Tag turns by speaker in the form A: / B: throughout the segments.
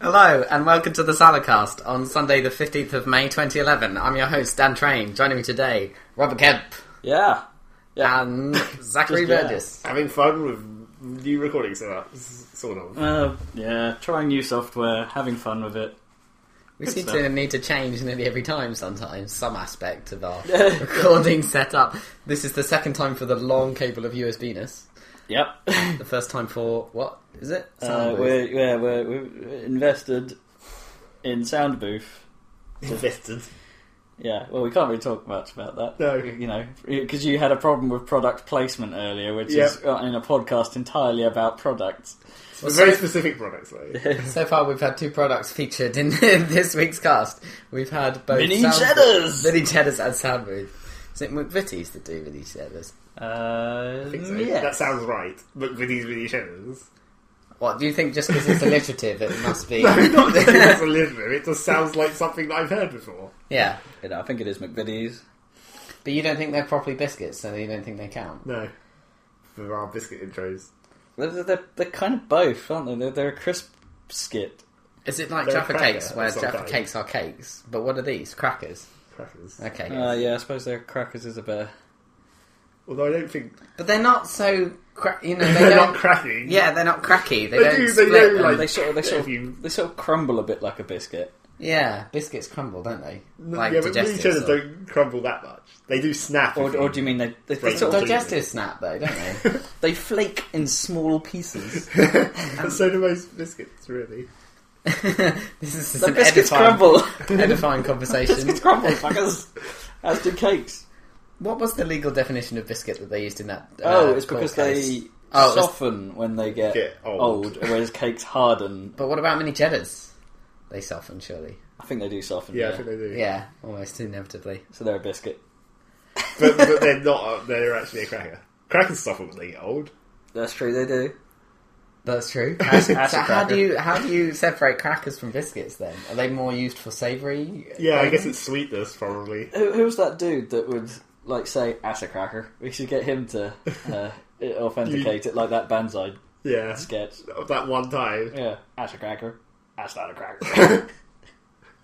A: Hello and welcome to the Saladcast on Sunday, the fifteenth of May, twenty eleven. I'm your host Dan Train. Joining me today, Robert Kemp
B: Yeah. Yeah.
A: and Zachary
B: Just, yeah.
A: Burgess.
C: Having fun with new recording setup, s- sort of.
B: Uh, yeah. Trying new software, having fun with it.
A: We seem
B: stuff.
A: to need to change nearly every time. Sometimes some aspect of our recording setup. This is the second time for the long cable of USBness.
B: Yep.
A: The first time for what is it?
B: Uh,
A: Sound booth.
B: we're, yeah, we're, we're invested in sound booth.
C: Invested.
B: Yeah. Well, we can't really talk much about that.
C: No.
B: You know, because you had a problem with product placement earlier, which
C: Yep.
B: is uh, in a podcast entirely about products.
A: Well,
C: very
A: so-
C: specific products, though.
A: So far, we've had two products featured in this week's cast. We've had both
B: Mini
A: sound-
B: cheddars!
A: mini cheddars, and sound booth. Is it McVitie's that do mini cheddars?
B: Uh,
C: I think so.
B: yes.
C: That sounds right, but with these really shadows.
A: What do you think? Just because it's alliterative, it must be.
C: Not that it's a listener, it just sounds like something that I've heard before.
A: yeah,
B: You know, I think it is McVitie's.
A: but you don't think they're properly biscuits, so you don't think they count.
C: No. There are biscuit intros.
B: They're, they're, they're kind of both, aren't they? They're, they're a crisp skit.
A: Is it like
C: They're a
A: Jaffa
C: cracker
A: cakes,
C: of
A: where
C: some
A: Jaffa
C: kind.
A: cakes are cakes? But what are these crackers?
C: Crackers.
A: Okay,
B: Uh, yeah, I suppose their crackers is a better.
C: Although I don't think
A: but they're not so. Cra- you know, they
C: they're
A: don't.
C: not cracking.
A: yeah, they're not cracky. They,
C: They
A: don't
C: do- they
A: split.
C: don't,
A: them.
C: like-
B: They sort of, they sort
C: If you-
B: of, they sort of crumble a bit like a biscuit.
A: yeah, biscuits crumble, don't they?
C: No,
A: like
C: yeah, but mini
A: digestives
C: cheddars
A: or-
C: don't crumble that much. They do snap.
B: Or,
C: if
B: or do you mean they they, they
C: Right.
B: sort of
A: digestive snap though, don't they?
B: they flake in small pieces?
C: so do most biscuits, really.
A: this is just
B: the
A: an
B: biscuits
A: edifying,
B: crumble.
A: edifying conversation.
B: biscuits crumble, fuckers. As do cakes.
A: What was the legal definition of biscuit that they used in that? uh,
B: Oh, it's
A: court
B: because
A: case?
B: they
A: Oh, it's-
B: soften when they get,
C: Get
B: old.
C: old.
B: whereas cakes harden.
A: But what about mini cheddars? They soften, surely.
B: I think they do soften. Yeah,
C: Yeah, I think they do.
A: Yeah, almost inevitably.
B: so they're a biscuit.
C: But, but they're not, uh, they're actually a cracker. Crackers suffer when they get old.
B: That's true. They do.
A: That's true.
B: That's-
A: so
B: that's a
A: how do
B: cracker.
A: you how do you separate crackers from biscuits then? Are they more used for Um, savoury?
C: Yeah, I
A: things?
C: guess it's sweetness probably.
B: Who, who was that dude that would like say "ass a cracker"? We should get him to uh, authenticate it like that Banzai
C: Yeah,
B: sketch.
C: of that one time.
B: Yeah, ass a cracker. Ass not a cracker.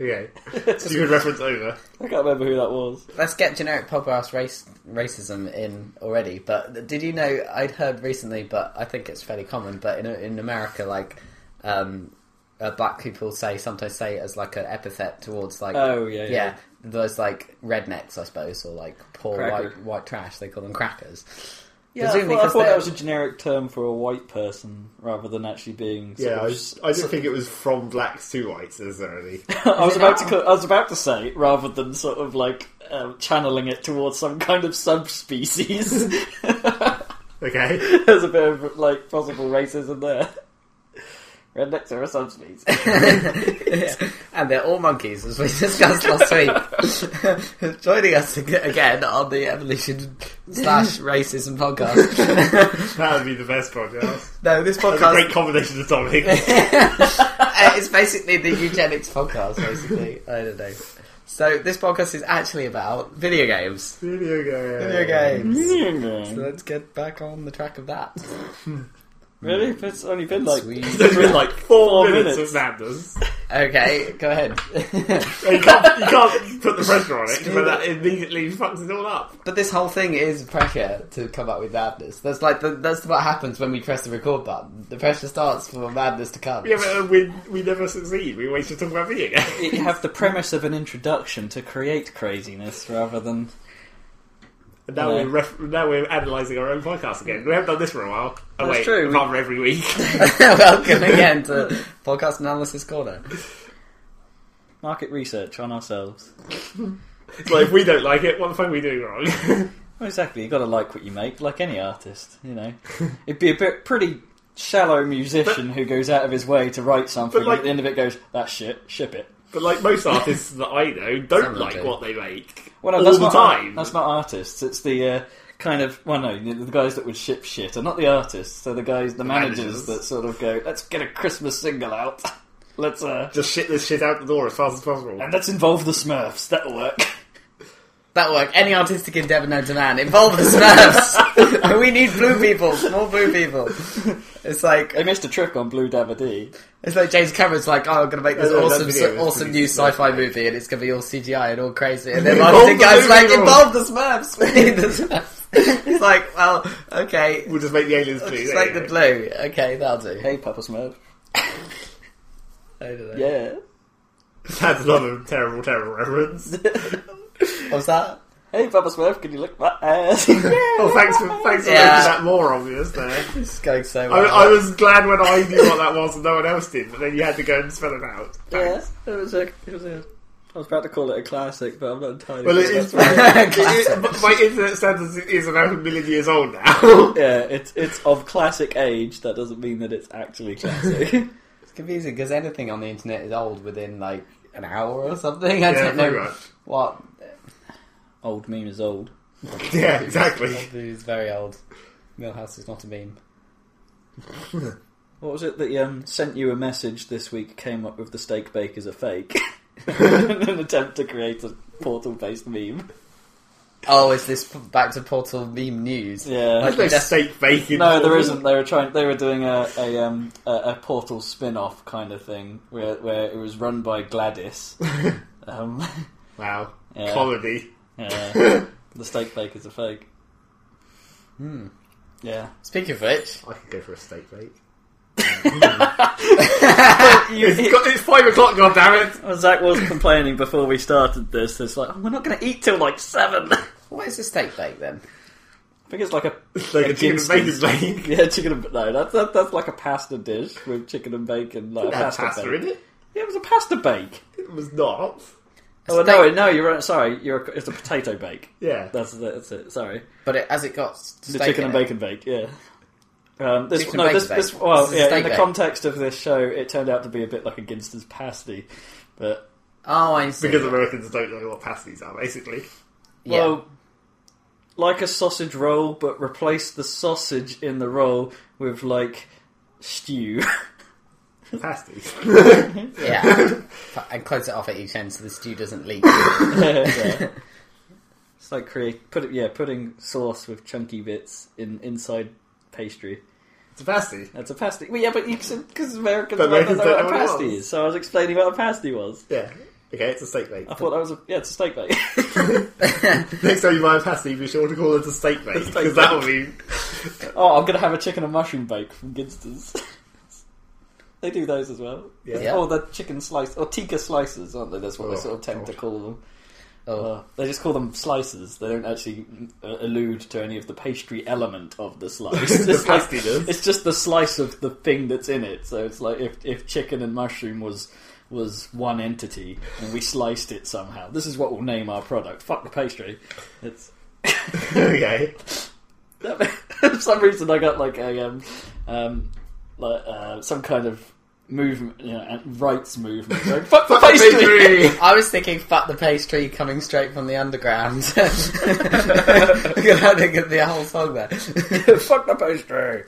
C: Okay, stupid reference over.
B: I can't remember who that was.
A: Let's get generic podcast race racism in already. But did you know? I'd heard recently, but I think it's fairly common. But in in America, like um, uh, black people say sometimes say it as like an epithet towards like
B: Oh, yeah, yeah.
A: those like rednecks, I suppose, or like poor
B: Cracker.
A: white white trash. They call them crackers.
B: Yeah, I
A: Presumably
B: thought, I
A: 'cause
B: thought
A: they're-
B: that was a generic term for a white person rather than actually being. Sort
C: Yeah, I,
B: of,
C: was, I didn't think it was from blacks to whites necessarily.
B: I was
A: it
B: about to.
A: not?
B: co- I was about to say rather than sort of like um, channeling it towards some kind of subspecies.
C: Okay,
B: There's a bit of like possible racism there. Rednecks are a subspecies.
A: and they're all monkeys, as we discussed last week. Joining us ag- again on the evolution slash racism podcast.
C: that would be the best podcast.
A: no, this
C: That's a
A: podcast
C: great combination of topics.
A: Uh, it's basically the eugenics podcast, basically. I don't know. So this podcast is actually about video games.
C: Video games.
A: Video games. So
B: really?
A: let's get back on the track of that.
B: It's only been like
A: Sweet.
B: it's been like four
C: Minutes
B: minutes.
C: of madness.
A: Okay, go ahead.
C: You can't, you can't put the pressure on it
A: Screw
C: because that immediately fucks it all up.
A: but this whole thing is pressure to come up with madness. That's like the, that's what happens when we press the record button. The pressure starts for madness to come.
C: Yeah, but uh, we we never succeed. We always just talk about video games.
B: You have the premise of an introduction to create craziness rather than
C: And now
B: Yeah.
C: we're ref- now we're analysing our own podcast again. We haven't done this for a while. Oh,
B: That's
C: wait,
B: true.
C: Apart from every week.
A: Welcome again to podcast analysis corner.
B: market research on ourselves.
C: It's like, if we don't like it, what the fuck are we doing wrong?
B: Well, exactly. You got to like what you make, like any artist. You know, it'd be a bit pretty shallow musician who goes out of his way to write something
C: But, like-
B: and at the end of it goes, "That's shit, ship it."
C: but like most artists that I know, don't
A: Some of them
C: like
A: do.
C: what they make
B: Well, no,
C: all
B: that's
C: the
B: not,
C: time.
B: That's not artists. It's the uh, kind of well, no, the the guys that would ship shit are not the artists. They're the guys, the, managers,
C: managers.
B: that sort of go, "Let's get a Christmas single out. Let's uh,
C: Just shit this shit out the door as fast as possible.
B: and let's involve the Smurfs. That'll work."
A: That work. Any artistic endeavour known to man. Involve the Smurfs. we need blue people. More blue people. It's like
B: They missed a trick on Blue Davide.
A: it's like James Cameron's like, oh, I'm gonna make this
C: No, no, that
A: awesome,
C: video was
A: awesome
C: pretty
A: new
C: smart.
A: sci-fi movie, and it's gonna be all CGI and all crazy. And then
C: Involve
A: marketing
C: the
A: guys
C: blue
A: like,
C: people.
A: involve the Smurfs. We need the Smurfs. It's like, well, okay,
C: We'll just make the aliens blue.
A: just
C: there
A: make
C: you
A: the
C: go.
A: blue. Okay, that'll do.
B: Hey, Papa Smurf.
A: I don't know.
B: Yeah.
C: That's another terrible, terrible reference.
A: What's that?
B: Hey, Papa Smurf, can you lick my ass?
C: Oh, thanks for thanks for
A: Yeah.
C: making that more obvious there.
A: It's going so
C: I,
A: well.
C: I was glad when I knew what that was and no one else did, but then you had to go and spell it out.
B: Yeah,
C: Thanks.
B: it was a, it was a. I was about to call it a classic, but I'm not entirely.
C: Well, it
B: sure
C: is.
B: that's right.
C: it is- but my internet standards is about a million years old now.
B: Yeah, it's it's of classic age. That doesn't mean that it's actually classic.
A: It's confusing because anything on the internet is old within like an hour or something. I
C: yeah,
A: don't
C: pretty
A: know
C: much.
A: what.
B: old meme is old.
C: Yeah, exactly.
A: It's very old. Millhouse is not a meme.
B: What was it that um, sent you a message this week? Came up with the steak bake is a fake. An attempt to create a portal-based meme.
A: Oh, is this p- back to Portal meme news?
B: Yeah.
A: Like-
C: There's no steak bacon.
B: No, there isn't. They were trying. They were doing a a, um, a, a portal spin-off kind of thing where where it was run by Gladys. Um,
C: Wow,
B: Yeah.
C: comedy.
B: yeah. the steak bake is a fake.
A: Hmm.
B: Yeah.
A: Speaking of which,
C: I could go for a steak bake.
B: You-
C: It's, got, it's five o'clock. God damn it!
B: Well, Zach was complaining before we started this. It's like, oh, we're not going to eat till like seven. I
A: what is a steak bake then?
B: think it's like a
C: It's like a chicken and bacon bake.
B: yeah, chicken and no, that's that, that's like a pasta dish with chicken and bacon, like a
C: It had
B: pasta,
C: pasta
B: bake.
C: in it.
B: Yeah, it was a pasta bake.
C: It was not.
B: Oh well, no, no, you're right. Sorry, you're it's a potato bake.
C: Yeah.
B: That's it, that's it. Sorry,
A: But it, as it got s-
B: the
A: steak
B: chicken
A: in
B: and
A: it-
B: bacon bake. Yeah. Um, this,
A: Chicken
B: no,
A: and
B: this,
A: bacon
B: this,
A: bake.
B: well,
A: This is a
B: yeah,
A: steak
B: in the
A: bake.
B: context of this show, it turned out to be a bit like a Ginster's pasty, but
A: Oh, I see.
C: Because Americans don't know what pasties are, basically.
A: yeah.
B: Well, like a sausage roll, but replace the sausage in the roll with like stew.
C: Pasties.
A: yeah, F- and close it off at each end so the stew doesn't leak.
B: Yeah. It's like create put it yeah putting sauce with chunky bits in inside pastry.
C: it's a pasty.
B: That's a pasty. Well, yeah, but because Americans
C: But
B: don't know
C: Americans
B: what a
C: don't know what it
B: pasty
C: was.
B: is, so I was explaining what a pasty was.
C: Yeah. Okay, it's a steak bake.
B: I thought that was a yeah, it's a steak bake.
C: Next time you buy a pasty, be sure to call it a steak bake
B: steak
C: because that will be
B: oh, I'm gonna have a chicken and mushroom bake from Ginsters. they do those as well.
C: yeah.
A: Yeah.
B: Oh, they're chicken slice or tikka slices, aren't they? That's what
C: Oh,
B: they sort of tend to
C: God.
B: call them.
A: Oh,
B: Uh, they just call them slices. They don't actually uh, allude to any of the pastry element of the slice. It's
C: the
B: just like-
C: pasty does.
B: it's just the slice of the thing that's in it. So it's like if, if chicken and mushroom was was one entity and we sliced it somehow. This is what we'll name our product. Fuck the pastry. It's
C: okay.
B: for some reason I got like a um, um like uh, some kind of movement, you know, and rights movement. Like, Fuck the pastry.
C: Pastry!
A: I was thinking, fuck the pastry coming straight from the underground. Look at how they get the whole song there.
B: Fuck the pastry.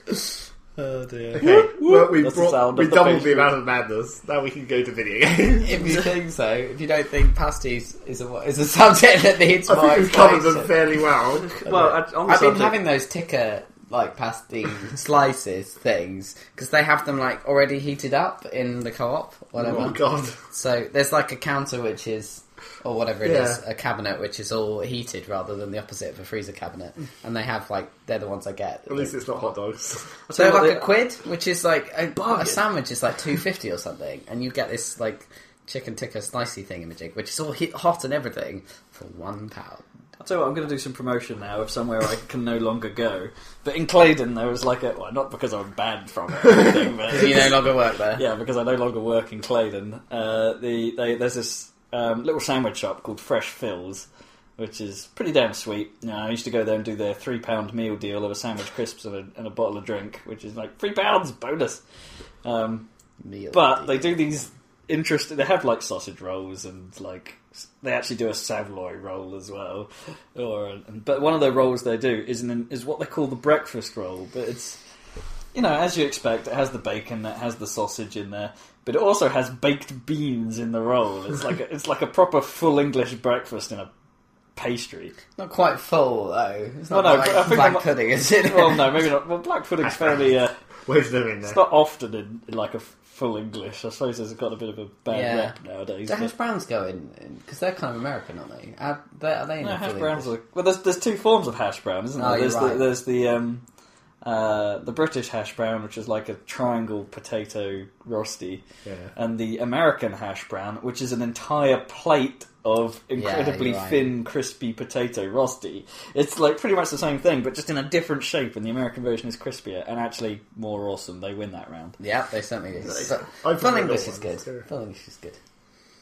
A: Oh dear.
C: Okay. Well, we
B: That's the
C: brought,
B: sound
C: we
B: of the
C: doubled
B: pastry.
C: the amount of madness. Now we can go to video games.
A: If you think so, if you don't think pasties is a is a subject that needs
C: I
A: more
B: Oh,
C: think we've covered them
A: explanation.
C: fairly well. Oh
B: Well, I, on the
A: I've been
B: subject-
A: having those ticker like pasty slices things because they have them like already heated up in the co-op, whatever.
C: Oh god.
A: So there's like a counter which is, or whatever it is,
C: Yeah.
A: a cabinet which is all heated rather than the opposite of a freezer cabinet, and they have like they're the ones I get.
C: At least it's not hot dogs.
B: I'll tell
A: So
B: you what
A: like
B: they-
A: a quid, which is like a, a
B: Bargain.
A: sandwich is like two fifty or something, and you get this like chicken tikka slicey thing in the jig, which is all hit, hot and everything for one pound.
B: I'll tell you what, I'm going to do some promotion now of somewhere I can no longer go. But in Claydon, there was like a. Well, not because I'm banned from it or anything, but.
A: You no longer work there.
B: Yeah, because I no longer work in Claydon. Uh, the, they, there's this um, little sandwich shop called Fresh Fills, which is pretty damn sweet. You know, I used to go there and do their £3 meal deal of a sandwich, crisps, and a, and a bottle of drink, which is like £3 bonus. Um,
A: Meal
B: but
A: deal.
B: they do these interesting. They have like sausage rolls and like s- they actually do a Savoy roll as well. Or but one of the rolls they do is an, is what they call the breakfast roll. But it's you know as you expect, it has the bacon, it has the sausage in there, but it also has baked beans in the roll. It's like a, it's like a proper full English breakfast in a pastry.
A: Not quite full though. It's not
B: Well, no,
A: like
B: but I think
A: black
B: I'm-
A: pudding, is it?
B: Well, no, maybe not. Well, black pudding's fairly. Uh,
C: Where's them in there?
B: it's not often in, in like a f- full English. I suppose it's got a bit of a bad
A: Yeah.
B: rep nowadays.
A: Do hash
B: but-
A: browns go in? Because they're kind of American, aren't they? Are they, are they in
B: No,
A: the
B: hash
A: full
B: browns
A: English?
B: are well. There's there's two forms of hash brown, isn't
A: Oh,
B: there?
A: you're
B: there's the
A: right.
B: there's the um, uh, the British hash brown, which is like a triangle potato rosti,
C: Yeah.
B: and the American hash brown, which is an entire plate of incredibly
A: you're right.
B: thin, crispy potato rosti. It's like pretty much the same thing, but just in a different shape. And the American version is crispier and actually more awesome. They win that round.
A: Yeah, they certainly do.
C: Nice.
A: So,
C: I
A: full
C: prefer
A: English
C: that
A: is
C: one,
A: good.
C: yeah.
A: Full English is good.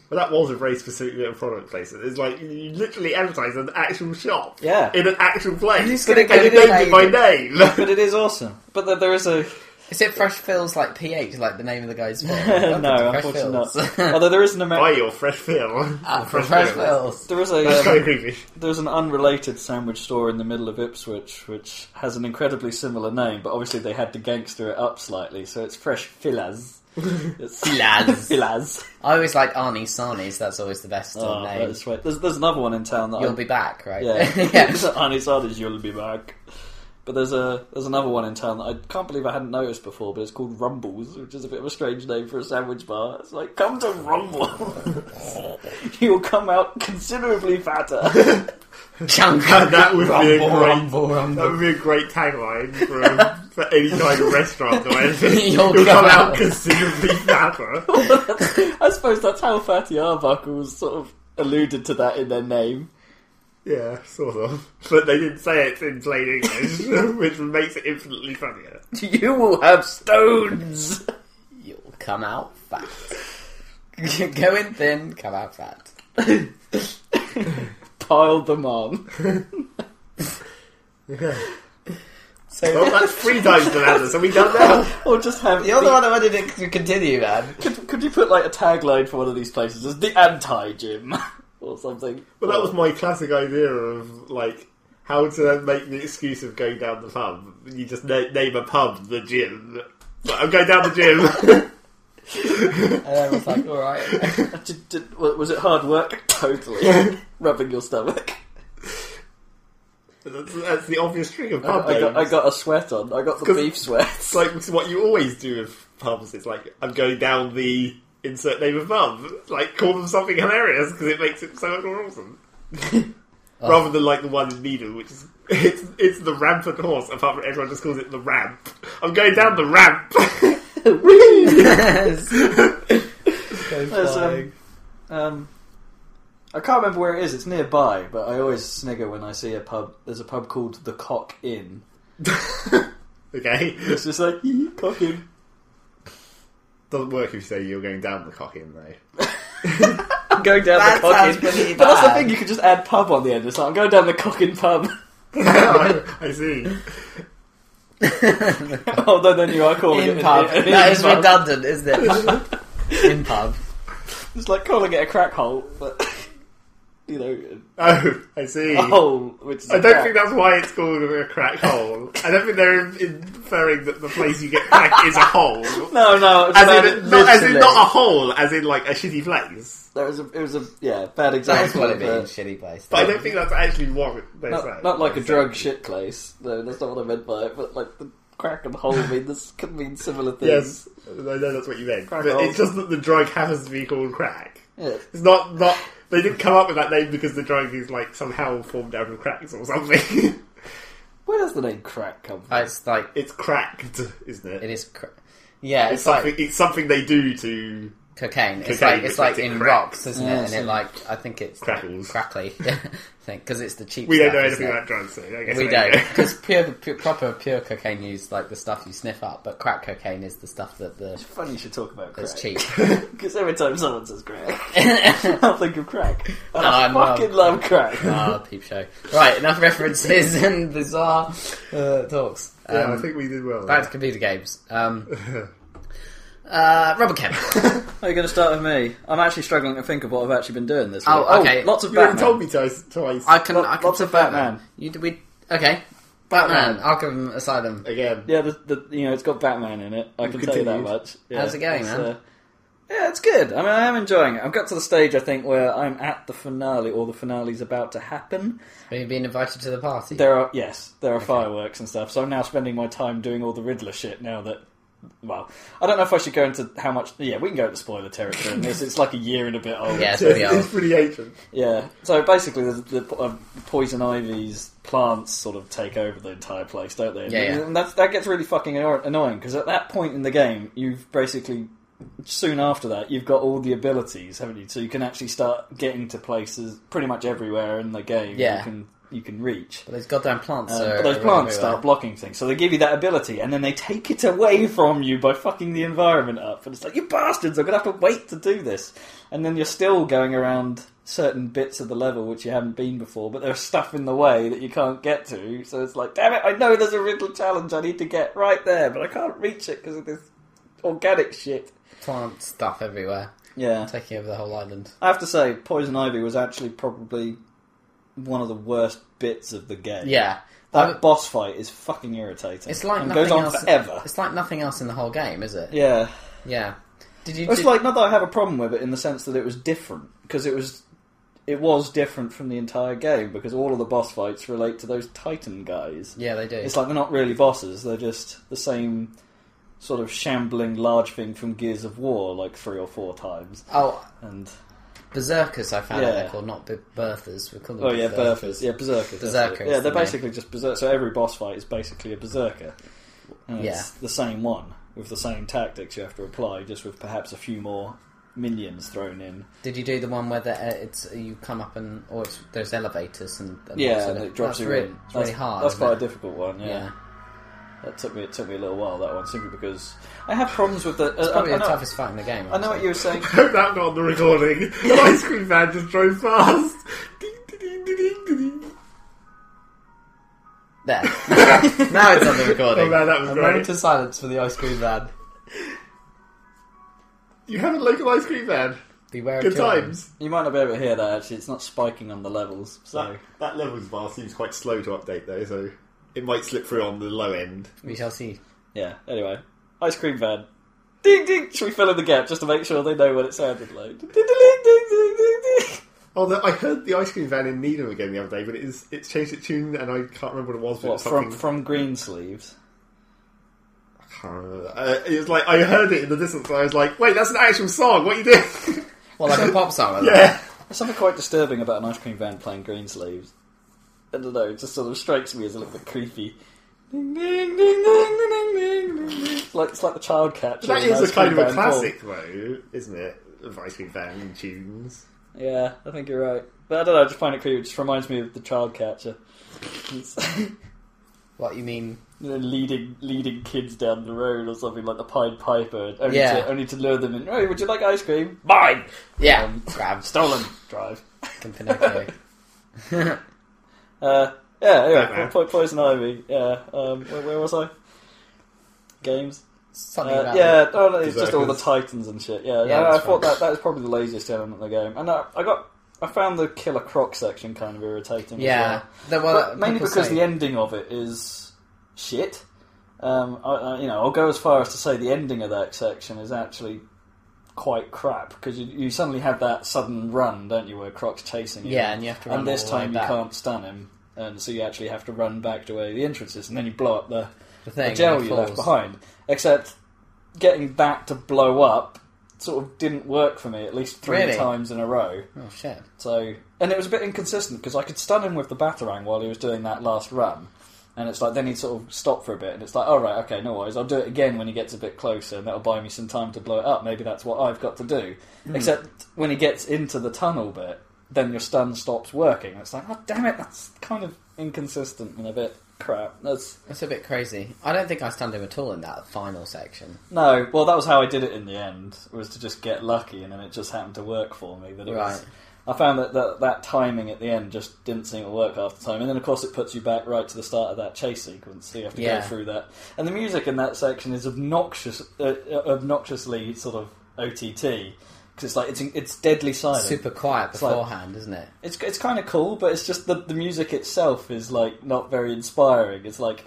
C: But that was a very specific little product place. It's like you- you literally advertise an actual shop.
B: Yeah.
C: In an actual place.
A: Who's gonna
C: and
A: go
C: you
A: there,
C: named it by name.
B: But it is awesome. But there- there is a
A: Is it Fresh Phil's like PH, like the name of the guy's film? Welcome to
B: no,
A: Fresh
B: unfortunately
A: Phil's.
B: not. Although there is an
C: Buy
B: American.
C: your fresh film.
A: Ah, Fresh, Fresh Phil's.
B: There is a
C: That's
B: um,
C: kind of creepy.
B: There's an unrelated sandwich store in the middle of Ipswich which has an incredibly similar name, but obviously they had to gangster it up slightly, so it's Fresh Filas. It's
A: Filas.
B: Filas.
A: I always like Arnie Sarnies. That's always the best
B: Oh,
A: name.
B: that's right. There's, there's another one in town that
A: You'll
B: I,
A: be back, right?
B: yeah.
A: yeah.
B: Arnie's Arnie's You'll Be Back. But there's a there's another one in town that I can't believe I hadn't noticed before, but it's called Rumbles, which is a bit of a strange name for a sandwich bar. It's like come to Rumble, you'll come out considerably fatter.
A: Chunk.
C: God, that would be a
A: rumble,
C: great-
A: rumble,
C: That
A: rumble.
C: would be a great tagline for, um, for any kind of restaurant or anything.
A: You'll go
C: You'll, come
A: out.
C: out considerably fatter.
B: I suppose that's how Fatty Arbuckle's sort of alluded to that in their name.
C: yeah, sort of. But they didn't say it in plain English, which makes it infinitely funnier.
B: You will have stones.
A: You'll come out fat. Go in thin, come out fat.
B: Pile them on.
A: So
C: Well, that's three times the latter, so we done now.
B: Or just have
A: you're the
B: the-
A: one that wanted it to continue, man.
B: Could, could you put like a tagline for one of these places as the anti gym or something?
C: Well, that was my classic idea of, like, how to make the excuse of going down the pub. You just na- name a pub the gym. But I'm going down the gym.
A: And everyone's like, all right.
B: Did- did- wa- was it hard work?
A: Um,
B: Totally. Rubbing your stomach.
C: that's, that's the obvious thing of
B: I,
C: pub
B: I got, I
C: names.
B: got a sweat on. I got the
C: 'Cause-
B: beef
C: It's
B: sweats.
C: like it's what you always do with pubs. It's like I'm going down the insert name of pub. Like call them something hilarious because it makes it so much more awesome. Rather than like the one in Needle, which is it's it's the rampant horse. Apart from everyone just calls it the ramp. I'm going down the ramp.
A: Yes. Go
B: There's,
A: flying.
B: um, um, I can't remember where it is. It's nearby, but I always snigger when I see a pub. There's a pub called the Cock Inn.
C: okay,
B: It's just like Cock Inn.
C: doesn't work if you say you're going down the cocking though.
B: I'm going down the
A: That
B: Cock
A: sounds
B: Inn.
A: pretty
B: But that's the
A: bad.
B: thing. You could just add pub on the end. It's like I'm going down the Cock Inn pub.
C: I see.
B: Although then you are
C: Oh,
B: calling
A: in
B: it
A: pub.
B: An, an
A: that
B: inn
A: is
B: pub.
A: redundant, isn't it? in pub.
B: It's like calling it a crack hole, but you know,
C: Oh, I see.
B: a hole which is
C: I
B: a
C: don't
B: crack.
C: think that's why it's called a crack hole. I don't think they're inferring that the place you get crack is a hole.
B: No, no, it's
C: As
B: bad
C: in, not, as in
B: literally.
C: not a hole, as in like a shitty place.
B: That was a, it was a yeah bad
A: That's
B: example.
A: what it
B: of a-
A: means, shitty place.
C: But I don't think that's actually what they're saying.
B: Not, not like a
C: They're
B: drug
C: saying-
B: shit place. No, that's not what I meant by it. But like the crack and hole mean this could mean similar things.
C: Yes, I know that's what you meant.
B: Crack
C: but
B: hole.
C: it's just that the drug happens to be called crack.
B: Yeah.
C: It's not not they didn't come up with that name because the drug is like somehow formed out of cracks or something.
B: Where does the name crack come from?
A: It's like
C: it's cracked, isn't it?
A: it is. Cr- yeah,
C: it's,
A: it's, like
C: something. it's something they do to
A: cocaine. It's
C: cocaine,
A: like it's
C: which
A: like
C: makes it
A: in
C: crack.
A: rocks, isn't
B: Yeah,
A: it? And
B: so-
A: it like I think it's
C: Crackles.
A: crackly. I think because it's the cheap.
C: We don't
A: stuff,
C: know
A: isn't
C: anything
A: it?
C: about drugs, so I guess
A: We
C: I
A: don't because pure, pure proper pure cocaine is like the stuff you sniff up, but crack cocaine is the stuff that the
B: Funny you should talk about crack.
A: that's cheap.
B: Because every time someone says crack, I'll think of crack. And I
A: I'm, um,
B: fucking love crack.
A: Ah, peep show. Right, enough references and bizarre uh, talks. Um,
C: Yeah, I think we did well.
A: back to computer games. Um, uh, rubber camp.
B: Are you going to start with me? I'm actually struggling to think of what I've actually been doing this week.
A: Oh, okay.
B: lots of
C: you already
B: Batman.
C: told me twice. twice.
A: I can. I can
B: Lots of
A: support
B: Batman.
A: that. You we okay? Batman.
B: Batman.
A: Arkham Asylum.
C: Again,
B: Yeah, the, the, you know it's got Batman in it. I can tell you that
C: continues.
B: much. Yeah,
A: How's it going,
B: it's,
A: man?
B: uh, Yeah, it's good. I mean, I am enjoying it. I've got to the stage, I think, where I'm at the finale, or the finale's about to happen.
A: But you've been invited to the party.
B: There are yes, there are fireworks and stuff. So I'm now spending my time doing all the Riddler shit. Now that, well, I don't know if I should go into how much. Yeah, we can go into spoiler territory. in this it's like a year and a bit old.
A: Yeah, it's
C: It's,
A: really old.
C: it's pretty ancient.
B: Yeah. So basically, the, the uh, poison ivy's plants sort of take over the entire place, don't they? And,
A: Yeah, yeah.
B: and that that gets really fucking anno- annoying because at that point in the game, you've basically soon after that you've got all the abilities, haven't you? So you can actually start getting to places pretty much everywhere in the game.
A: Yeah.
B: You can you can reach.
A: But those goddamn plants
B: Um,
A: are.
B: but those
A: are
B: plants
A: everywhere.
B: start blocking things, so they give you that ability, and then they take it away from you by fucking the environment up. And it's like, you bastards, I'm gonna have to wait to do this. And then you're still going around certain bits of the level which you haven't been before, but there's stuff in the way that you can't get to. So it's like, damn it, I know there's a riddle challenge I need to get right there, but I can't reach it because of this organic shit.
A: Plant stuff everywhere,
B: Yeah,
A: taking over the whole island.
B: I have to say, poison ivy was actually probably one of the worst bits of the game.
A: Yeah.
B: That boss fight is fucking irritating.
A: It's like
B: and
A: nothing
B: goes on
A: else.
B: forever.
A: It's like nothing else in the whole game, is it?
B: Yeah,
A: Yeah. Did you?
B: it's
A: did-
B: like not that I have a problem with it in the sense that it was different because it was it was different from the entire game because all of the boss fights relate to those Titan guys.
A: Yeah, they do.
B: It's like they're not really bosses; they're just the same sort of shambling large thing from Gears of War, like three or four times.
A: oh,
B: And
A: berserkers. I found out
B: Yeah.
A: they're called not Be- berthers. We call them.
B: oh yeah,
A: berthers.
B: berserkers. Yeah, berserkers. that's it.
A: Berserkers,
B: Yeah, they're
A: yeah.
B: basically just berserkers. So every boss fight is basically a berserker. And It's
A: Yeah.
B: the same one with the same tactics you have to apply, just with perhaps a few more minions thrown in.
A: Did you do the one where the, uh, it's you come up and or it's, there's elevators and, and
B: Yeah,
A: sort
B: and
A: of-
B: it drops
A: that's
B: you
A: really,
B: in.
A: It's really hard.
B: That's
A: isn't
B: quite a
A: it?
B: difficult one. Yeah.
A: Yeah,
B: that took me. It took me a little while that one simply because I have problems with the.
A: it's
B: Uh, I,
A: probably
B: I
A: the
B: know,
A: toughest fight in the game.
B: I know what
A: actually.
B: you were saying.
C: Hope that got on the recording. The ice cream van just drove past. Ding, ding, ding, ding, ding, ding.
A: There. now it's on the recording.
C: Oh man, that was
A: a
C: great.
A: moment of silence for the ice cream van.
C: You have a local ice cream van.
A: Beware of
C: Good
A: children.
C: times.
B: You might not be able to hear that. Actually, it's not spiking on the levels. So
C: That, that levels bar seems quite slow to update though, so it might slip through on the low end.
A: We shall see.
B: yeah. Anyway, ice cream van. Ding ding. Should we fill in the gap just to make sure they know what it sounded like? Ding ding ding ding ding ding. ding.
C: Although I heard Oh, the ice cream van in Needham again the other day, but it is it's changed its tune and I can't remember what it was. But it
B: What
C: was
B: from
C: something
B: from green sleeves?
C: I can't remember. Uh, it was like I heard it in the distance, and I was like, "Wait, that's an actual song. What are you doing?"
A: Well, like a pop song. like
C: yeah,
B: There's something quite disturbing about an ice cream van playing green sleeves. I don't know, it just sort of strikes me as a little bit creepy. Ding, ding, ding, ding, ding, ding, ding, ding. It's like, it's like the child catcher.
C: that
B: in
C: is
B: Ice
C: a kind
B: Cream
C: of a
B: Van Paul.
C: classic, though, isn't it? Of ice cream van tunes.
B: Yeah, I think you're right. But I don't know, I just find it creepy. It just reminds me of the child catcher. It's-
A: What you mean?
B: you know, leading leading kids down the road or something like the Pied Piper, only,
A: Yeah.
B: to, only to lure them in. Hey, would you like ice cream? Mine!
A: Yeah,
B: Um,
A: grab
B: Stolen! Drive.
A: fucking Pinocchio.
B: Uh, yeah, anyway,
C: Batman.
B: po- Poison Ivy. Yeah, um, where, where was I? Games.
A: Something
B: Uh,
A: about
B: yeah, no, no, it's just all the
C: Berserkers.
B: Titans and shit. Yeah,
A: Yeah,
B: yeah I, I
A: that's
B: thought
A: fine.
B: that that was probably the laziest element of the game, and uh, I, I got I found the Killer Croc section kind of irritating. as
A: Yeah,
B: well.
A: The- well, uh,
B: But mainly
A: people
B: because
A: say-
B: the ending of it is shit. Um, I, I, you know, I'll go as far as to say the ending of that section is actually quite crap because you, you suddenly have that sudden run, don't you, where Croc's chasing you?
A: Yeah, and you have to run
B: and this
A: all the way
B: time you
A: back.
B: can't stun him, and so you actually have to run back to where the entrance is, and then you blow up the the
A: the thing
B: gel
A: when it
B: you left
A: falls.
B: behind. Except getting that to blow up sort of didn't work for me at least three
A: Really?
B: times in a row.
A: Oh shit!
B: So and it was a bit inconsistent because I could stun him with the batarang while he was doing that last run. And it's like then he'd sort of stop for a bit, and it's like, all right, okay, no worries, I'll do it again when he gets a bit closer, and that'll buy me some time to blow it up. Maybe that's what I've got to do.
A: Hmm.
B: Except when he gets into the tunnel bit, then your stun stops working. It's like, oh damn it, that's kind of inconsistent and a bit crap. That's
A: That's a bit crazy. I don't think I stunned him at all in that final section.
B: No, well, that was how I did it in the end. Was to just get lucky, and then it just happened to work for me. That it was.
A: Right.
B: I found that, that that timing at the end just didn't seem to work half the time, and then of course it puts you back right to the start of that chase sequence. So you have to
A: Yeah.
B: go through that, and the music in that section is obnoxious, uh, uh, obnoxiously sort of OTT because it's like it's it's deadly silent.
A: Super quiet
B: like-
A: beforehand, isn't it?
B: It's it's kind of cool, but it's just the the music itself is like not very inspiring. It's like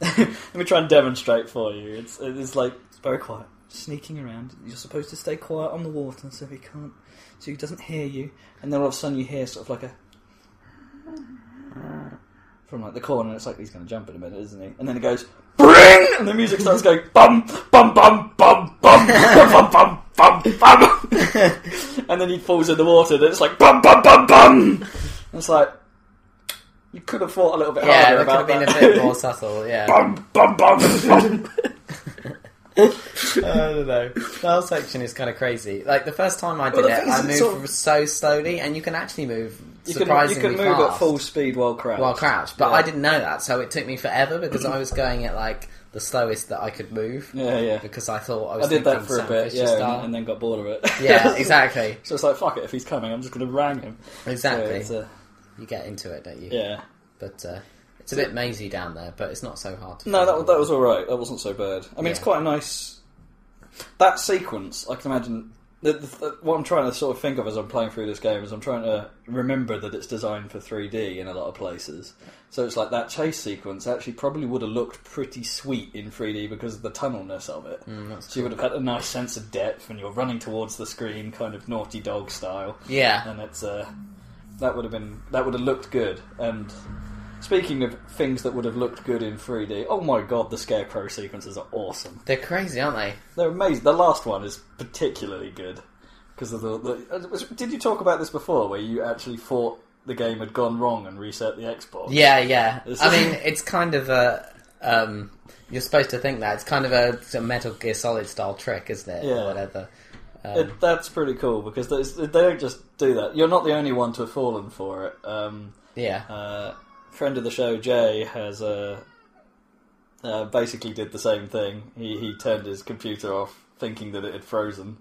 B: let me try and demonstrate for you. It's it's like it's very quiet. sneaking around. You're supposed to stay quiet on the water so he can't, so he doesn't hear you. And then all of a sudden you hear sort of like a from like the corner. and It's like he's going to jump in a minute, isn't he? And then it goes bring, and the music starts going bum bum bum bum bum bum bum bum bum, and then he falls in the water. And it's like bum bum bum bum. And it's like you could have thought a little bit
A: Yeah,
B: harder
A: that could have
B: about
A: been a
B: that.
A: bit more subtle. Yeah,
B: bum bum bum bum.
A: I don't know. The whole section is kind of crazy. Like the first time I did
B: Well, the
A: it,
B: thing is,
A: I
B: it's sort
A: moved so slowly, and you can actually move
B: You can, you
A: surprisingly
B: can move
A: fast
B: at full speed while crouched.
A: while crouched. But
B: Yeah.
A: I didn't know that, so it took me forever because I was going at like the slowest that I could move.
B: Yeah, yeah.
A: Because I thought I was
B: I did
A: thinking
B: that for a
A: Sam
B: bit,
A: Fisher
B: yeah,
A: style.
B: and, and then got bored of it.
A: yeah, exactly,
B: so it's like, fuck it, if he's coming, I'm just going to rang him. So
A: exactly.
B: it's, uh,
A: you get into it, don't you?
B: yeah.
A: But uh, it's a bit mazy down there, but it's not so hard. To
B: No,
A: follow.
B: that, that was alright. That wasn't so bad. I mean, it's
A: Yeah.
B: quite a nice. That sequence, I can imagine. The, the, the- what I'm trying to sort of think of as I'm playing through this game is I'm trying to remember that it's designed for 3D in a lot of places. So it's like that chase sequence actually probably would have looked pretty sweet in 3D because of the tunnelness of it.
A: Mm,
B: so you would have had a nice sense of depth, and you're running towards the screen, kind of Naughty Dog style
A: Yeah,
B: and it's uh, that would have been that would have looked good. And speaking of things that would have looked good in 3D, oh my god, the scarecrow sequences are awesome.
A: they're crazy, aren't they?
B: They're amazing. The last one is particularly good because of the, the. uh, Did you talk about this before, where you actually thought the game had gone wrong and reset the Xbox?
A: Yeah, yeah.
B: It's-
A: I mean, it's kind of a. Um, you're supposed to think that it's kind of a, it's a Metal Gear Solid style trick, isn't it?
B: Yeah.
A: Or whatever. Um,
B: It, that's pretty cool because there's- they don't just do that. You're not the only one to have fallen for it. Um,
A: yeah.
B: uh, friend of the show Jay has uh, uh, basically did the same thing. He he turned his computer off, thinking that it had frozen,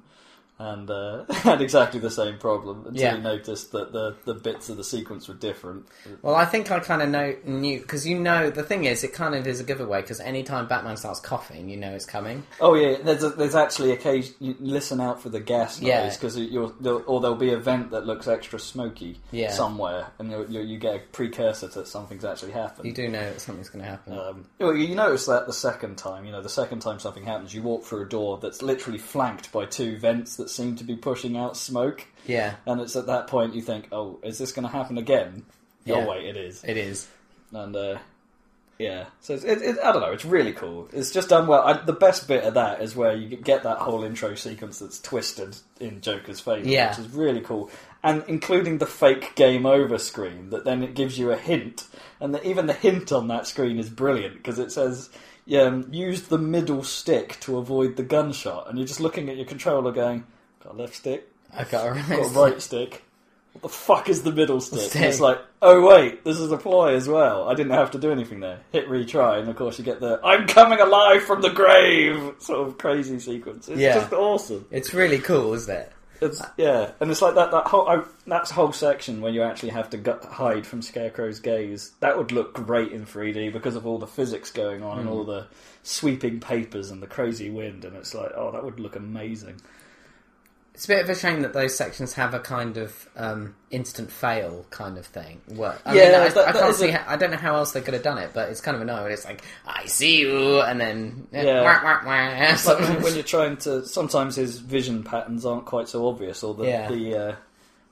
B: and uh, had exactly the same problem until
A: Yeah.
B: he noticed that the the bits of the sequence were different.
A: Well, I think I kind of know knew because you know the thing is it kind of is a giveaway because anytime Batman starts coughing, you know it's coming.
B: Oh yeah, there's a, there's actually occasion you listen out for the gas
A: Yeah.
B: noise because you'll there'll- or there'll be a vent that looks extra smoky
A: Yeah.
B: somewhere, and you you get a precursor that something's actually happened.
A: You do know that something's going to happen.
B: Um, well, you notice that the second time, you know, the second time something happens, you walk through a door that's literally flanked by two vents that seem to be pushing out smoke,
A: yeah,
B: and it's at that point you think, "Oh, is this going to happen again?"
A: Yeah.
B: Oh wait, it is,
A: it is.
B: and uh, yeah. So it's, it, it, I don't know, it's really cool. It's just done well. I, the best bit of that is where you get that whole intro sequence that's twisted in Joker's favour,
A: Yeah.
B: which is really cool, and including the fake game over screen that then it gives you a hint, and the, even the hint on that screen is brilliant because it says. Yeah, um, use the middle stick to avoid the gunshot, and you're just looking at your controller, going, "Got a left stick,
A: I got a
B: got a
A: right.
B: right stick. What the fuck is the middle stick?
A: Stick.
B: And it's like, oh wait, this is a ploy as well. I didn't have to do anything there. Hit retry, and of course you get the "I'm coming alive from the grave" sort of crazy sequence. It's
A: Yeah.
B: just awesome.
A: It's really cool, isn't it?
B: It's yeah, and it's like that that whole I, that whole section where you actually have to gu hide from Scarecrow's gaze. That would look great in 3D because of all the physics going on and all the sweeping papers and the crazy wind. And it's like, oh, that would look amazing.
A: It's a bit of a shame that those sections have a kind of um, instant fail kind of thing. What? I
B: Yeah,
A: mean, I,
B: that-
A: I
B: that
A: can't
B: is
A: see.
B: a-
A: how- I don't know how else they could have done it, but it's kind of annoying. when It's like I see you, and then
B: Yeah.
A: wah, wah, wah,
B: It's like when, when you're trying to. Sometimes his vision patterns aren't quite so obvious, or the
A: Yeah.
B: the, uh,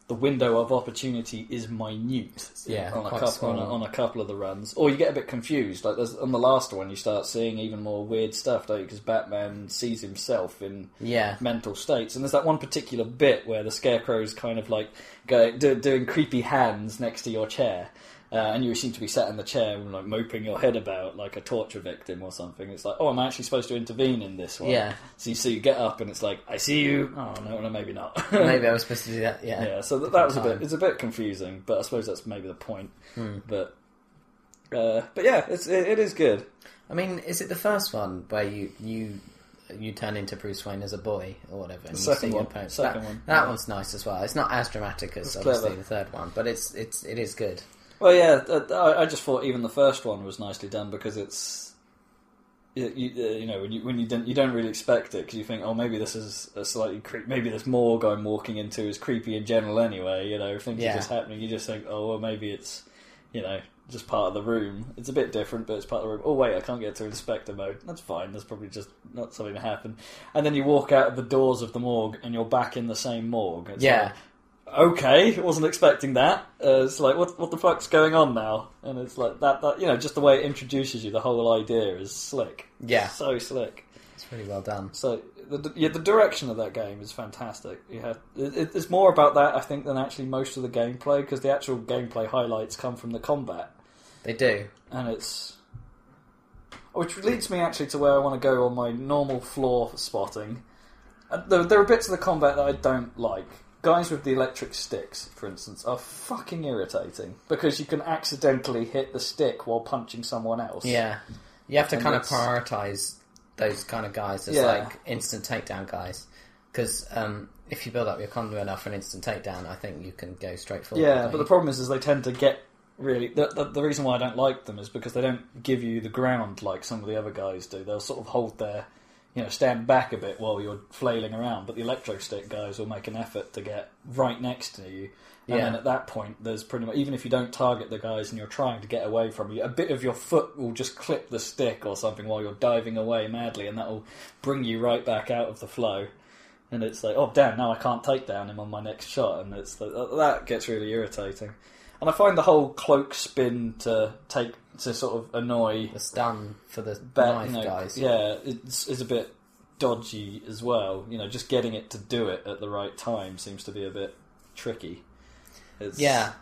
B: the window of opportunity is minute.
A: Yeah,
B: on a
A: quite
B: couple
A: small.
B: on a, on a couple of the runs, or you get a bit confused. Like there's, on the last one, you start seeing even more weird stuff, don't you? Because Batman sees himself in
A: yeah,
B: mental states. And there's that one particular bit where the scarecrow's kind of like go, do, doing creepy hands next to your chair. Uh, and you seem to be sat in the chair and like moping your head about like a torture victim or something. It's like, oh, I'm actually supposed to intervene in this one.
A: Yeah.
B: So you, so you get up and it's like, I see you. Oh no, no, maybe not.
A: maybe I was supposed to do that. Yeah,
B: yeah. So that, that was a
A: Different
B: bit.
A: time.
B: It's a bit confusing, but I suppose that's maybe the point.
A: Hmm.
B: But uh, but yeah, it's it, it is good.
A: I mean, is it the first one where you you you turn into Bruce Wayne as a boy or whatever? And you
B: second
A: see your
B: one.
A: parents?
B: Second
A: that,
B: one.
A: That one's nice as well. It's not as dramatic as obviously
B: clever.
A: the third one, but it's it's it is good.
B: Well, yeah, th- I I just thought even the first one was nicely done because it's you, you, uh, you know when you when you don't you don't really expect it because you think oh maybe this is a slightly creep maybe this morgue I'm walking into is creepy in general anyway you know if things
A: Yeah.
B: are just happening you just think oh well maybe it's you know just part of the room. It's a bit different, but it's part of the room. Oh wait, I can't get to inspector mode. That's fine. That's probably just not something to happen. And then you walk out of the doors of the morgue, and you're back in the same morgue. It's
A: Yeah.
B: like, okay, wasn't expecting that. Uh, it's like what what the fuck's going on now? And it's like that that you know just the way it introduces you. The whole idea is slick.
A: Yeah.
B: so slick.
A: It's really well done.
B: So the yeah, the direction of that game is fantastic. You have it, it- it's more about that I think than actually most of the gameplay because the actual gameplay highlights come from the combat,
A: They do.
B: and it's which leads me actually to where I want to go on my normal flaw spotting. And There, there are bits of the combat that I don't like. Guys with the electric sticks, for instance, are fucking irritating because you can accidentally hit the stick while punching someone else.
A: Yeah. You have to
B: And
A: kind of
B: it's-
A: prioritize those kind of guys as
B: Yeah.
A: like instant takedown guys. Because um, if you build up your condo enough for an instant takedown, I think you can go straight forward.
B: Yeah,
A: don't
B: but
A: you?
B: the problem is, is they tend to get really. The, the, the reason why I don't like them is because they don't give you the ground like some of the other guys do. They'll sort of hold their, you know, stand back a bit while you're flailing around. But the electro stick guys will make an effort to get right next to you. And
A: Yeah.
B: then at that point, there's pretty much even if you don't target the guys and you're trying to get away from you, a bit of your foot will just clip the stick or something while you're diving away madly, and that will bring you right back out of the flow. And it's like, oh damn, now I can't take down him on my next shot, and it's like, that that gets really irritating. And I find the whole cloak spin to take to sort of annoy
A: the stun for the
B: ba-
A: knife
B: you know,
A: guys.
B: Yeah, it's, it's a bit dodgy as well. You know, just getting it to do it at the right time seems to be a bit tricky. It's,
A: Yeah.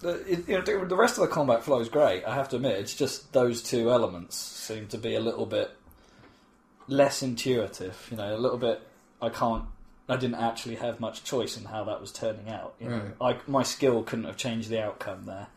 B: the, it, you know, the the rest of the combat flow is great. I have to admit, it's just those two elements seem to be a little bit less intuitive. You know, a little bit. I can't. I didn't actually have much choice in how that was turning out. You know, I, my skill couldn't have changed the outcome there.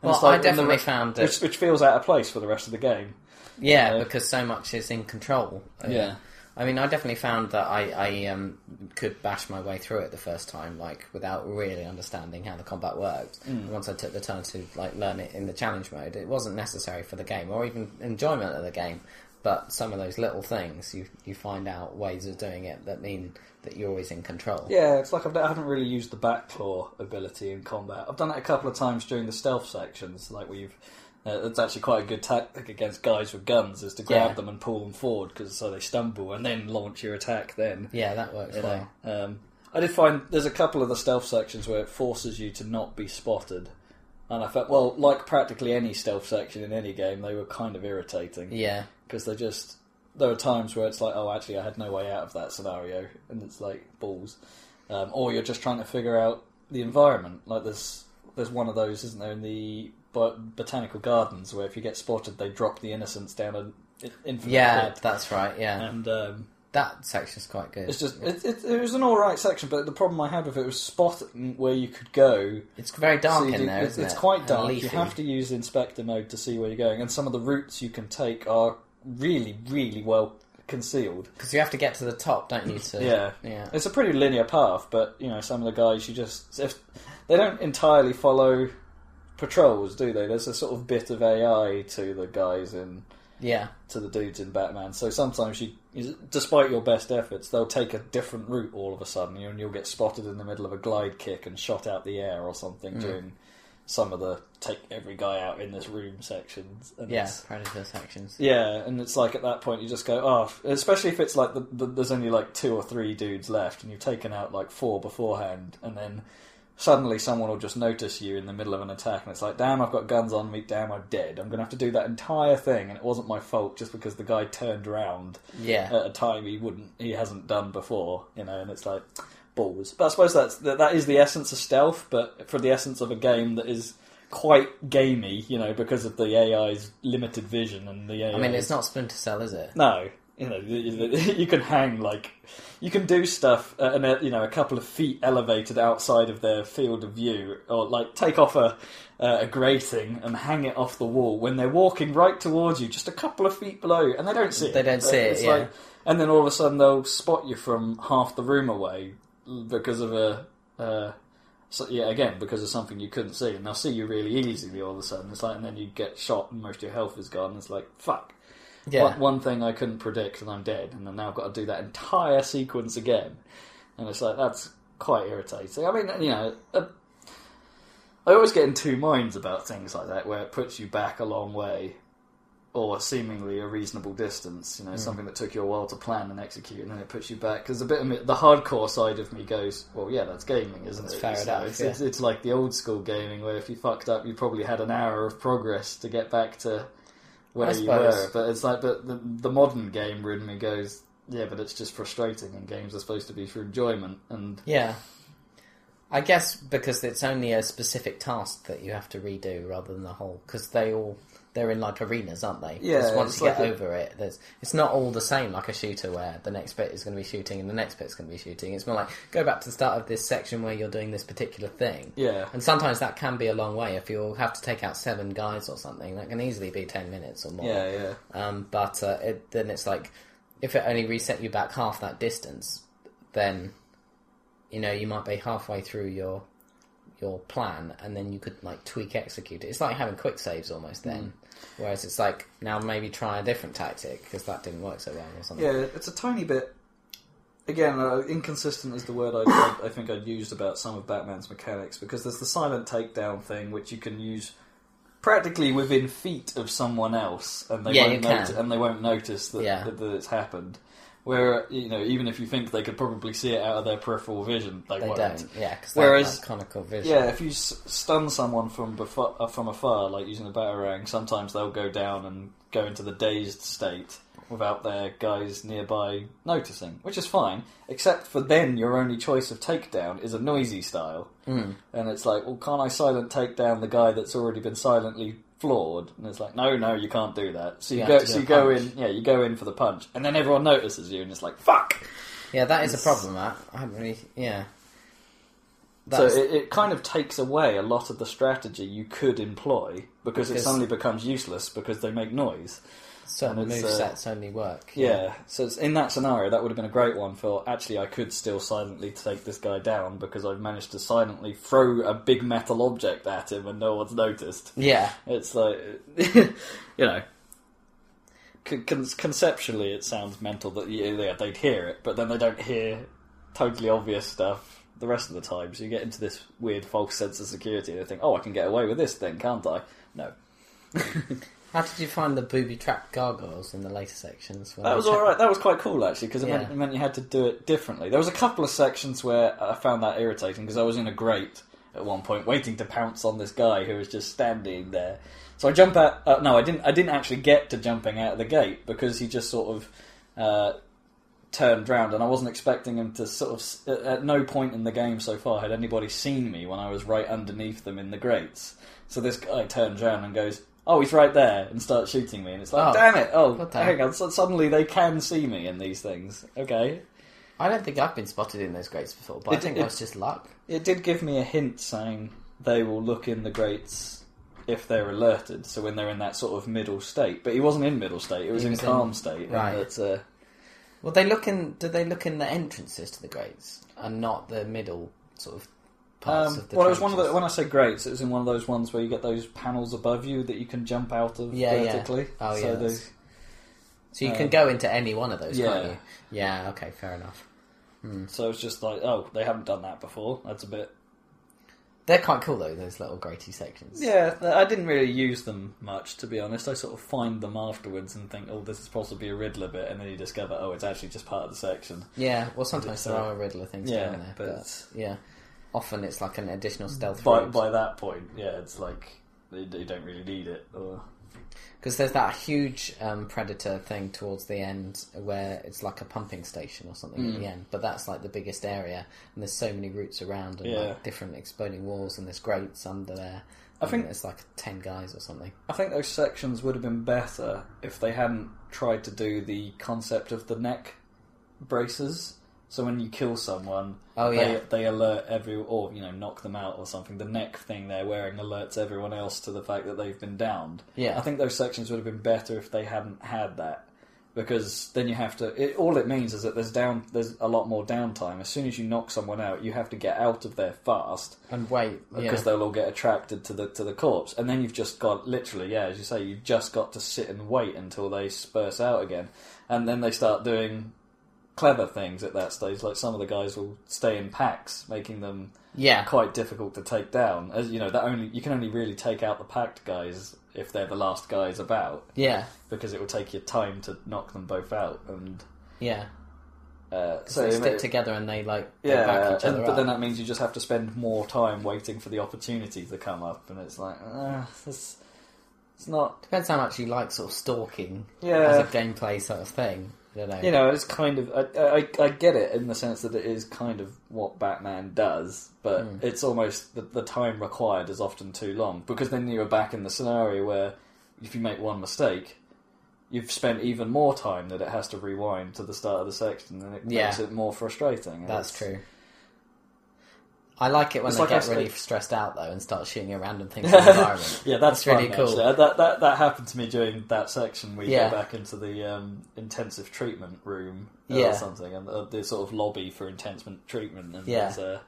B: And
A: Well,
B: it's like-
A: I
B: and the
A: definitely
B: re-
A: found
B: which,
A: it.
B: which feels out of place for the rest of the game.
A: Yeah,
B: uh,
A: because so much is in control. Uh,
B: Yeah.
A: I mean, I definitely found that I, I um, could bash my way through it the first time, like without really understanding how the combat worked.
B: Hmm.
A: And Once I took the time to like learn it in the challenge mode, it wasn't necessary for the game or even enjoyment of the game. But some of those little things, you you find out ways of doing it that mean that you're always in control.
B: Yeah, it's like I've, I haven't really used the back claw ability in combat. I've done it a couple of times during the stealth sections, like we've. Uh, that's actually quite a good tactic against guys with guns, is to grab
A: Yeah.
B: them and pull them forward, because so they stumble and then launch your attack. Then,
A: Yeah, that works
B: you know.
A: well.
B: Um, I did find there's a couple of the stealth sections where it forces you to not be spotted, and I felt well, like practically any stealth section in any game, they were kind of irritating
A: Yeah,
B: because they just there are times where it's like, oh, actually, I had no way out of that scenario, and it's like balls, um, or you're just trying to figure out the environment. Like there's there's one of those, isn't there, in the bot- botanical gardens where if you get spotted, they drop the innocents down an in- infinite
A: yeah,
B: pit.
A: that's right. Yeah,
B: and um,
A: that section's quite good.
B: it's just it, it, it was an all right section, but the problem I had with it was spotting where you could go
A: It's very dark
B: so you
A: in
B: do-
A: there,
B: it's,
A: isn't
B: it's
A: it?
B: quite
A: And
B: dark. You
A: leafy.
B: have to use inspector mode to see where you're going, and some of the routes you can take are really, really well concealed.
A: Because you have to get to the top, don't you? To,
B: Yeah.
A: yeah,
B: It's a pretty linear path, but you know some of the guys you just if they don't entirely follow patrols, do they? There's a sort of bit of AI to the guys in
A: yeah,
B: to the dudes in Batman. So sometimes you, despite your best efforts, they'll take a different route all of a sudden, and you'll get spotted in the middle of a glide kick and shot out the air or something
A: Mm.
B: during some of the take every guy out in this room sections. And
A: yeah.
B: it's-
A: Predator sections.
B: yeah, and it's like at that point you just go, oh, f- especially if it's like the, the, there's only like two or three dudes left, and you've taken out like four beforehand, and then suddenly someone will just notice you in the middle of an attack, and it's like, damn, I've got guns on me, damn, I'm dead. I'm gonna have to do that entire thing, and it wasn't my fault just because the guy turned around
A: Yeah,
B: at a time he wouldn't, he hasn't done before, you know, and it's like balls. But I suppose that's that, that is the essence of stealth, but for the essence of a game that is quite gamey, you know, because of the AI's limited vision and the AI.
A: I mean, it's not Splinter Cell, is it?
B: No, you know, you you can hang like you can do stuff, uh, and uh, you know, a couple of feet elevated outside of their field of view, or like take off a uh, a grating and hang it off the wall when they're walking right towards you, just a couple of feet below, and they don't see it.
A: They don't see it,
B: It's
A: yeah.
B: like- and then all of a sudden they'll spot you from half the room away because of a. Uh, so, yeah, again, because of something you couldn't see, and they'll see you really easily all of a sudden. It's like, and then you get shot, and most of your health is gone. It's like, fuck.
A: Yeah,
B: One, one thing I couldn't predict, and I'm dead, and then now I've got to do that entire sequence again, and it's like that's quite irritating. I mean, you know, uh, I always get in two minds about things like that, where it puts you back a long way, or seemingly a reasonable distance.
A: Hmm.
B: You know, something that took you a while to plan and execute, and then it puts you back. Because a bit of me, the hardcore side of me goes, "Well, yeah, that's gaming, isn't it?"
A: fair
B: So
A: enough,
B: It's,
A: yeah.
B: it's, it's like the old school gaming, where if you fucked up, you probably had an hour of progress to get back to where
A: I
B: you
A: suppose.
B: were. But it's like, but the, the modern gamer in me goes, "Yeah, but it's just frustrating, and games are supposed to be for enjoyment." And
A: Yeah. I guess because it's only a specific task that you have to redo rather than the whole. Because they all they're in like arenas, aren't they? 'Cause
B: Yeah,
A: Once
B: it's
A: you get
B: like a-
A: over it, there's it's not all the same like a shooter where the next bit is going to be shooting and the next bit's going to be shooting. It's more like go back to the start of this section where you're doing this particular thing.
B: yeah,
A: And sometimes that can be a long way if you have to take out seven guys or something. That can easily be ten minutes or more.
B: yeah, yeah.
A: Um, but uh, it, then it's like, if it only reset you back half that distance, then you know you might be halfway through your your plan, and then you could like tweak execute it. It's like having quick saves almost
B: Mm.
A: then. Whereas it's like now maybe try a different tactic because that didn't work so well or something.
B: Yeah, it's a tiny bit. Again, uh, inconsistent is the word I, I, I think I'd used about some of Batman's mechanics because there's the silent takedown thing, which you can use practically within feet of someone else, and they
A: Yeah,
B: won't
A: you
B: noti-
A: can.
B: and they won't notice that,
A: Yeah.
B: that, that it's happened. Where you know, even if you think they could probably see it out of their peripheral vision, they,
A: They
B: won't.
A: don't, yeah, because
B: Whereas-
A: like conical vision.
B: Yeah, if you s- stun someone from befo- uh, from afar, like using a batarang, sometimes they'll go down and go into the dazed state without their guys nearby noticing, which is fine. Except for then, your only choice of takedown is a noisy style,
A: Hmm.
B: mm. and it's like, well, can't I silent takedown the guy that's already been silently floored? And it's like, no, no, you can't do that. So you,
A: You
B: go,
A: have to
B: so
A: do a
B: you go in,
A: punch.
B: yeah, you go in for the punch, and then everyone notices you, and it's like, fuck.
A: yeah, that is a problem. That I haven't really, yeah. That's,
B: so it, it kind of takes away a lot of the strategy you could employ because, it
A: Because-
B: suddenly becomes useless because they make noise.
A: certain
B: and it's,
A: move
B: uh,
A: sets only work.
B: Yeah. So it's, in that scenario, that would have been a great one for actually I could still silently take this guy down because I've managed to silently throw a big metal object at him and no one's noticed.
A: yeah.
B: It's like, you know, con- con- conceptually it sounds mental that yeah, yeah, they'd hear it, but then they don't hear totally obvious stuff the rest of the time. So you get into this weird false sense of security. They think, oh, I can get away with this then, can't I? No.
A: How did you find the booby trap gargoyles in the later sections? when
B: That
A: they
B: was
A: ta-
B: all right. That was quite cool actually because it, meant,
A: Yeah.
B: it meant you had to do it differently. There was a couple of sections where I found that irritating because I was in a grate at one point waiting to pounce on this guy who was just standing there. So I jump out. Uh, no, I didn't. I didn't actually get to jumping out of the gate because he just sort of. Uh, turned round and I wasn't expecting him to sort of s- at- at no point in the game so far had anybody seen me when I was right underneath them in the grates so this guy turns round and goes oh he's right there and starts shooting me and it's like
A: Oh.
B: damn it oh
A: What the
B: hang on so suddenly they can see me in these things okay
A: I don't think I've been spotted in those grates before, but I
B: It-
A: think
B: it-
A: that's just luck.
B: it did give me a hint saying they will look in the grates if they're alerted so when they're in that sort of middle state but he wasn't in middle state it was
A: He
B: in
A: was in-
B: calm state
A: right.
B: and it's, uh,
A: Well, they look in. Do they look in the entrances to the grates and not the middle sort of parts
B: Um,
A: of the?
B: well, it was one of
A: trenches?
B: the when I say grates, it was in one of those ones where you get those panels above you that you can jump out of
A: Yeah, yeah.
B: vertically.
A: Oh,
B: so
A: yeah, that's-
B: there's-
A: So you
B: um,
A: can go into any one of those,
B: yeah.
A: can't you? Yeah. Okay. Fair enough.
B: so it's just like, oh, they haven't done that before. That's a bit.
A: They're quite cool though. Those little gratey sections.
B: Yeah, th- I didn't really use them much to be honest. I sort of find them afterwards and think, oh, this is possibly a Riddler bit, and then you discover, oh, it's actually just part of the section.
A: Yeah. Well, sometimes
B: It's,
A: there
B: uh,
A: are Riddler things
B: yeah,
A: down there,
B: but
A: but,
B: it's-
A: yeah, often it's like an additional stealth
B: By
A: route.
B: by that point, yeah, it's like they, they don't really need it. Or
A: Because there's that huge um, predator thing towards the end where it's like a pumping station or something
B: Mm.
A: at the end, but that's like the biggest area, and there's so many routes around and
B: Yeah.
A: like different exploding walls, and there's grates under there.
B: I
A: and
B: think-
A: there's like ten guys or something.
B: I think those sections would have been better if they hadn't tried to do the concept of the neck braces. So when you kill someone,
A: Oh,
B: they,
A: yeah.
B: they alert every or you know knock them out or something. The neck thing they're wearing alerts everyone else to the fact that they've been downed.
A: Yeah.
B: I think those sections would have been better if they hadn't had that because then you have to. It, all it means is that there's down there's a lot more downtime. As soon as you knock someone out, you have to get out of there fast
A: And wait,
B: because
A: yeah,
B: they'll all get attracted to the to the corpse, and then you've just got literally, yeah, as you say, you've just got to sit and wait until they spurse out again, and then they start doing clever things at that stage. Like some of the guys will stay in packs, making them
A: Yeah.
B: quite difficult to take down. As you know, that only you can only really take out the packed guys if they're the last guys about,
A: Yeah.
B: because it will take you time to knock them both out. And
A: Yeah.
B: uh, so
A: So they stick
B: it-
A: together and they like they
B: yeah,
A: back each
B: and,
A: other
B: but
A: up.
B: then uh, that means you just have to spend more time waiting for the opportunity to come up, and it's like, uh, it's, it's not,
A: Depends how much you like sort of stalking as a
B: yeah,
A: gameplay sort of thing. I don't know.
B: you know, it's kind of, I, I, I get it in the sense that it is kind of what Batman does, but
A: Hmm.
B: it's almost the, the time required is often too long because then you are back in the scenario where if you make one mistake. You've spent even more time that it has to rewind to the start of the section, and it
A: Yeah.
B: makes it more frustrating. and
A: That's
B: it's-
A: true. I like it when
B: It's
A: they
B: like
A: get
B: us-
A: really stressed out though and start shooting at random things in the environment.
B: Yeah, that's,
A: That's
B: really
A: really
B: cool.
A: cool.
B: That, that that happened to me during that section. We
A: Yeah.
B: go back into the um, intensive treatment room
A: Yeah.
B: or something, and uh, the sort of lobby for intensive treatment. And
A: Yeah.
B: there's, uh,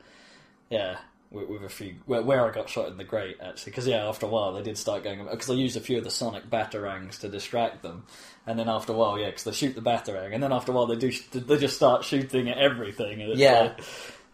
B: yeah, with, with a few where, where I got shot in the grate actually, because yeah, after a while they did start going because I used a few of the sonic batarangs to distract them, and then after a while, yeah, because they shoot the batarang, and then after a while they do sh- they just start shooting at everything. And it's
A: Yeah.
B: Like,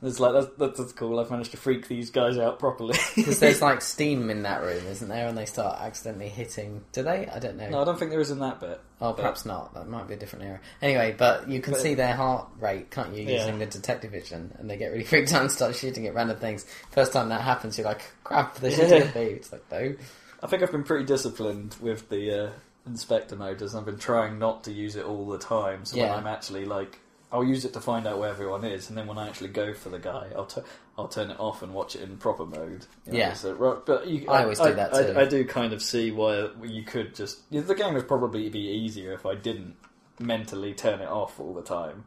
B: it's like that's, that's, that's cool. I've managed to freak these guys out properly.
A: Because there's like steam in that room, isn't there? And they start accidentally hitting. Do they? I don't know.
B: No, I don't think there is in that bit.
A: oh,
B: but-
A: perhaps not. That might be a different era. Anyway, but you can
B: But-
A: see their heart rate, can't you,
B: Yeah.
A: using the detective vision? And they get really freaked out and start shooting at random things. First time that happens, you're like, crap, they're shooting at me. It's like, no.
B: I think I've been pretty disciplined with the uh, inspector motors. I've been trying not to use it all the time. So
A: Yeah.
B: when I'm actually like, I'll use it to find out where everyone is, and then when I actually go for the guy, I'll tu- I'll turn it off and watch it in proper mode. you know,
A: Yeah.
B: so ro- but you,
A: I always do that
B: I-
A: too.
B: I, do kind of see why you could just yeah, the game would probably be easier if I didn't mentally turn it off all the time.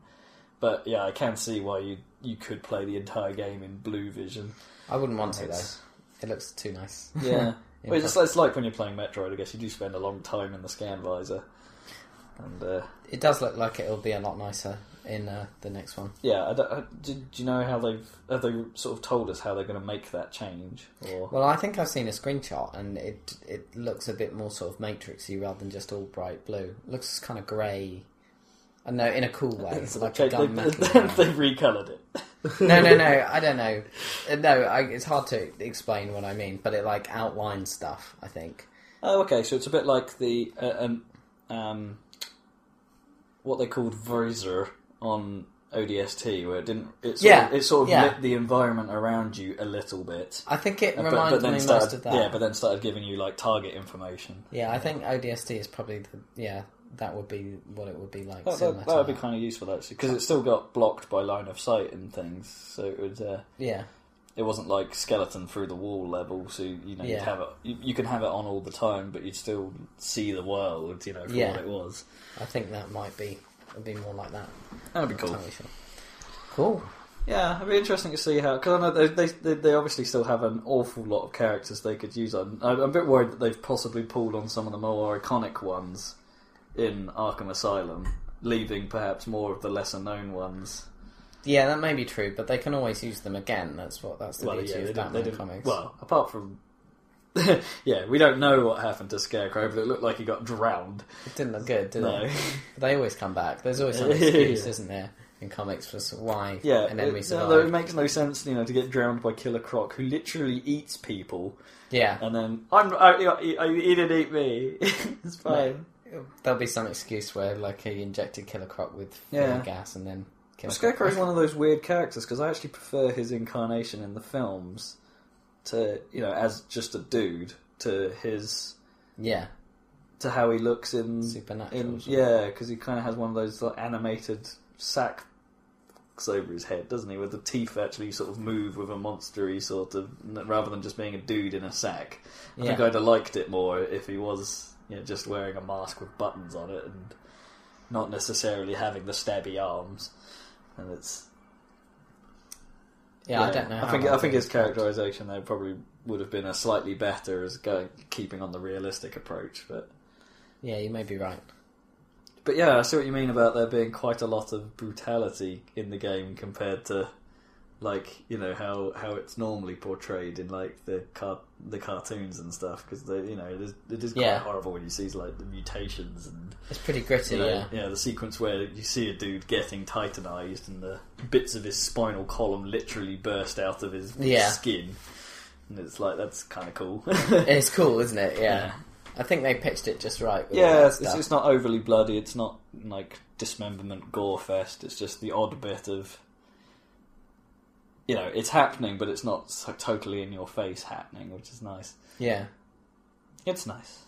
B: But yeah, I can see why you you could play the entire game in blue vision.
A: I wouldn't want to, though.
B: It's-
A: It looks too nice.
B: yeah.
A: In
B: Well, it's, it's like when you're playing Metroid, I guess you do spend a long time in the scan visor. And uh,
A: It does look like it'll be a lot nicer in uh, the next one.
B: yeah, I don't, I, do, do you know how they've have they sort of told us how they're going to make that change? Or
A: Well, I think I've seen a screenshot, and it it looks a bit more sort of matrixy rather than just all bright blue. It looks kind of grey. I know in a cool way,
B: So
A: like
B: they,
A: a gun metal.
B: they, they've recolored it.
A: no, no, no. I don't know. Uh, No, I, it's hard to explain what I mean, but it like outlines stuff. I think.
B: Oh, okay. So it's a bit like the uh, um, um, what they called visor on ODST, where it didn't. It sort
A: Yeah,
B: of, it sort of
A: yeah.
B: lit the environment around you a little bit.
A: I think it
B: Uh,
A: reminds me
B: started,
A: most of that.
B: yeah, but then started giving you like target information.
A: Yeah, I think ODST is probably the yeah. That would be what it would be like.
B: That,
A: similar
B: that,
A: to
B: that would be
A: that.
B: kind of useful actually, because it still got blocked by line of sight and things, so it would. Uh,
A: Yeah,
B: it wasn't like skeleton through the wall level, so you know
A: Yeah.
B: you'd have it. You, you can have it on all the time, but you'd still see the world, you know, for
A: Yeah.
B: what it was.
A: I think that might be. It'd be more like that.
B: That'd be
A: Cool.
B: cool.
A: sure. Cool.
B: Yeah, it'd be interesting to see how because I know they, they they they obviously still have an awful lot of characters they could use. I'm, I'm a bit worried that they've possibly pulled on some of the more iconic ones in Arkham Asylum, leaving perhaps more of the lesser known ones.
A: Yeah, that may be true, but they can always use them again. That's what that's the beauty of
B: didn't-
A: Batman
B: didn't-
A: comics.
B: Well, apart from. yeah, we don't know what happened to Scarecrow, but it looked like he got drowned.
A: it didn't look good, did
B: No.
A: it? But They always come back. There's always some excuse, isn't there, in comics for s- why
B: Yeah,
A: an enemy
B: it,
A: survived.
B: although it makes no sense, you know, to get drowned by Killer Croc, who literally eats people,
A: yeah,
B: and then I'm I, I, I, he didn't eat me. it's fine.
A: there'll be some excuse where like he injected Killer Croc with
B: Yeah.
A: fear gas and then Killer
B: Scarecrow is
A: Croc.
B: one of those weird characters because I actually prefer his incarnation in the films to you know as just a dude to his
A: Yeah,
B: to how he looks in
A: Supernatural
B: In,
A: or something.
B: yeah, because he kind of has one of those like, animated sack over his head, doesn't he? Where the teeth actually sort of move with a monstery sort of, rather than just being a dude in a sack. I think
A: Yeah.
B: I'd have liked it more if he was you know, just wearing a mask with buttons on it and not necessarily having the stabby arms. And it's
A: yeah, I don't know.
B: I
A: how
B: think
A: I'll
B: I think
A: do
B: his
A: it.
B: characterization there probably would have been a slightly better as going keeping on the realistic approach, but.
A: Yeah, you may be right.
B: But yeah, I see what you mean about there being quite a lot of brutality in the game compared to like you know how how it's normally portrayed in like the car the cartoons and stuff because they you know it is it is quite
A: Yeah.
B: horrible when you see like the mutations and
A: It's pretty gritty,
B: you know,
A: yeah.
B: yeah, the sequence where you see a dude getting titanized and the bits of his spinal column literally burst out of his
A: Yeah.
B: skin. And it's like that's kind of cool.
A: It's cool, isn't it? Yeah.
B: Yeah.
A: I think they pitched it just right. With all that
B: yeah, it's,
A: stuff.
B: it's not overly bloody. It's not like dismemberment gore fest. It's just the odd bit of you know it's happening, but it's not so totally in your face happening, which is nice.
A: yeah.
B: It's nice.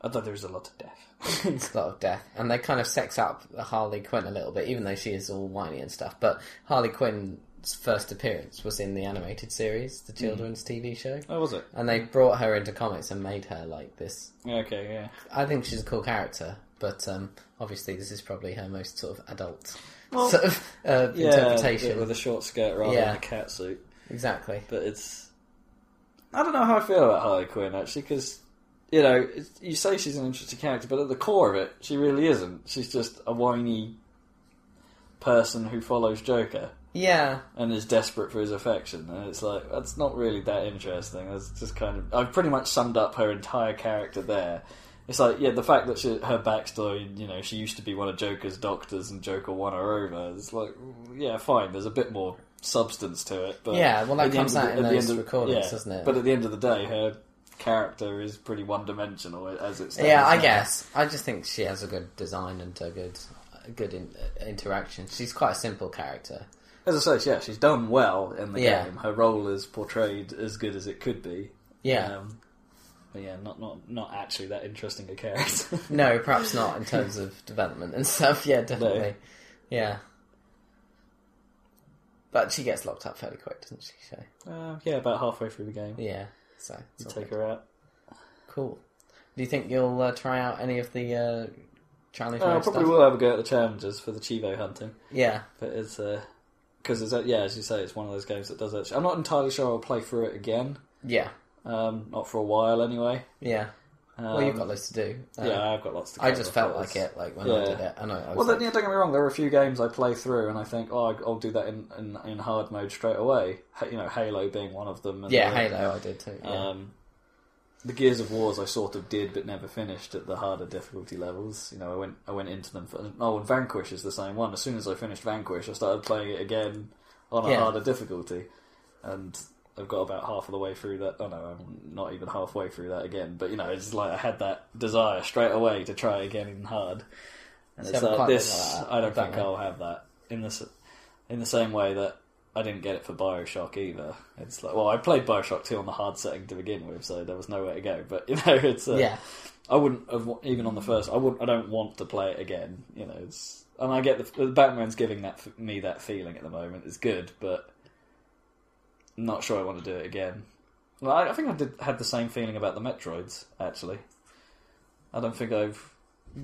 B: Although there is a lot of death.
A: It's a lot of death, and they kind of sex up Harley Quinn a little bit, even though she is all whiny and stuff. But Harley Quinn's first appearance was in the animated series, the children's TV show,
B: oh, was it?
A: and they brought her into comics and made her like this.
B: Okay, yeah.
A: I think she's a cool character, but um, obviously this is probably her most sort of adult
B: Well,
A: sort of uh,
B: Yeah,
A: interpretation.
B: with a short skirt rather
A: Yeah.
B: than a cat suit.
A: Exactly.
B: But it's I don't know how I feel about Harley Quinn actually because you know it's, you say she's an interesting character, but at the core of it, she really isn't. She's just a whiny person who follows Joker
A: Yeah,
B: and is desperate for his affection, and it's like that's not really that interesting. That's just kind of I've pretty much summed up her entire character there. It's like yeah, the fact that she, her backstory, you know, she used to be one of Joker's doctors, and Joker won her over. It's like yeah, fine. There's a bit more substance to it, but
A: Yeah, well, that
B: at the end
A: comes
B: of
A: out
B: the-
A: in
B: at the
A: those
B: end of-
A: recordings, doesn't it?
B: But at the end of the day, her character is pretty one-dimensional as it's
A: yeah. I guess I just think she has a good design and a good, a good in, uh, interaction. She's quite a simple character.
B: As I say, yeah, she's done well in the
A: Yeah.
B: game. Her role is portrayed as good as it could be.
A: Yeah.
B: Um, but yeah, not not not actually that interesting a character.
A: No, perhaps not in terms of development and stuff. Yeah, definitely. Yeah. But she gets locked up fairly quick, doesn't she? So
B: uh, yeah, about halfway through the game,
A: yeah. So it's
B: you
A: all
B: take
A: good.
B: her out.
A: Cool. Do you think you'll uh, try out any of the uh, challenge
B: Uh, I
A: mode
B: probably
A: stuff?
B: will have a go at the challenges for the Chivo hunting,
A: Yeah.
B: but it's because it's uh, yeah, as you say, it's one of those games that does actually. I'm not entirely sure I'll play through it again.
A: Yeah.
B: Um, not for a while anyway.
A: Yeah.
B: Um,
A: well, you've got loads to do. Uh,
B: yeah, I've got lots to.
A: I
B: cover,
A: just felt
B: but
A: like
B: it's-
A: it, like when I
B: yeah.
A: did it. I know. I
B: Well,
A: was like,
B: then, yeah, don't get me wrong. There are a few games I play through and I think, oh, I'll- I'll do that in, in, in hard mode straight away. Ha- You know, Halo being one of them. And
A: yeah,
B: the-
A: Halo, I did too. Yeah.
B: Um, the Gears of Wars I sort of did, but never finished at the harder difficulty levels. You know, I went I went into them. For, oh, and Vanquish is the same one. As soon as I finished Vanquish, I started playing it again on a
A: Yeah.
B: harder difficulty, and I've got about half of the way through that. Oh no, I'm not even halfway through that again. But you know, it's like I had that desire straight away to try again in hard. And
A: See,
B: it's
A: I'm
B: like
A: quite
B: this.
A: like that.
B: I don't
A: Don't
B: think
A: know.
B: I'll have that in this in the same way that I didn't get it for Bioshock either. It's like, well, I played Bioshock 2 on the hard setting to begin with, so there was nowhere to go. But you know, it's uh,
A: yeah.
B: I wouldn't have wa- even on the first. I would. I don't want to play it again. You know, it's and I get the, the Batman's giving that f- me that feeling at the moment. It's good, but I'm not sure I want to do it again. Well, I, I think I did had the same feeling about the Metroids actually. I don't think I've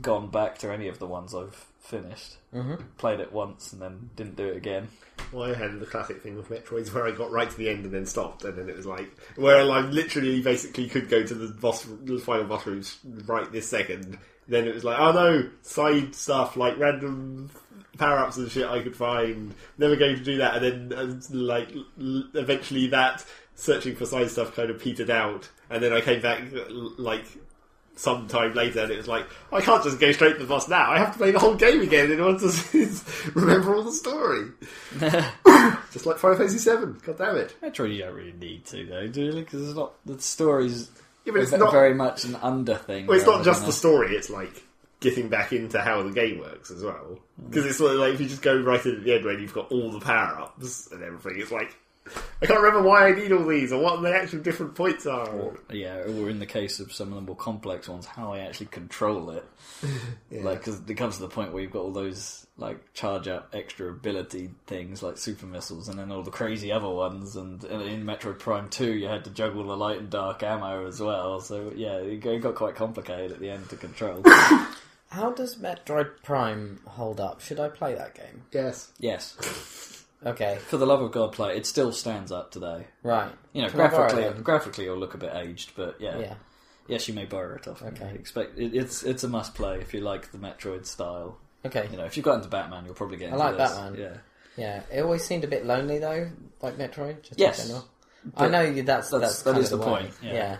B: gone back to any of the ones I've finished.
A: Mm-hmm.
B: Played it once and then didn't do it again.
C: Well, I had the classic thing with Metroids where I got right to the end and then stopped, and then it was like where I literally basically could go to the boss, the final boss room right this second. Then it was like, oh no, side stuff like random power ups and shit I could find. Never going to do that, and then uh, like l- eventually that searching for side stuff kind of petered out, and then I came back uh, l- like. Some time later, and it was like, I can't just go straight to the boss now. I have to play the whole game again in order to remember all the story. Just like Final Fantasy Seven. God damn it!
B: Metroid, you don't really need to though, do you? Because it's not the story's
C: Yeah, but it's
B: ve-
C: not.
B: very much an under thing.
C: well, it's not
B: rather
C: just
B: than
C: the
B: a-
C: story. It's like getting back into how the game works as well. Because it's sort of like if you just go right in at the end when you've got all the power ups and everything, it's like I can't remember why I need all these or what the actual different points are.
B: Yeah, or in the case of some of the more complex ones, how I actually control it. Like 'cause Like, because it comes to the point where you've got all those like charge up extra ability things, like super missiles, and then all the crazy other ones. And, and in Metroid Prime Two, you had to juggle the light and dark ammo as well. So yeah, it got it got quite complicated at the end to control.
A: How does Metroid Prime hold up? Should I play that game?
C: Yes.
B: yes,
A: Okay,
B: for the love of God, play it. It still stands up today.
A: right.
B: You know,
A: Can I borrow it
B: graphically,
A: then?
B: graphically, it'll look a bit aged, but
A: Yeah.
B: Yes, you may borrow it off. me.
A: Okay.
B: Expect it, it's it's a must play if you like the Metroid style.
A: Okay.
B: You know, if you've got into Batman, you'll probably get. Into
A: like
B: this.
A: Batman.
B: Yeah.
A: Yeah. Yeah, it always seemed a bit lonely though, like Metroid. Just
B: Yes.
A: in general. I
B: But
A: know you- that's that's,
B: that's- that
A: kind
B: is
A: of
B: the
A: way.
B: point, yeah.
A: yeah.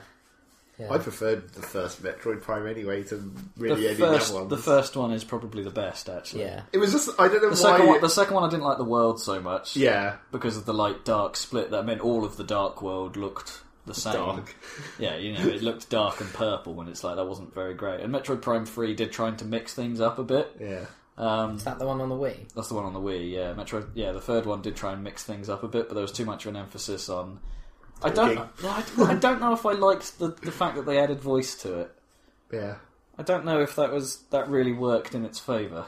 A: Yeah.
C: I preferred the first Metroid Prime anyway to
B: The
C: really any
B: first,
C: of the other ones.
B: the first one is probably the best, actually.
A: yeah.
C: It was just I don't know
B: The
C: why.
B: second, one, the second one, I didn't like the world so much.
C: yeah,
B: Because of the light dark split, that meant all of the dark world looked the same.
C: dark.
B: Yeah, you know, it looked dark and purple, and it's like that wasn't very great. And Metroid Prime Three did trying to mix things up a bit.
C: Yeah,
B: Um,
A: Is that the one on the Wii?
B: That's the one on the Wii, yeah. Metroid, yeah. The third one did try and mix things up a bit, but there was too much of an emphasis on. I don't.
C: Talking.
B: Yeah, I don't- I don't know if I liked the, the fact that they added voice to it.
C: yeah.
B: I don't know if that was that really worked in its favour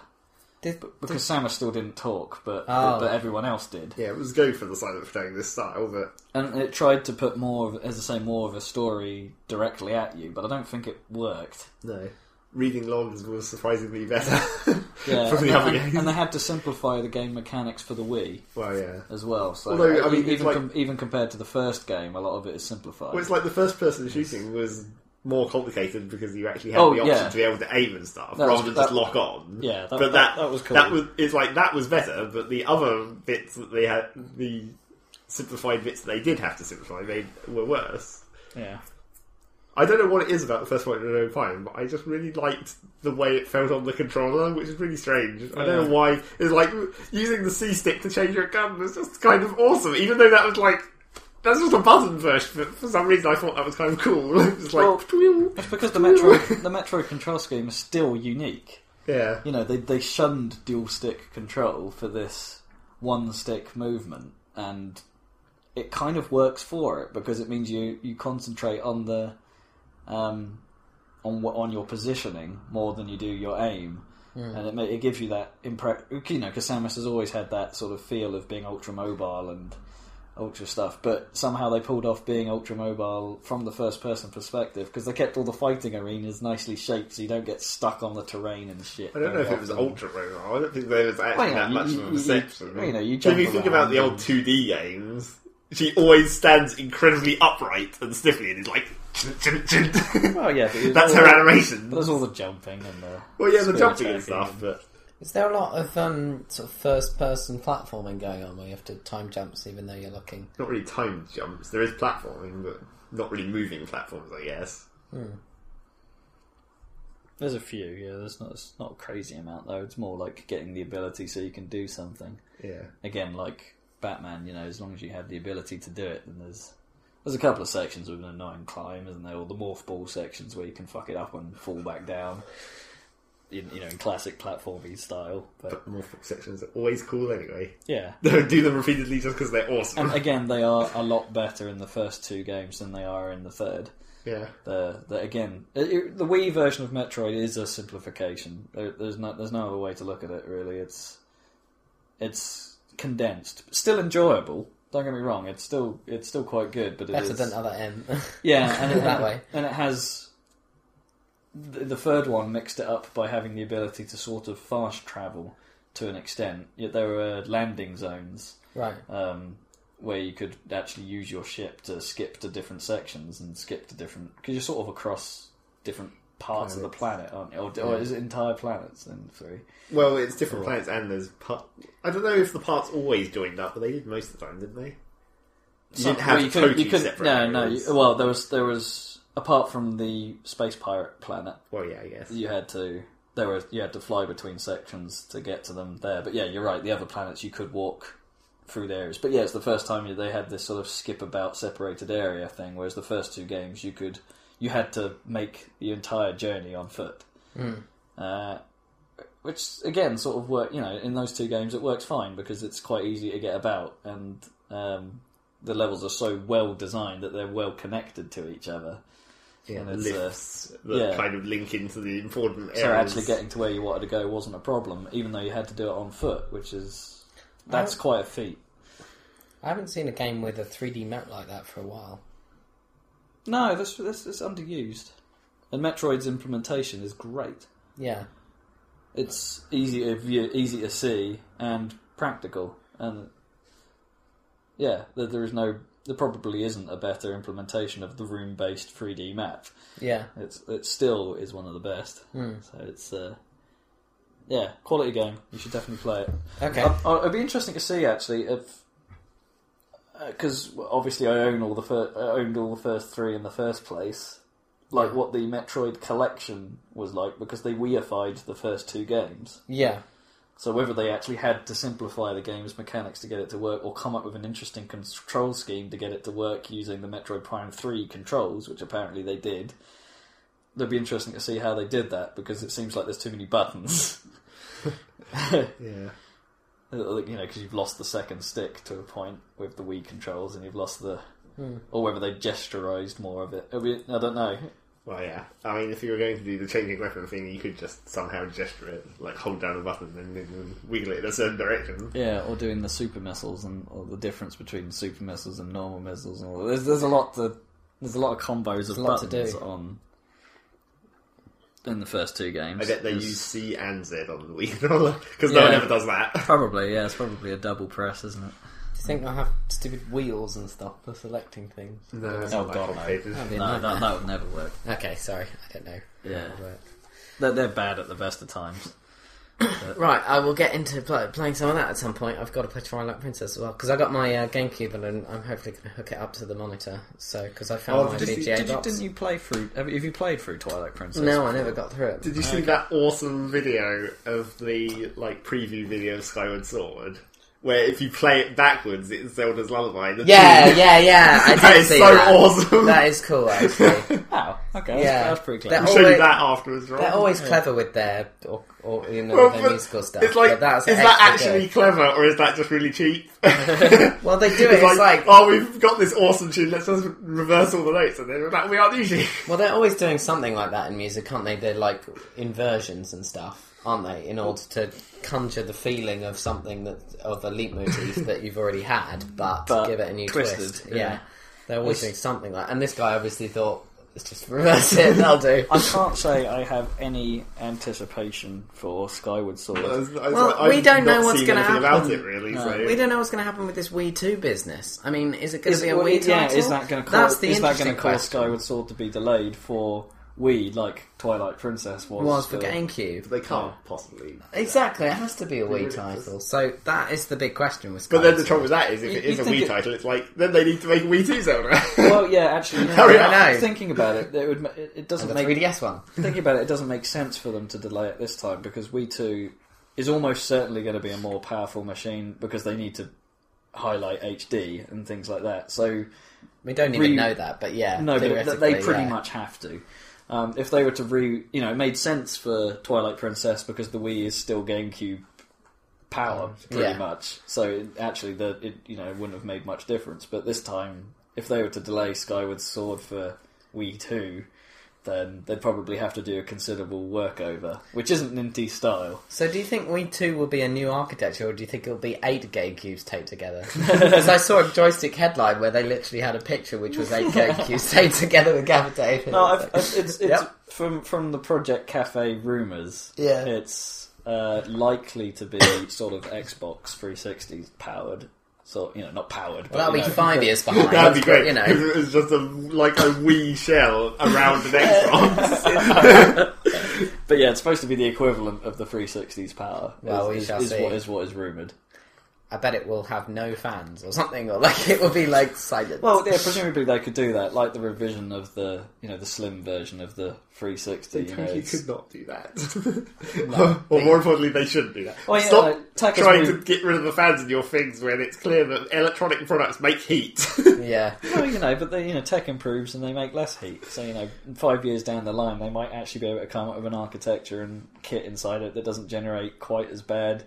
A: Did,
B: because Samus still didn't talk, but
A: Oh.
B: but everyone else did,
C: Yeah, it was going for the silent protagonist style, but
B: and it tried to put more, of, as I say, more of a story directly at you. But I don't think it worked.
C: no. Reading logs was surprisingly better
B: Yeah,
C: from
B: and,
C: the other
B: and-
C: games.
B: and they had to simplify the game mechanics for the Wii
C: well, yeah.
B: as well. So
C: Although, I mean, it's
B: even
C: like-
B: com- even compared to the first game, a lot of it is simplified.
C: Well, it's like the first person shooting was more complicated because you actually had
B: Oh,
C: the option
B: yeah.
C: to be able to aim and stuff
B: That
C: rather
B: was-
C: than
B: that-
C: just lock on.
B: Yeah, that-
C: but
B: that-
C: that,
B: that was cool.
C: That was it's like that was better, but the other bits that they had, the simplified bits that they did have to simplify, they were worse.
B: yeah.
C: I don't know what it is about the first one in Prime, but I just really liked the way it felt on the controller, which is really strange. I don't
B: Yeah.
C: know why. It's like using the C stick to change your gun was just kind of awesome, even though that was like that's just a button version. But for some reason, I thought that was kind of cool. it was like,
B: Well-
C: "Tweew."
B: It's because the Metro the Metro control scheme is still unique.
C: yeah,
B: You know, they they shunned dual stick control for this one stick movement, and it kind of works for it because it means you you concentrate on the um on what on your positioning more than you do your aim. And it, ma- it gives you that impression, you know, because Samus has always had that sort of feel of being ultra mobile and ultra stuff, but somehow they pulled off being ultra mobile from the first person perspective because they kept all the fighting arenas nicely shaped so you don't get stuck on the terrain and shit.
C: I don't know if it was
B: Often.
C: ultra mobile. I don't think there was actually
B: Well, yeah,
C: that
B: you-
C: much
B: you-
C: of a
B: you-
C: perception.
B: you know, you
C: if you
B: jump
C: think
B: around
C: about the old
B: and-
C: 2D games, she always stands incredibly upright and stiffly, and is like.
B: Oh yeah, but there's
C: That's
B: all
C: her
B: the-
C: animation.
B: There's all the jumping and the
C: Well, yeah, the
B: spear
C: jumping and
B: attacking
C: stuff, but
A: is there a lot of um, sort of first-person platforming going on where you have to time jumps even though you're looking?
C: not really timed jumps. There is platforming, but not really moving platforms, I guess.
B: There's a few, yeah. There's not it's not a crazy amount though. It's more like getting the ability so you can do something.
C: Yeah.
B: Again, like Batman, you know, as long as you have the ability to do it, then there's there's a couple of sections with an annoying climb, isn't there? Or the morph ball sections where you can fuck it up and fall back down. In, you know, in classic platforming style, but
C: But morphic sections are always cool anyway.
B: yeah.
C: Don't do them repeatedly just because they're awesome.
B: And again, they are a lot better in the first two games than they are in the third.
C: yeah.
B: the, the again it- it- the Wii version of Metroid is a simplification. There, there's no there's no other way to look at it really. It's it's condensed, still enjoyable. Don't get me wrong. It's still it's still quite good, but it
A: Better
B: is-
A: than other M.
B: yeah, and it,
A: that way.
B: and it has the, the third one mixed it up by having the ability to sort of fast travel to an extent. Yet there were landing zones
A: right.
B: um, where you could actually use your ship to skip to different sections and skip to different because you're sort of across different parts of the planet, aren't you? Or, or is it entire planets in three?
C: Well, it's different planets and there's part. I don't know if the parts always joined up, but they did most of the time, didn't they? You
B: Some-
C: didn't have
B: well, you couldn't-
C: totally
B: you couldn't-
C: separate.
B: No, no.
C: areas.
B: You, well, there was there was apart from the space pirate planet,
C: well, yeah, I guess.
B: you had to there were you had to fly between sections to get to them there. But yeah, you're right. The other planets you could walk through the areas. But yeah, it's the first time you- they had this sort of skip about separated area thing. Whereas the first two games you could you had to make the entire journey on foot. Uh, which again sort of work. You know, in those two games it works fine because it's quite easy to get about and. Um, the levels are so well designed that they're well connected to each other.
C: yeah,
B: and
C: the
B: it's, uh,
C: lifts that
B: yeah.
C: kind of link into the important areas.
B: So actually getting to where you wanted to go wasn't a problem, even though you had to do it on foot, which is that's
A: I-
B: quite a feat.
A: I haven't seen a game with a 3D map like that for a while.
B: No, this this is underused, and Metroid's implementation is great.
A: Yeah.
B: It's easy to view, easy to see, and practical, and yeah, there, there is no. There probably isn't a better implementation of the room-based 3D map.
A: Yeah.
B: It's it still is one of the best. So it's uh, yeah, quality game. You should definitely play it.
A: Okay.
B: Um, oh, it'd be interesting to see actually if because obviously I own all the fir- I owned all the first three in the first place. Like what the Metroid collection was like because they weified the first two games.
A: yeah.
B: So whether they actually had to simplify the game's mechanics to get it to work, or come up with an interesting control scheme to get it to work using the Metroid Prime Three controls, which apparently they did, it'd be interesting to see how they did that because it seems like there's too many buttons.
C: Yeah.
B: Uh, Like, you know, because you've lost the second stick to a point with the Wii controls, and you've lost the,
A: Hmm.
B: or whether they gesturized more of it. It'll be- I don't know.
C: Well, yeah. I mean, if you were going to do the changing weapon thing, you could just somehow gesture it, like hold down a button and then wiggle it in a certain direction.
B: Yeah, or doing the super missiles and or the difference between super missiles and normal missiles and all. that. There's there's a lot to there's a lot of combos of
A: a lot to
B: buttons
A: do.
B: on in the first two games.
C: I bet they
B: There's-
C: use C and Z on the Wii because no one
B: Yeah.
C: ever does that.
B: probably yeah, it's probably a double press, isn't it?
A: Do you think I have stupid wheels and stuff for selecting things?
C: No, it's
B: Oh,
C: not
B: God,
C: that
B: no.
C: complicated.
A: That'd be a
B: No,
A: nightmare.
B: that, that would never work.
A: Okay, sorry, I don't know.
B: Yeah,
A: Right.
B: they're, they're bad at the best of times.
A: Right, I will get into pl- playing some of that at some point. I've got to play Twilight Princess as well because I got my uh, GameCube and I'm hopefully going to hook it up to the monitor. So because I found
C: Oh,
A: my
B: did you,
A: VGA
B: did you,
A: box.
B: didn't you play through? Have you have you played through Twilight Princess?
A: no, I never got through it.
C: Did you see that awesome video of the like preview video of Skyward Sword, where if you play it backwards, it's Zelda's Lullaby? The
A: Yeah,
C: tune-
A: yeah, yeah. I
C: that
A: did
C: is
A: see
C: so
A: that.
C: awesome.
A: That is cool, actually.
B: Wow. Oh, Okay.
A: Yeah.
B: That's, that's pretty
A: That-
B: clever.
C: I'll show you
A: always-
C: that afterwards, right?
A: They're always clever with their or, or you know
C: Well,
A: their
C: but
A: musical stuff.
C: It's like,
A: but that's
C: is that
A: extra
C: actually
A: good.
C: clever or is that just really cheap? it's
A: Well, they do it. It's like,
C: oh, we've got this awesome tune. Let's just reverse all the notes, and then that we are usually.
A: well, they're always doing something like that in music, aren't they? They're like inversions and stuff, aren't they? In order to conjure the feeling of something that of the leitmotif that you've already had, but,
B: But
A: give it a new
B: twisted,
A: twist.
B: yeah.
A: Yeah. they're always
B: It's-
A: doing something like. And this guy obviously thought, let's just reverse it. That'll do.
B: I can't say I have any anticipation for Skyward Sword.
A: Well, we don't know what's
C: going
A: gonna
C: to about
A: happen.
C: it really. so.
A: We don't know what's going to happen with this Wii Two business. I mean, is it going
B: Is,
A: to be a
B: well,
A: Wii
B: yeah,
A: title?
B: is that going to
A: That's
B: cause,
A: the
B: is that going to
A: interesting
B: cause
A: question.
B: Skyward Sword to be delayed for Wii, like Twilight Princess was?
A: was for GameCube.
C: they can't possibly.
A: Exactly, it has to be a Wii
C: ridiculous.
A: title. So that is the big question with Skyward
C: But then the
A: Sword.
C: trouble with that is, if
B: You-
C: it is
B: you
C: a
B: think
C: Wii
B: it-
C: title, it's like then they need to make a Wii Two Zelda.
B: Well, yeah, actually,
C: Hurry up.
A: I know.
B: thinking about it, it, would, ma- it, it doesn't
A: the
B: make
A: 3DS one.
B: thinking about it, it doesn't make sense for them to delay it this time because Wii Two is almost certainly going to be a more powerful machine because they need to highlight HD and things like that. So
A: We don't even
B: Re-
A: know that, but yeah,
B: No, but
A: theoretically,
B: they pretty
A: yeah.
B: much have to. Um, if they were to re, you know, it made sense for Twilight Princess because the Wii is still GameCube power, pretty
A: Yeah.
B: much. So it, actually, the it you know wouldn't have made much difference. But this time, if they were to delay Skyward Sword for Wii Two, then they'd probably have to do a considerable workover, which isn't Ninty style.
A: So, do you think Wii Two will be a new architecture, or do you think it'll be eight GameCubes taped together? Because I saw a joystick headline where they literally had a picture which was eight GameCubes taped together with Gavin David.
B: No, I've, I've, it's, it's
A: Yep.
B: from from the Project Cafe rumors.
A: Yeah.
B: it's uh, likely to be sort of Xbox 360 powered. So you know, not powered, but
A: that'll
B: you
A: be
B: know,
A: five years behind.
C: That'd be
A: but,
C: great.
A: you know.
C: 'cause it's just a like a Wii shell around an Xbox.
B: But yeah, it's supposed to be the equivalent of the 360's power.
A: Well,
B: is,
A: we
B: is-
A: shall
B: is
A: see.
B: what is what is rumored.
A: I bet it will have no fans or something, or like it will be like silent.
B: Well, yeah, presumably they could do that, like the revision of the you know the slim version of the 360. You know,
C: you
B: it's-
C: could not do that. or more importantly, they shouldn't do that.
B: Well, yeah,
C: Stop
B: like, Taka's
C: trying
B: move-
C: to get rid of the fans in your things when it's clear that electronic products make heat.
A: yeah.
B: Well, you know, but they, you know, tech improves and they make less heat. So you know, five years down the line, they might actually be able to come up with an architecture and kit inside it that doesn't generate quite as bad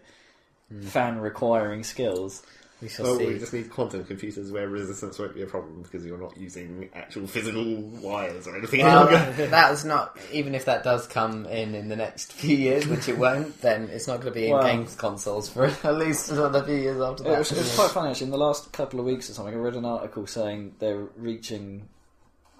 B: fan requiring skills.
A: We shall
C: well,
A: see.
C: we just need quantum computers where resistance won't be a problem because you're not using actual physical wires or anything.
A: Well,
C: longer.
A: that's not even if that does come in in the next few years, which it won't. Then it's not going to be in
B: Well-
A: games consoles for at least another few years after
B: It was, it
A: that.
B: was quite funny actually. In the last couple of weeks or something, I read an article saying they're reaching.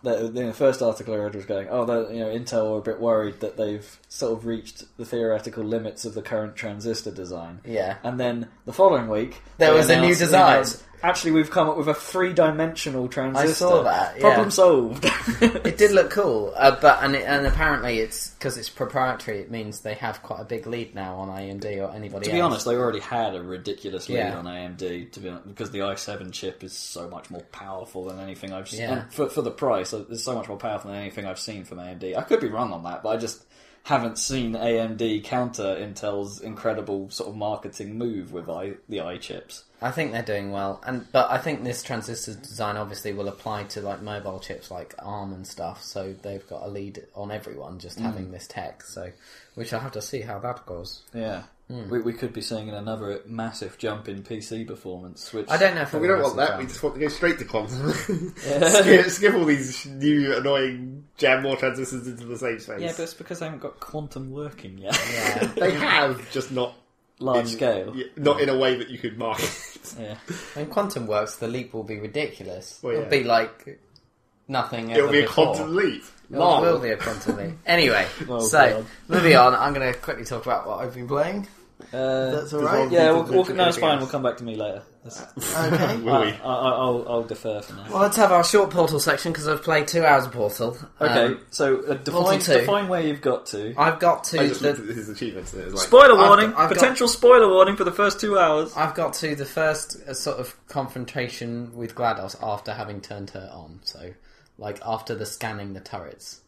B: That, the first article I read was going, oh, they're- you know, Intel are a bit worried that they've sort of reached the theoretical limits of the current transistor design.
A: Yeah.
B: And then the following week,
A: There
B: they
A: was a new
B: announced- they
A: design.
B: announced, Actually, we've come up with a three-dimensional transistor.
A: saw that, yeah.
B: Problem solved.
A: It did look cool, uh, but and it, and apparently it's because it's proprietary. It means they have quite a big lead now on AMD or anybody.
B: To
A: else.
B: be honest, they already had a ridiculous lead
A: Yeah.
B: on AMD. To be honest, because the i7 chip is so much more powerful than anything I've seen
A: Yeah.
B: for for the price. uh, It's so much more powerful than anything I've seen from AMD. I could be wrong on that, but I just haven't seen AMD counter Intel's incredible sort of marketing move with I, the i chips.
A: I think they're doing well, and but I think this transistor design obviously will apply to like mobile chips like ARM and stuff. So they've got a lead on everyone just
C: Hmm.
A: having this tech. So we shall have to see how that goes.
B: Yeah.
A: Hmm.
B: We, we could be seeing another massive jump in PC performance, which
A: I don't know if
C: we don't want
A: it'll
C: that. We
A: listen
C: just want to go straight to quantum. skip, skip all these new annoying jam more transistors into the same space.
B: Yeah, but it's because they haven't got quantum working yet.
A: to them.
C: they have just not
B: Large
C: in-
B: scale.
C: yeah, not in a way that you could market.
B: Yeah.
A: Yeah. When quantum works, the leap will be ridiculous.
C: Well, yeah.
A: It'll be like nothing.
C: It'll
A: ever
C: be a
A: before.
C: quantum leap.
A: It
C: Lol.
A: will be a quantum leap. Anyway,
B: Oh,
A: so
B: God.
A: moving on, I'm going to quickly talk about what I've been playing.
B: Uh,
A: That's all
C: Does
A: right.
C: Rob
B: yeah,
C: need
B: we'll,
C: to
B: we'll,
C: mention
B: no, it's
C: anything
B: fine.
C: else?
B: We'll come back to me later. That's-
A: Okay.
C: Will we?
B: I, I, I'll, I'll defer for now.
A: Well, let's have our short portal section because I've played two hours of portal.
B: Okay,
A: Um,
B: so uh, define,
A: two.
B: define where you've got to.
A: I've got to
C: I just looked
A: the
C: at his achievements and it was like,
B: Spoiler
A: I've
B: warning!
A: got- I've got-
B: potential spoiler warning for the first two hours.
A: I've got to the first uh, sort of confrontation with Glados after having turned her on. So, like after the scanning the turrets.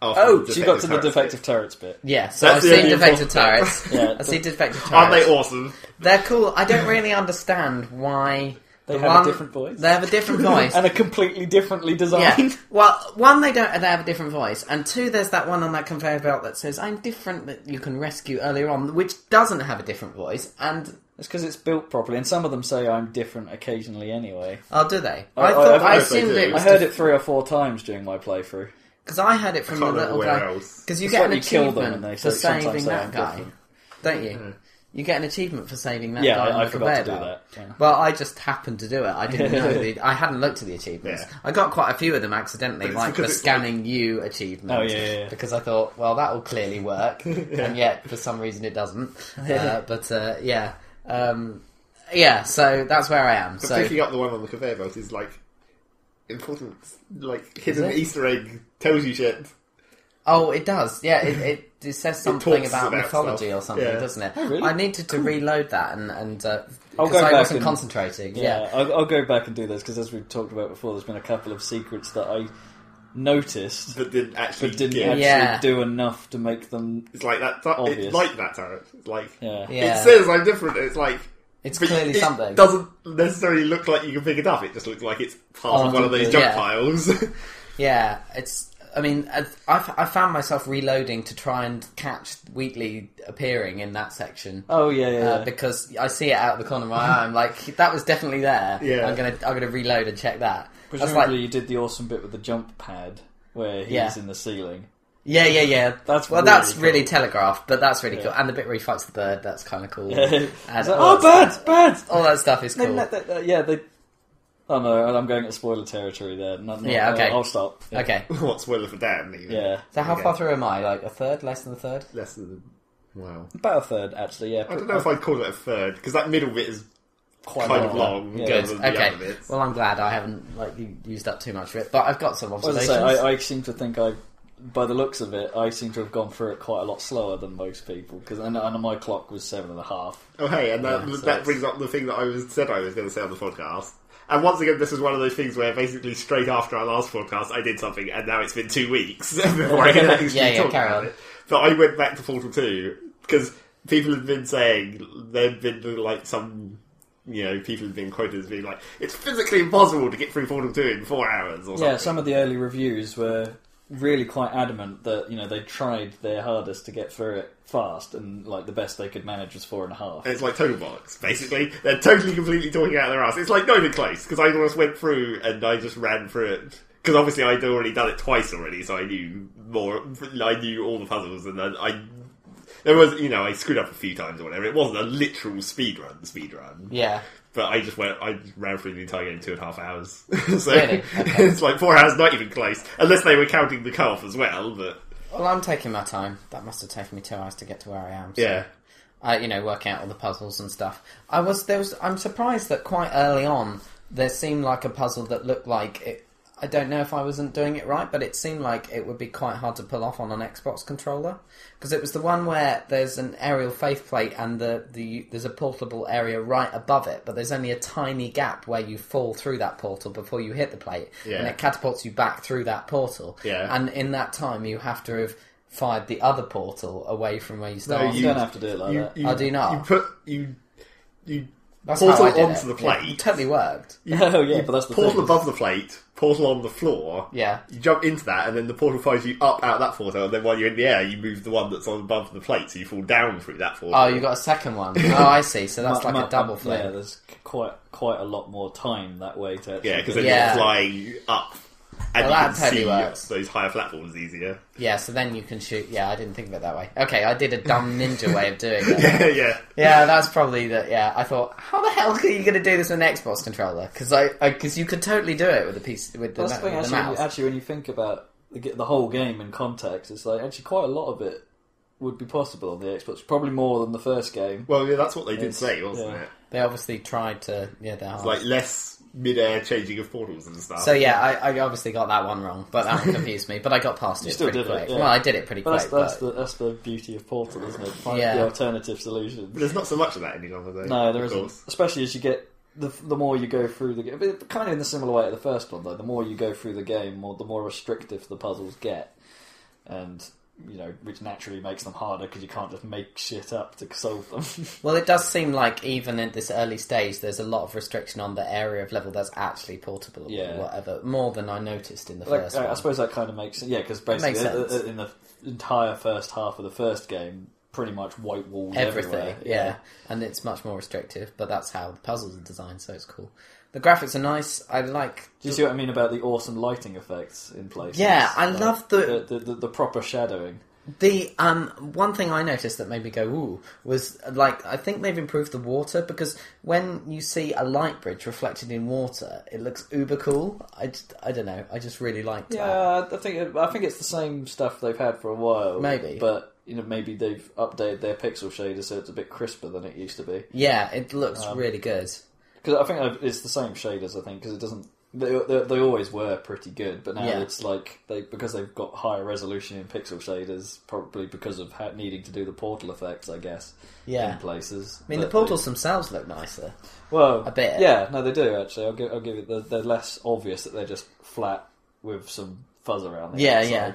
C: after
B: Oh,
C: the
B: so you got to the
C: turrets.
B: defective turrets bit.
A: Yeah, so
C: That's
A: I've
C: the
A: seen
C: only
A: defective
C: important
A: turrets.
B: Yeah,
A: I see defective turrets.
C: Aren't they awesome?
A: They're cool. I don't really understand why
B: They
A: the
B: have a
A: one-
B: different voice.
A: They have a different voice.
B: and a completely differently
A: Yeah.
B: designed.
A: Well, one, they don't. They have a different voice, and two, there's that one on that conveyor belt that says "I'm different" that you can rescue earlier on, which doesn't have a different voice. And
B: It's because it's built properly, and some of them say I'm different occasionally anyway.
A: oh, do they?
B: I-
A: I
B: I-
A: thought
B: I
A: I,
C: hope they
A: assumed
C: do.
A: it
B: I
A: was
B: heard it three or four times during my playthrough.
A: because I heard it from the
C: Can't
A: little
C: remember
A: guy.
C: where else.
A: Because you
B: It's
A: get
B: like
A: an
B: you kill them
A: achievement
B: and they
A: for
B: say- sometimes
A: saving
B: they
A: that
B: are
A: guy,
B: different.
A: don't you? You get an achievement for saving that
B: Yeah,
A: guy.
B: I-
A: on
B: I
A: the
B: forgot to
A: conveyor
B: do
A: belt.
B: that, yeah.
A: Well, I just happened to do it. I didn't know. The, I hadn't looked at the achievements.
C: Yeah.
A: I got quite a few of them accidentally,
C: it's
A: like the
C: because it's
A: scanning you achievement.
B: Oh, yeah, yeah, yeah.
A: Because I thought, well, that will clearly work, and yet for some reason it doesn't. Uh, but uh, yeah, um, yeah. So that's where I am. So
C: Picking up the one on the conveyor belt is like important, like hidden
A: it?
C: Easter egg tells you shit.
A: Oh, it does. Yeah, it, it, it says something
C: talks
A: about,
C: about
A: mythology
C: stuff.
A: or something,
C: Yeah.
A: doesn't it?
B: really?
A: I needed to reload that and and uh,
B: I'll
A: because
B: go
A: I
B: back
A: wasn't
B: and-
A: concentrating.
B: Yeah,
A: Yeah.
B: I'll, I'll go back and do this because as we've talked about before, there's been a couple of secrets that I noticed
C: But didn't actually.
B: but didn't
C: give.
B: actually
A: Yeah.
B: do enough to make them.
C: It's like that. Tar-
B: Obvious.
C: it's like that turret. It's like
B: Yeah,
A: Yeah.
C: it says I'm different. It's like
A: It's
C: but
A: clearly
C: it
A: something.
C: Doesn't necessarily look like you can pick it up. It just looks like it's part
B: Oh,
C: of one of those junk
A: yeah.
C: piles.
A: Yeah, it's. I mean, I, I I found myself reloading to try and catch Wheatley appearing in that section.
B: Oh yeah, yeah.
A: Uh,
B: yeah.
A: because I see it out of the corner of my eye, I'm like, that was definitely there.
C: Yeah.
A: I'm gonna, I'm gonna reload and check that. That's
B: Presumably,
A: like,
B: you did the awesome bit with the jump pad where he's
A: Yeah.
B: in the ceiling.
A: yeah, yeah, yeah.
B: That's
A: well,
B: really
A: that's really
B: cool.
A: telegraphed, but that's really
B: Yeah.
A: cool. And the bit where he fights the bird, that's kind of cool.
B: It's
A: And
B: like,
A: all
B: oh,
A: that stuff-
B: birds, birds!
A: All that stuff is
B: They
A: cool.
B: let that- that- yeah, they. Oh no, I'm going at spoiler territory there. No, no,
A: Yeah,
B: I'll-
A: okay.
B: I'll, stop. Yeah.
A: Okay.
C: What's spoiler for Dan? Even.
B: Yeah,
A: So how
C: Okay.
A: far through am I? Like a third, less than a third?
C: Less than. Wow.
B: about a third actually. Yeah,
C: I don't know if I'd call it a third because that middle bit is kind of long.
B: Yeah.
C: rather
B: Good.
C: than the
A: Okay.
C: other bits.
A: Well, I'm glad I haven't like u- used up too much of it, but I've got some
B: As I
A: observations.
B: say, I, I seem to think I, by the looks of it, I seem to have gone through it quite a lot slower than most people because I know, I know my clock was seven and a half.
C: Oh, hey, and that,
B: Yeah, so
C: that
B: it's-
C: brings up the thing that I was said I was going to say on the podcast. And once again, this was one of those things where basically straight after our last podcast, I did something, and now it's been two weeks before I can actually
A: Yeah, yeah,
C: talk
A: carry
C: about
A: on.
C: it. But I went back to Portal Two because people have been saying there've been like some. You know, people have been quoted as being like, "It's physically impossible to get through Portal Two in four hours." Or
B: Yeah,
C: something.
B: some of the early reviews were really quite adamant that you know they tried their hardest to get through it fast, and like the best they could manage was four and a half.
C: And it's like total bollocks, basically. They're totally, completely talking out of their ass. It's like not even close, because I almost went through and I just ran through it. Because obviously I'd already done it twice already, so I knew more. I knew all the puzzles, and then I. There was, you know, I screwed up a few times or whatever. It wasn't a literal speed run, speed run.
A: yeah,
C: But I just went, I ran through the entire game in two and a half hours. so
A: Really? Okay.
C: it's like four hours, not even close. Unless they were counting the cut off as well, but
A: well, I'm taking my time. That must have taken me two hours to get to where I am. so
C: yeah.
A: uh, you know, working out all the puzzles and stuff. I was there was I'm surprised that quite early on there seemed like a puzzle that looked like it. I don't know if I wasn't doing it right, but it seemed like it would be quite hard to pull off on an Xbox controller because it was the one where there's an aerial faith plate and the, the there's a portable area right above it, but there's only a tiny gap where you fall through that portal before you hit the plate, and
C: Yeah.
A: it catapults you back through that portal.
C: Yeah.
A: and in that time you have to have fired the other portal away from where you started.
B: you don't have to do it like
C: You,
B: that.
C: you,
A: Uh, I do not.
C: You put you you
A: That's
C: portal
A: how I did
C: onto
A: it.
C: the
A: Yeah,
C: plate.
A: it totally worked.
B: oh yeah, but that's the
C: portal
B: thing.
C: above the plate, portal on the floor.
A: Yeah.
C: You jump into that, and then the portal fires you up out of that portal. And then while you're in the air, you move the one that's on above the plate, so you fall down through that portal.
A: Oh, you got a second one. Oh, I see. So that's
B: Mu-
A: like
B: mu-
A: a double
B: Yeah,
A: thing.
B: there's quite quite a lot more time that way to actually
C: yeah, because
B: do
C: then
B: it.
A: Yeah.
C: you're flying up, and
A: Well,
C: you
A: that
C: can
A: totally
C: see
A: works.
C: those higher platforms easier.
A: Yeah, so then you can shoot. Yeah, I didn't think of it that way. Okay, I did a dumb ninja way of doing it.
C: yeah, yeah.
A: Yeah, that's probably the. Yeah, I thought, how the hell are you going to do this with an Xbox controller? Because I, because you could totally do it with a piece with the,
B: That's the
A: with
B: thing,
A: the
B: actually,
A: mouse.
B: actually, when you think about the, ge- the whole game in context, it's like actually quite a lot of it would be possible on the Xbox, probably more than the first game.
C: Well, yeah, that's what they did
B: It's-
C: say, wasn't
B: yeah.
C: it?
A: they obviously tried to. Yeah, they're
C: It's like less mid-air changing of portals and stuff.
A: So yeah, I, I obviously got that one wrong, but that one confused me. But I got past it
B: still
A: pretty
B: did it,
A: quick.
B: yeah.
A: Well, I did it pretty
B: But
A: quick.
B: that's, that's
A: but-
B: the that's the beauty of Portal, isn't it? Find
A: Yeah.
B: the alternative solution.
C: But there's not so much of that any longer, though.
B: No, there
C: of
B: isn't.
C: course.
B: Especially as you get the the more you go through the game, but kind of in the similar way to the first one though. The more you go through the game, more the more restrictive the puzzles get, and you know, which naturally makes them harder because you can't just make shit up to solve them.
A: Well, it does seem like even at this early stage, there's a lot of restriction on the area of level that's actually portable
B: Yeah.
A: or whatever. More than I noticed in the
B: Like, uh,
A: first
B: I, I
A: one.
B: suppose that kind of makes yeah, because basically
A: makes
B: uh,
A: sense.
B: uh, in the entire first half of the first game, pretty much white walls
A: Everything,
B: everywhere.
A: yeah. and it's much more restrictive. But that's how the puzzles are designed, so it's cool. The graphics are nice. I like.
B: Do you see what I mean about the awesome lighting effects in places?
A: Yeah, I love the-
B: the, the the proper shadowing.
A: The um one thing I noticed that made me go ooh was like I think they've improved the water because when you see a light bridge reflected in water, it looks uber cool. I, just- I don't know. I just really liked that.
B: Yeah, I think I think it's the same stuff they've had for a while.
A: Maybe.
B: but you know maybe they've updated their pixel shader so it's a bit crisper than it used to be.
A: Yeah, it looks
B: Um,
A: really good.
B: Because I think I've- it's the same shaders. I think because it doesn't. They, they, they always were pretty good, but now
A: Yeah.
B: it's like they because they've got higher resolution in pixel shaders, probably because of ha- needing to do the portal effects, I guess.
A: Yeah.
B: in places.
A: I mean, the
B: But
A: portals themselves look nicer.
B: They, well,
A: a bit.
B: Yeah, no, they do actually. I'll give, I'll give it. They're, they're less obvious that they're just flat with some fuzz around. The
A: Yeah,
B: outside.
A: yeah.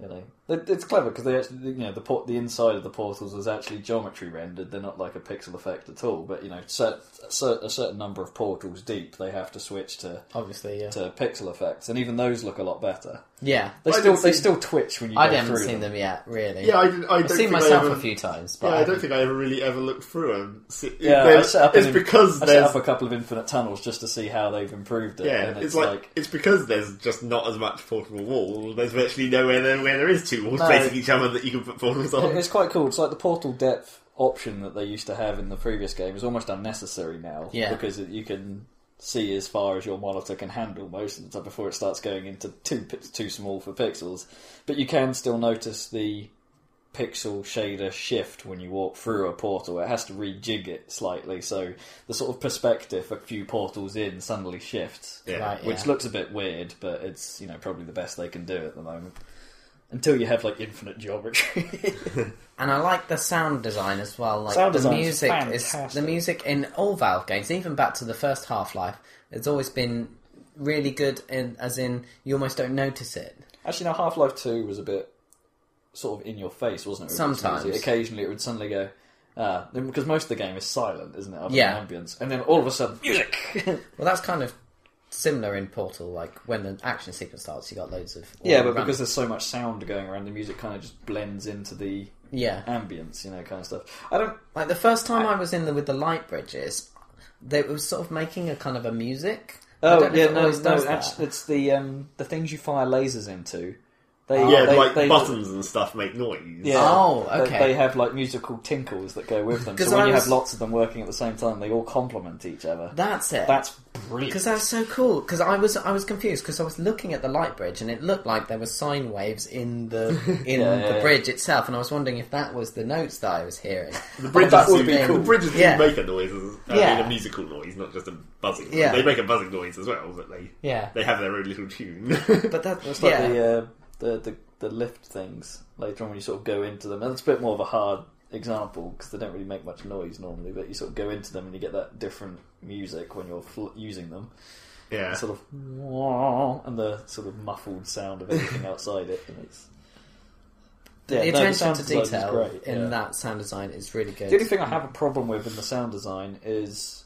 B: You know, It- it's clever because they actually, you know, the port, the inside of the portals is actually geometry rendered. They're not like a pixel effect at all. But you know, cer cer a certain number of portals deep, they have to switch to
A: Obviously, yeah.
B: to pixel effects, and even those look a lot better.
A: Yeah.
B: They
C: I
B: still
C: didn't
B: they
C: see-
B: still twitch when you.
A: I
B: go
A: haven't
B: through
A: seen them. yet, really.
C: Yeah, I, didn't, I don't
A: I've seen
C: think I
A: myself
C: ever-
A: a few times, but
C: Yeah,
A: I
C: I don't
A: haven't-
C: think I ever really ever looked through them. See-
B: Yeah,
C: they're-
B: I set up
C: it's
B: an-
C: because
B: I set
C: there's
B: up a couple of infinite tunnels just to see how they've improved it.
C: yeah,
B: and
C: it's, like, it's because there's just not as much portable wall. There's virtually nowhere there where there is two walls
B: No.
C: facing each other that you can put portals
B: It-
C: on.
B: It's quite cool. It's like the portal depth option that they used to have in the previous game is almost unnecessary now.
A: Yeah.
B: Because it, you can see as far as your monitor can handle most of the time before it starts going into too pi- too small for pixels. But you can still notice the pixel shader shift when you walk through a portal. It has to rejig it slightly, so the sort of perspective a few portals in suddenly shifts.
C: Yeah.
A: Right,
B: Which
A: yeah.
B: looks a bit weird, but it's you know probably the best they can do at the moment. Until you have like infinite geometry.
A: And I like the sound design as well. Like
B: Sound
A: the
B: design is
A: music is the
B: fantastic.
A: music in all Valve games, even back to the first Half Life. It's always been really good, in, as in you almost don't notice it.
B: Actually, no. Half Life Two was a bit sort of in your face, wasn't it? with its
A: Sometimes.
B: music? occasionally it would suddenly go. Uh, because most of the game is silent, isn't it? Other
A: Yeah.
B: than ambience, and then all of a sudden, music.
A: Well, that's kind of similar in Portal. Like when the action sequence starts, you got loads of
B: yeah, but
A: run-
B: because there's so much sound going around, the music kind of just blends into the
A: yeah,
B: ambience, you know, kind of stuff. I don't.
A: Like the first time I was in the with the light bridges, they it was sort of making a kind of a music. I
B: Oh
A: don't know
B: yeah,
A: if it
B: no,
A: always
B: no.
A: does that.
B: Actually, it's the um, the things you fire lasers into They,
C: yeah,
B: they-
C: like
B: they-
C: buttons and stuff make noise.
B: Yeah.
A: Oh,
B: They-
A: okay.
B: They, have like musical tinkles that go with them.
A: 'Cause
B: So when
A: I
B: you
A: was-
B: have lots of them working at the same time, they all complement each other.
A: That's it.
B: That's brilliant.
A: Because that's so cool. Because I was I was confused because I was looking at the light bridge and it looked like there were sine waves in the in
B: Yeah,
A: the
B: yeah, yeah.
A: bridge itself, and I was wondering if that was the notes that I was hearing.
C: The bridges,
A: That
C: do,
A: would be cool.
C: the bridges do
A: Yeah.
C: make a noise. as- I
A: Yeah.
C: mean, a musical noise, not just a buzzing.
A: Yeah.
C: Yeah. They make a buzzing noise as well, but they
A: Yeah,
C: they have their own little tune.
A: but that was
B: It's like
A: yeah.
B: the, uh, the the the lift things later on when you sort of go into them. And it's a bit more of a hard example because they don't really make much noise normally, but you sort of go into them and you get that different music when you're fl- using them.
C: yeah.
B: Sort of "Wah," and the sort of muffled sound of everything outside it. And it's yeah,
A: the
B: no,
A: attention
B: sound
A: to
B: design is
A: detail
B: great,
A: in
B: yeah.
A: that sound design is really good.
B: The only thing I have a problem with in the sound design is,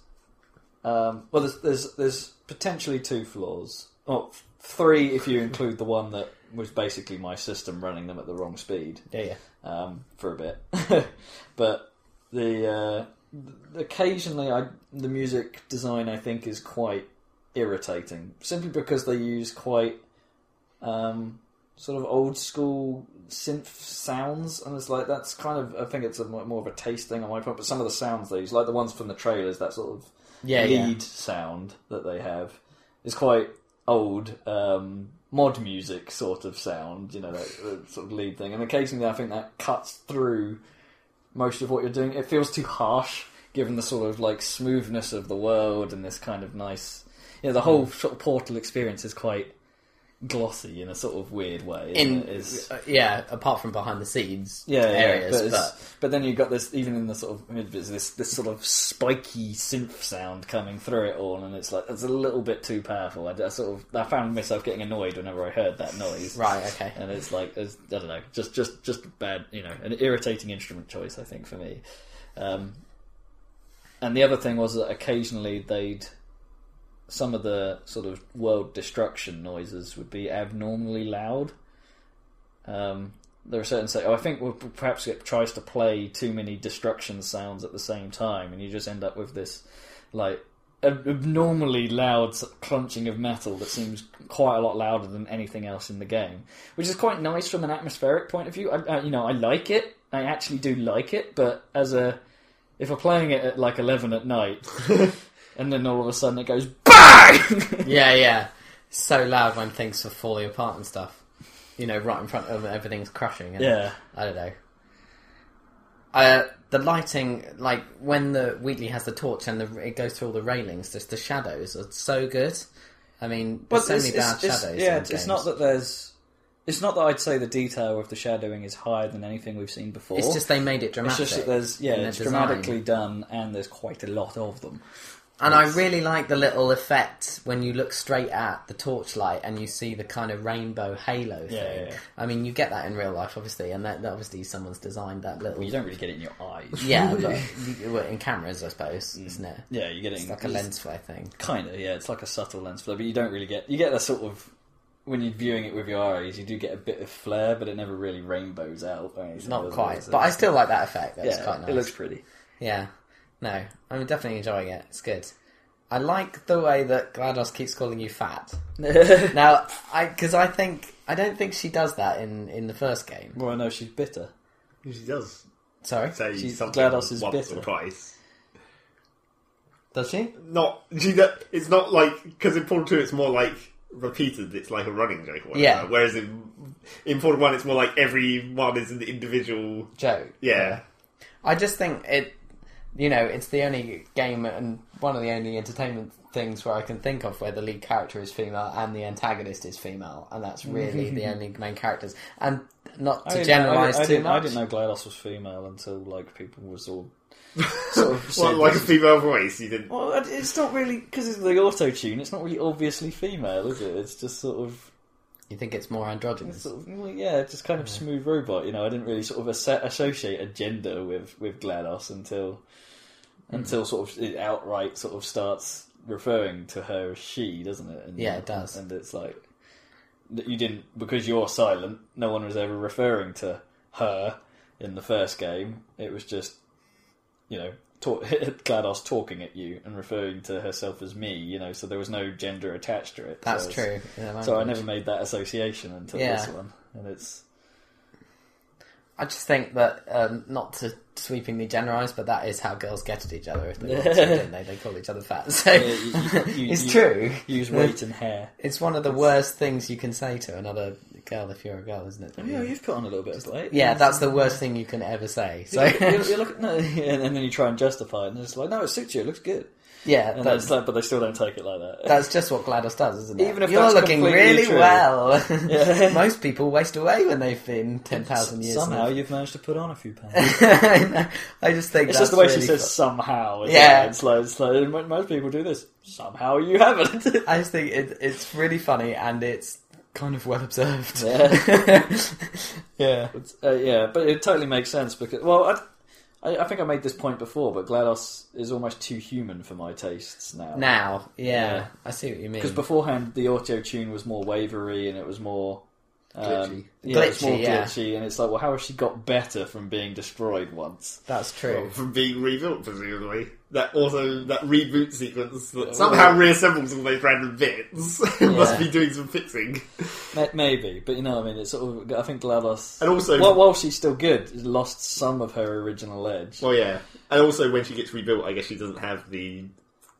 B: um, well, there's, there's there's potentially two flaws, or three if you include the one that was basically my system running them at the wrong speed
A: yeah, yeah.
B: um, for a bit. but the uh, th- occasionally, I the music design I think is quite irritating, simply because they use quite um, sort of old school synth sounds, and it's like that's kind of I think it's a mo- more of a taste thing on my part. But some of the sounds they use, like the ones from the trailers, that sort of
A: Yeah, yeah.
B: lead sound that they have, is quite old. Um, Mod music sort of sound, you know, that, that sort of lead thing, and occasionally I think that cuts through most of what you're doing. It feels too harsh, given the sort of like smoothness of the world and this kind of nice, you know, the whole sort of portal experience is quite glossy in a sort of weird way. isn't
A: In
B: it? It's-
A: uh, yeah, apart from behind the scenes
B: yeah, yeah,
A: areas,
B: but,
A: but,
B: it's- but then you've got this even in the sort of mid bits, this this sort of spiky synth sound coming through it all, and it's like it's a little bit too powerful. I, I sort of I found myself getting annoyed whenever I heard that noise.
A: right, okay.
B: And it's like it's, I don't know, just just just bad, you know, an irritating instrument choice, I think, for me. Um, and the other thing was that occasionally they'd some of the sort of world destruction noises would be abnormally loud. Um, there are certain say, oh, I think we'll, perhaps it tries to play too many destruction sounds at the same time, and you just end up with this like ab- abnormally loud sort of crunching of metal that seems quite a lot louder than anything else in the game, which is quite nice from an atmospheric point of view. I, I, you know, I like it. I actually do like it, but as a if I'm playing it at like eleven at night, and then all of a sudden it goes bang.
A: Yeah, yeah. So loud when things are falling apart and stuff. You know, right in front of them, everything's crashing. And
B: yeah,
A: I don't know. Uh, the lighting, like when the Wheatley has the torch and the, it goes through all the railings, just the shadows are so good. I mean, there's so many bad shadows.
B: yeah,
A: in
B: it's
A: games.
B: not that there's. It's not that I'd say the detail of the shadowing is higher than anything we've seen before.
A: It's just they made it
B: It's
A: dramatic.
B: just that there's yeah,
A: in their
B: it's
A: design.
B: dramatically done, and there's quite a lot of them.
A: And I really like the little effect when you look straight at the torchlight and you see the kind of rainbow halo
B: Yeah,
A: thing.
B: yeah, yeah.
A: I mean, you get that in real life, obviously, and that, that obviously someone's designed that little.
B: Well, you don't really get it in your eyes.
A: yeah, but you- well, in cameras, I suppose, isn't it?
B: yeah, you get Mm. it
A: It's
B: in
A: like a lens flare thing.
B: Kind of, yeah. It's like a subtle lens flare, but you don't really get. You get that sort of when you're viewing it with your eyes. You do get a bit of flare, but it never really rainbows out. Or anything,
A: Not
B: does it?
A: quite,
B: So
A: but I still like that effect. That's
B: yeah,
A: quite nice.
B: it looks pretty.
A: Yeah. No, I'm definitely enjoying it. It's good. I like the way that GLaDOS keeps calling you fat.
B: well,
A: Now, I because I think I don't think she does that in in the first game.
B: I know she's bitter.
C: she does
A: Sorry,
C: say
B: She's
C: something
B: GLaDOS is
C: once
B: bitter.
C: or twice.
A: does she?
C: Not she. do- It's not like because in Portal Two, it's more like repeated. It's like a running joke. Or whatever.
A: Yeah.
C: Whereas in in Portal One, it's more like every one is an individual.
A: Joke.
C: Yeah.
A: I just think it, you know, it's the only game and one of the only entertainment things where I can think of where the lead character is female and the antagonist is female, and that's really the only main characters. And not
B: I
A: to
B: didn't know- I
A: generalise
B: didn't- I
A: too
B: didn't,
A: much.
B: I didn't know GLaDOS was female until like people was all sort of
C: Well,
B: said
C: like a
B: this is-
C: female voice, you didn't.
B: Well, it- it's not really because it's the auto tune. It's not really obviously female, is it? It's just sort of,
A: You think it's more
B: it's
A: androgynous?
B: sort of well, yeah, it's just kind of smooth robot. You know, I didn't really sort of asso- associate a gender with with Glados until
A: Hmm.
B: until sort of it outright sort of starts referring to her as she, doesn't it? And,
A: Yeah, it does.
B: And it's like that you didn't because you're silent. No one was ever referring to her in the first game. It was just you know talk, Glados talking at you and referring to herself as me. You know, so there was no gender attached to it.
A: That's
B: so it's-
A: true. in the
B: So I
A: language.
B: never made that association until
A: Yeah.
B: this one, and it's
A: I just think that um, not to sweepingly generalise, but that is how girls get at each other if they want to,
B: Yeah.
A: don't they? They call each other fat. So
B: you- you- you-
A: it's
B: you-
A: true.
B: use weight and hair.
A: It's one of the worst things you can say to another girl if you're a girl, isn't it?
B: Yeah, you've put on a little bit of weight.
A: Yeah, that's the worst thing you can ever say. So
B: you, you, you look, no, and, and then you try and justify it, and it's like, no, it suits you, it looks good.
A: yeah,
B: And
A: that's
B: that's like, but they still don't take it like that.
A: that's just what Gladys does, isn't it?
B: Even if
A: you're
B: that's
A: looking
B: completely
A: really
B: true.
A: well,
B: Yeah.
A: most people waste away when they've been ten thousand years.
B: somehow
A: old.
B: you've managed to put on a few pounds.
A: I know. I just think
B: It's just
A: that's
B: the way
A: really
B: she says somehow. It's
A: Yeah.
B: like- it's like, it's like mo- most people do this. Somehow you haven't.
A: fu- I just think it, it's really funny and it's kind of well observed. yeah.
B: It's- uh, yeah, but it totally makes sense because well, I, I, I think I made this point before, but Glados is almost too human for my tastes now.
A: Now, yeah,
B: Yeah.
A: I see what you mean.
B: because beforehand the auto tune was more wavery and it was more. Um,
C: Glitchy.
B: Yeah, it was
A: Glitchy,
B: more
A: yeah.
B: glitchy, and it's like, well, how has she got better from being destroyed once?
A: That's
C: Well,
A: true.
C: from being rebuilt, presumably. That also that reboot sequence that somehow reassembles all those random bits must be doing some fixing.
B: Ma- Maybe, but you know, what I mean, it's sort of. I think Glados,
C: And also-
B: while, while she's still good, has lost some of her original edge.
C: Well, yeah, and also when she gets rebuilt, I guess she doesn't have the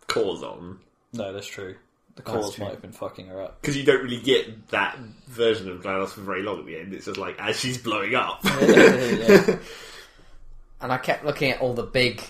C: cores on
B: No, that's true. The
A: That's
B: cause
A: true.
B: might have been fucking her up.
C: because you don't really get that version of GLaDOS for very long. At the end, it's just like as she's blowing up.
B: Yeah.
A: And I kept looking at all the big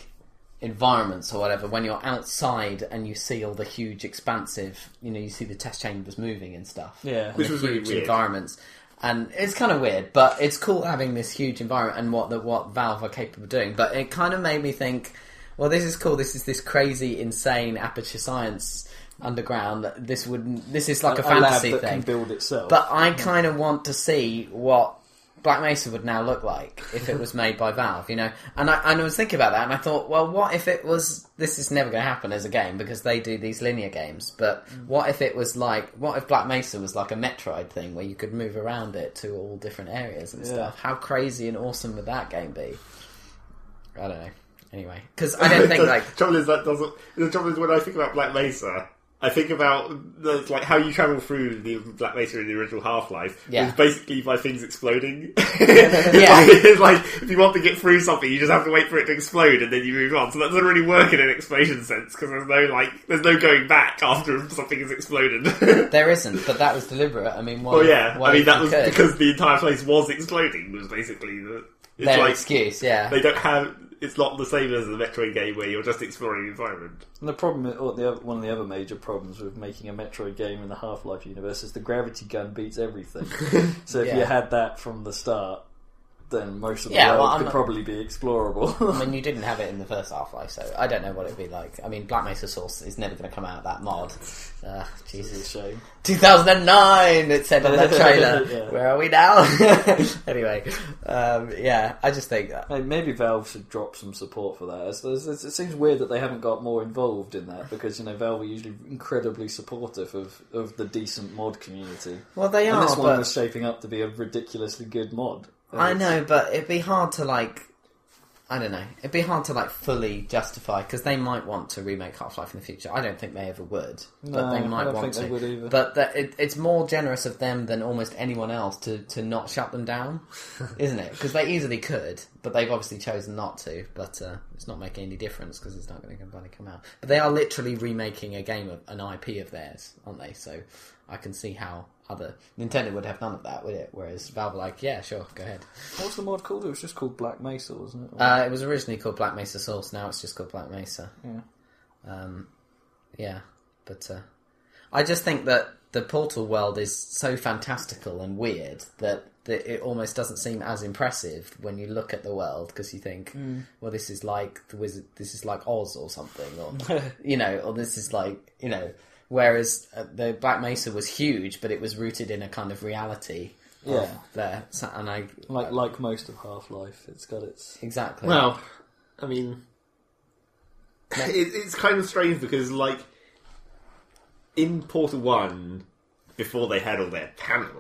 A: environments or whatever when you're outside and you see all the huge, expansive, you know, you see the test chambers moving and stuff.
B: Yeah.
A: And
B: Which
A: the
C: was
A: huge
C: really weird.
A: environments. And it's kind of weird, but it's cool having this huge environment and what the, what Valve are capable of doing. But it kind of made me think, well, this is cool. This is this crazy, insane aperture science underground. This would this is like a,
B: lab
A: fantasy
B: that
A: thing.
B: can build itself.
A: But I kind of want to see what Black Mesa would now look like if it was made by Valve, you know. And I, and I was thinking about that, and I thought, well, what if it was? This is never going to happen as a game because they do these linear games. But
C: Mm.
A: what if it was like? What if Black Mesa was like a Metroid thing where you could move around it to all different areas and
B: Yeah.
A: stuff? How crazy and awesome would that game be? I don't know. Anyway, because I don't think
C: the
A: like
C: trouble is that doesn't. The trouble is when I think about Black Mesa, I think about the, like how you travel through the Black Mesa in the original Half Life.
A: Yeah.
C: It's basically by things exploding. it's like if you want to get through something, you just have to wait for it to explode and then you move on. So that doesn't really work in an explosion sense because there's no like there's no going back after something has exploded.
A: there isn't, but that was deliberate. I mean, why,
C: well, yeah.
A: why
C: I mean
A: if
C: that
A: you
C: was
A: could?
C: because the entire place was exploding. Was basically the. It's
A: their
C: like
A: excuse, yeah.
C: they don't have. It's not the same as the Metroid game where you're just exploring the environment.
B: And the problem, or the other, one of the other major problems with making a Metroid game in the Half Life universe is the gravity gun beats everything. so if you
A: Yeah.
B: had that from the start, then most of the
A: Yeah,
B: world
A: well, I'm
B: could
A: not-
B: probably be explorable.
A: I mean, you didn't have it in the first Half Life, so I don't know what it'd be like. I mean, Black Mesa Source is never going to come out that mod.
B: It's
A: Uh,
B: a
A: Jesus,
B: shame.
A: 2009. It said on that trailer.
B: Yeah.
A: Where are we now? anyway, um, yeah, I just think that.
B: Hey, Maybe Valve should drop some support for that. It's- it's- It seems weird that they haven't got more involved in that because you know Valve are usually incredibly supportive of, of the decent mod community.
A: Well, they
B: and
A: are,
B: this one
A: but
B: was shaping up to be a ridiculously good mod. And
A: I
B: it's-
A: know, but it'd be hard to like. I don't know. It'd be hard to like fully justify because they might want to remake Half Life in the future. I don't think they ever would, but
B: No,
A: they might
B: I don't think
A: want
B: they
A: to.
B: would either.
A: But that it, it's more generous of them than almost anyone else to, to not shut them down, isn't it? Because they easily could, but they've obviously chosen not to. But uh, it's not making any difference because it's not going to bloody come out. But they are literally remaking a game of an IP of theirs, aren't they? So I can see how other Nintendo would have none of that, would it? Whereas Valve, are like, yeah, sure, go ahead.
B: What's the mod called? It was just called Black Mesa, wasn't it?
A: Uh, it was originally called Black Mesa Source. Now it's just called Black Mesa.
B: Yeah.
A: Um, yeah, but uh, I just think that the Portal world is so fantastical and weird that, that it almost doesn't seem as impressive when you look at the world because you think,
B: Hmm.
A: well, this is like the wizard. This is like Oz or something, or you know, or this is like you know. Whereas uh, the Black Mesa was huge, but it was rooted in a kind of reality. of
B: Yeah.
A: there, so, and I
B: like like most of Half Life, it's got its.
A: exactly.
C: Well, I mean, it, it's kind of strange because, like, in Portal 1, before they had all their panels.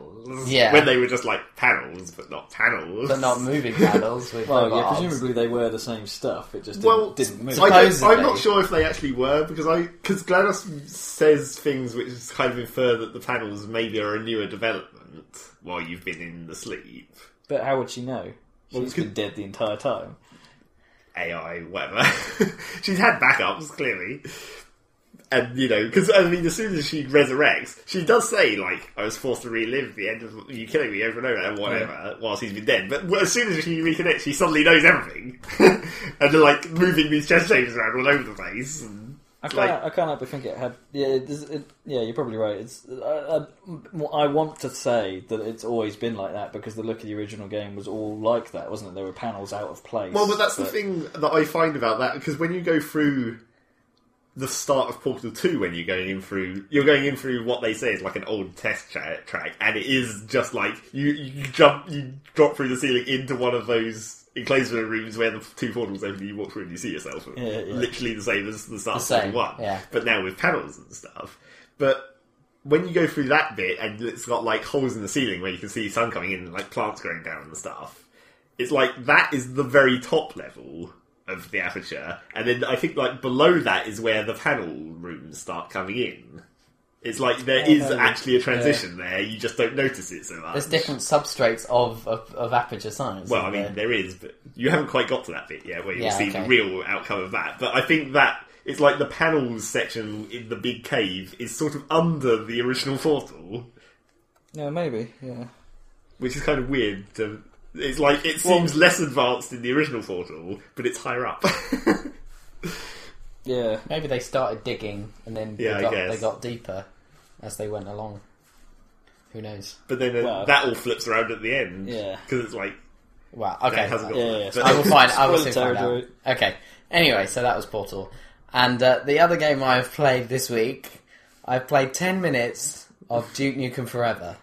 A: Yeah.
C: When they were just like panels, but not panels.
A: but not moving panels with
B: Well,
A: robot
B: yeah,
A: arms.
B: presumably they wear the same stuff. It just didn't,
C: Well,
B: didn't move.
C: I don't, I'm
A: Supposedly.
C: not sure if they actually were because I because Glados says things which kind of infer that the panels maybe are a newer development while you've been in the sleep.
B: but how would she know? She's
C: Well,
B: been
C: could-
B: dead the entire time.
C: AI, whatever. She's had backups, clearly. And, you know, because, I mean, as soon as she resurrects, she does say, like, I was forced to relive the end of you killing me over and over and whatever while she's been dead. But as soon as she reconnects, she suddenly knows everything. and, like, moving these chest chambers around all over the place. And,
B: I can't,
C: Like-
B: I can't help but think it had. Yeah, it, does- it, yeah, you're probably right. It's. I, I, I want to say that it's always been like that because the look of the original game was all like that, wasn't it? There were panels out of place.
C: Well, but that's the thing that I find about that because when you go through the start of Portal Two, when you're going in through, you're going in through what they say is like an old test tra- track, and it is just like you you jump, you drop through the ceiling into one of those enclosure rooms where the two portals open, you walk through and you see yourself.
B: Yeah, yeah.
C: Literally the same as the start
A: The
C: of
A: same,
C: Portal One,
A: yeah.
C: but now with panels and stuff. But when you go through that bit and it's got like holes in the ceiling where you can see sun coming in and like plants growing down and stuff, it's like that is the very top level of the aperture, and then I think like below that is where the panel rooms start coming in. It's like there
B: Oh,
C: is
B: no.
C: actually a transition there, you just don't notice it so much.
A: There's different substrates of, of, of aperture science.
C: Well, I
A: isn't
C: mean,
A: there?
C: there is, but you haven't quite got to that bit yet where you'll
A: Yeah,
C: see the
A: okay.
C: real outcome of that. But I think that it's like the panels section in the big cave is sort of under the original portal.
B: Yeah, maybe. Yeah.
C: which is kind of weird. To, it's like it seems less advanced in the original Portal, but it's higher up.
B: Yeah.
A: maybe they started digging and then
C: Yeah, I
A: they, got,
C: guess.
A: they got deeper as they went along. Who knows?
C: but then uh,
B: Well-
C: that all flips around at the end.
B: Yeah.
C: because it's like
A: Well, okay.
C: that hasn't got
B: Yeah,
C: that.
B: yeah,
C: But-
A: I will find. I will soon
B: Spoiler
A: find out. Okay. Anyway, so that was Portal, and uh, the other game I've played this week, I've played ten minutes of Duke Nukem Forever.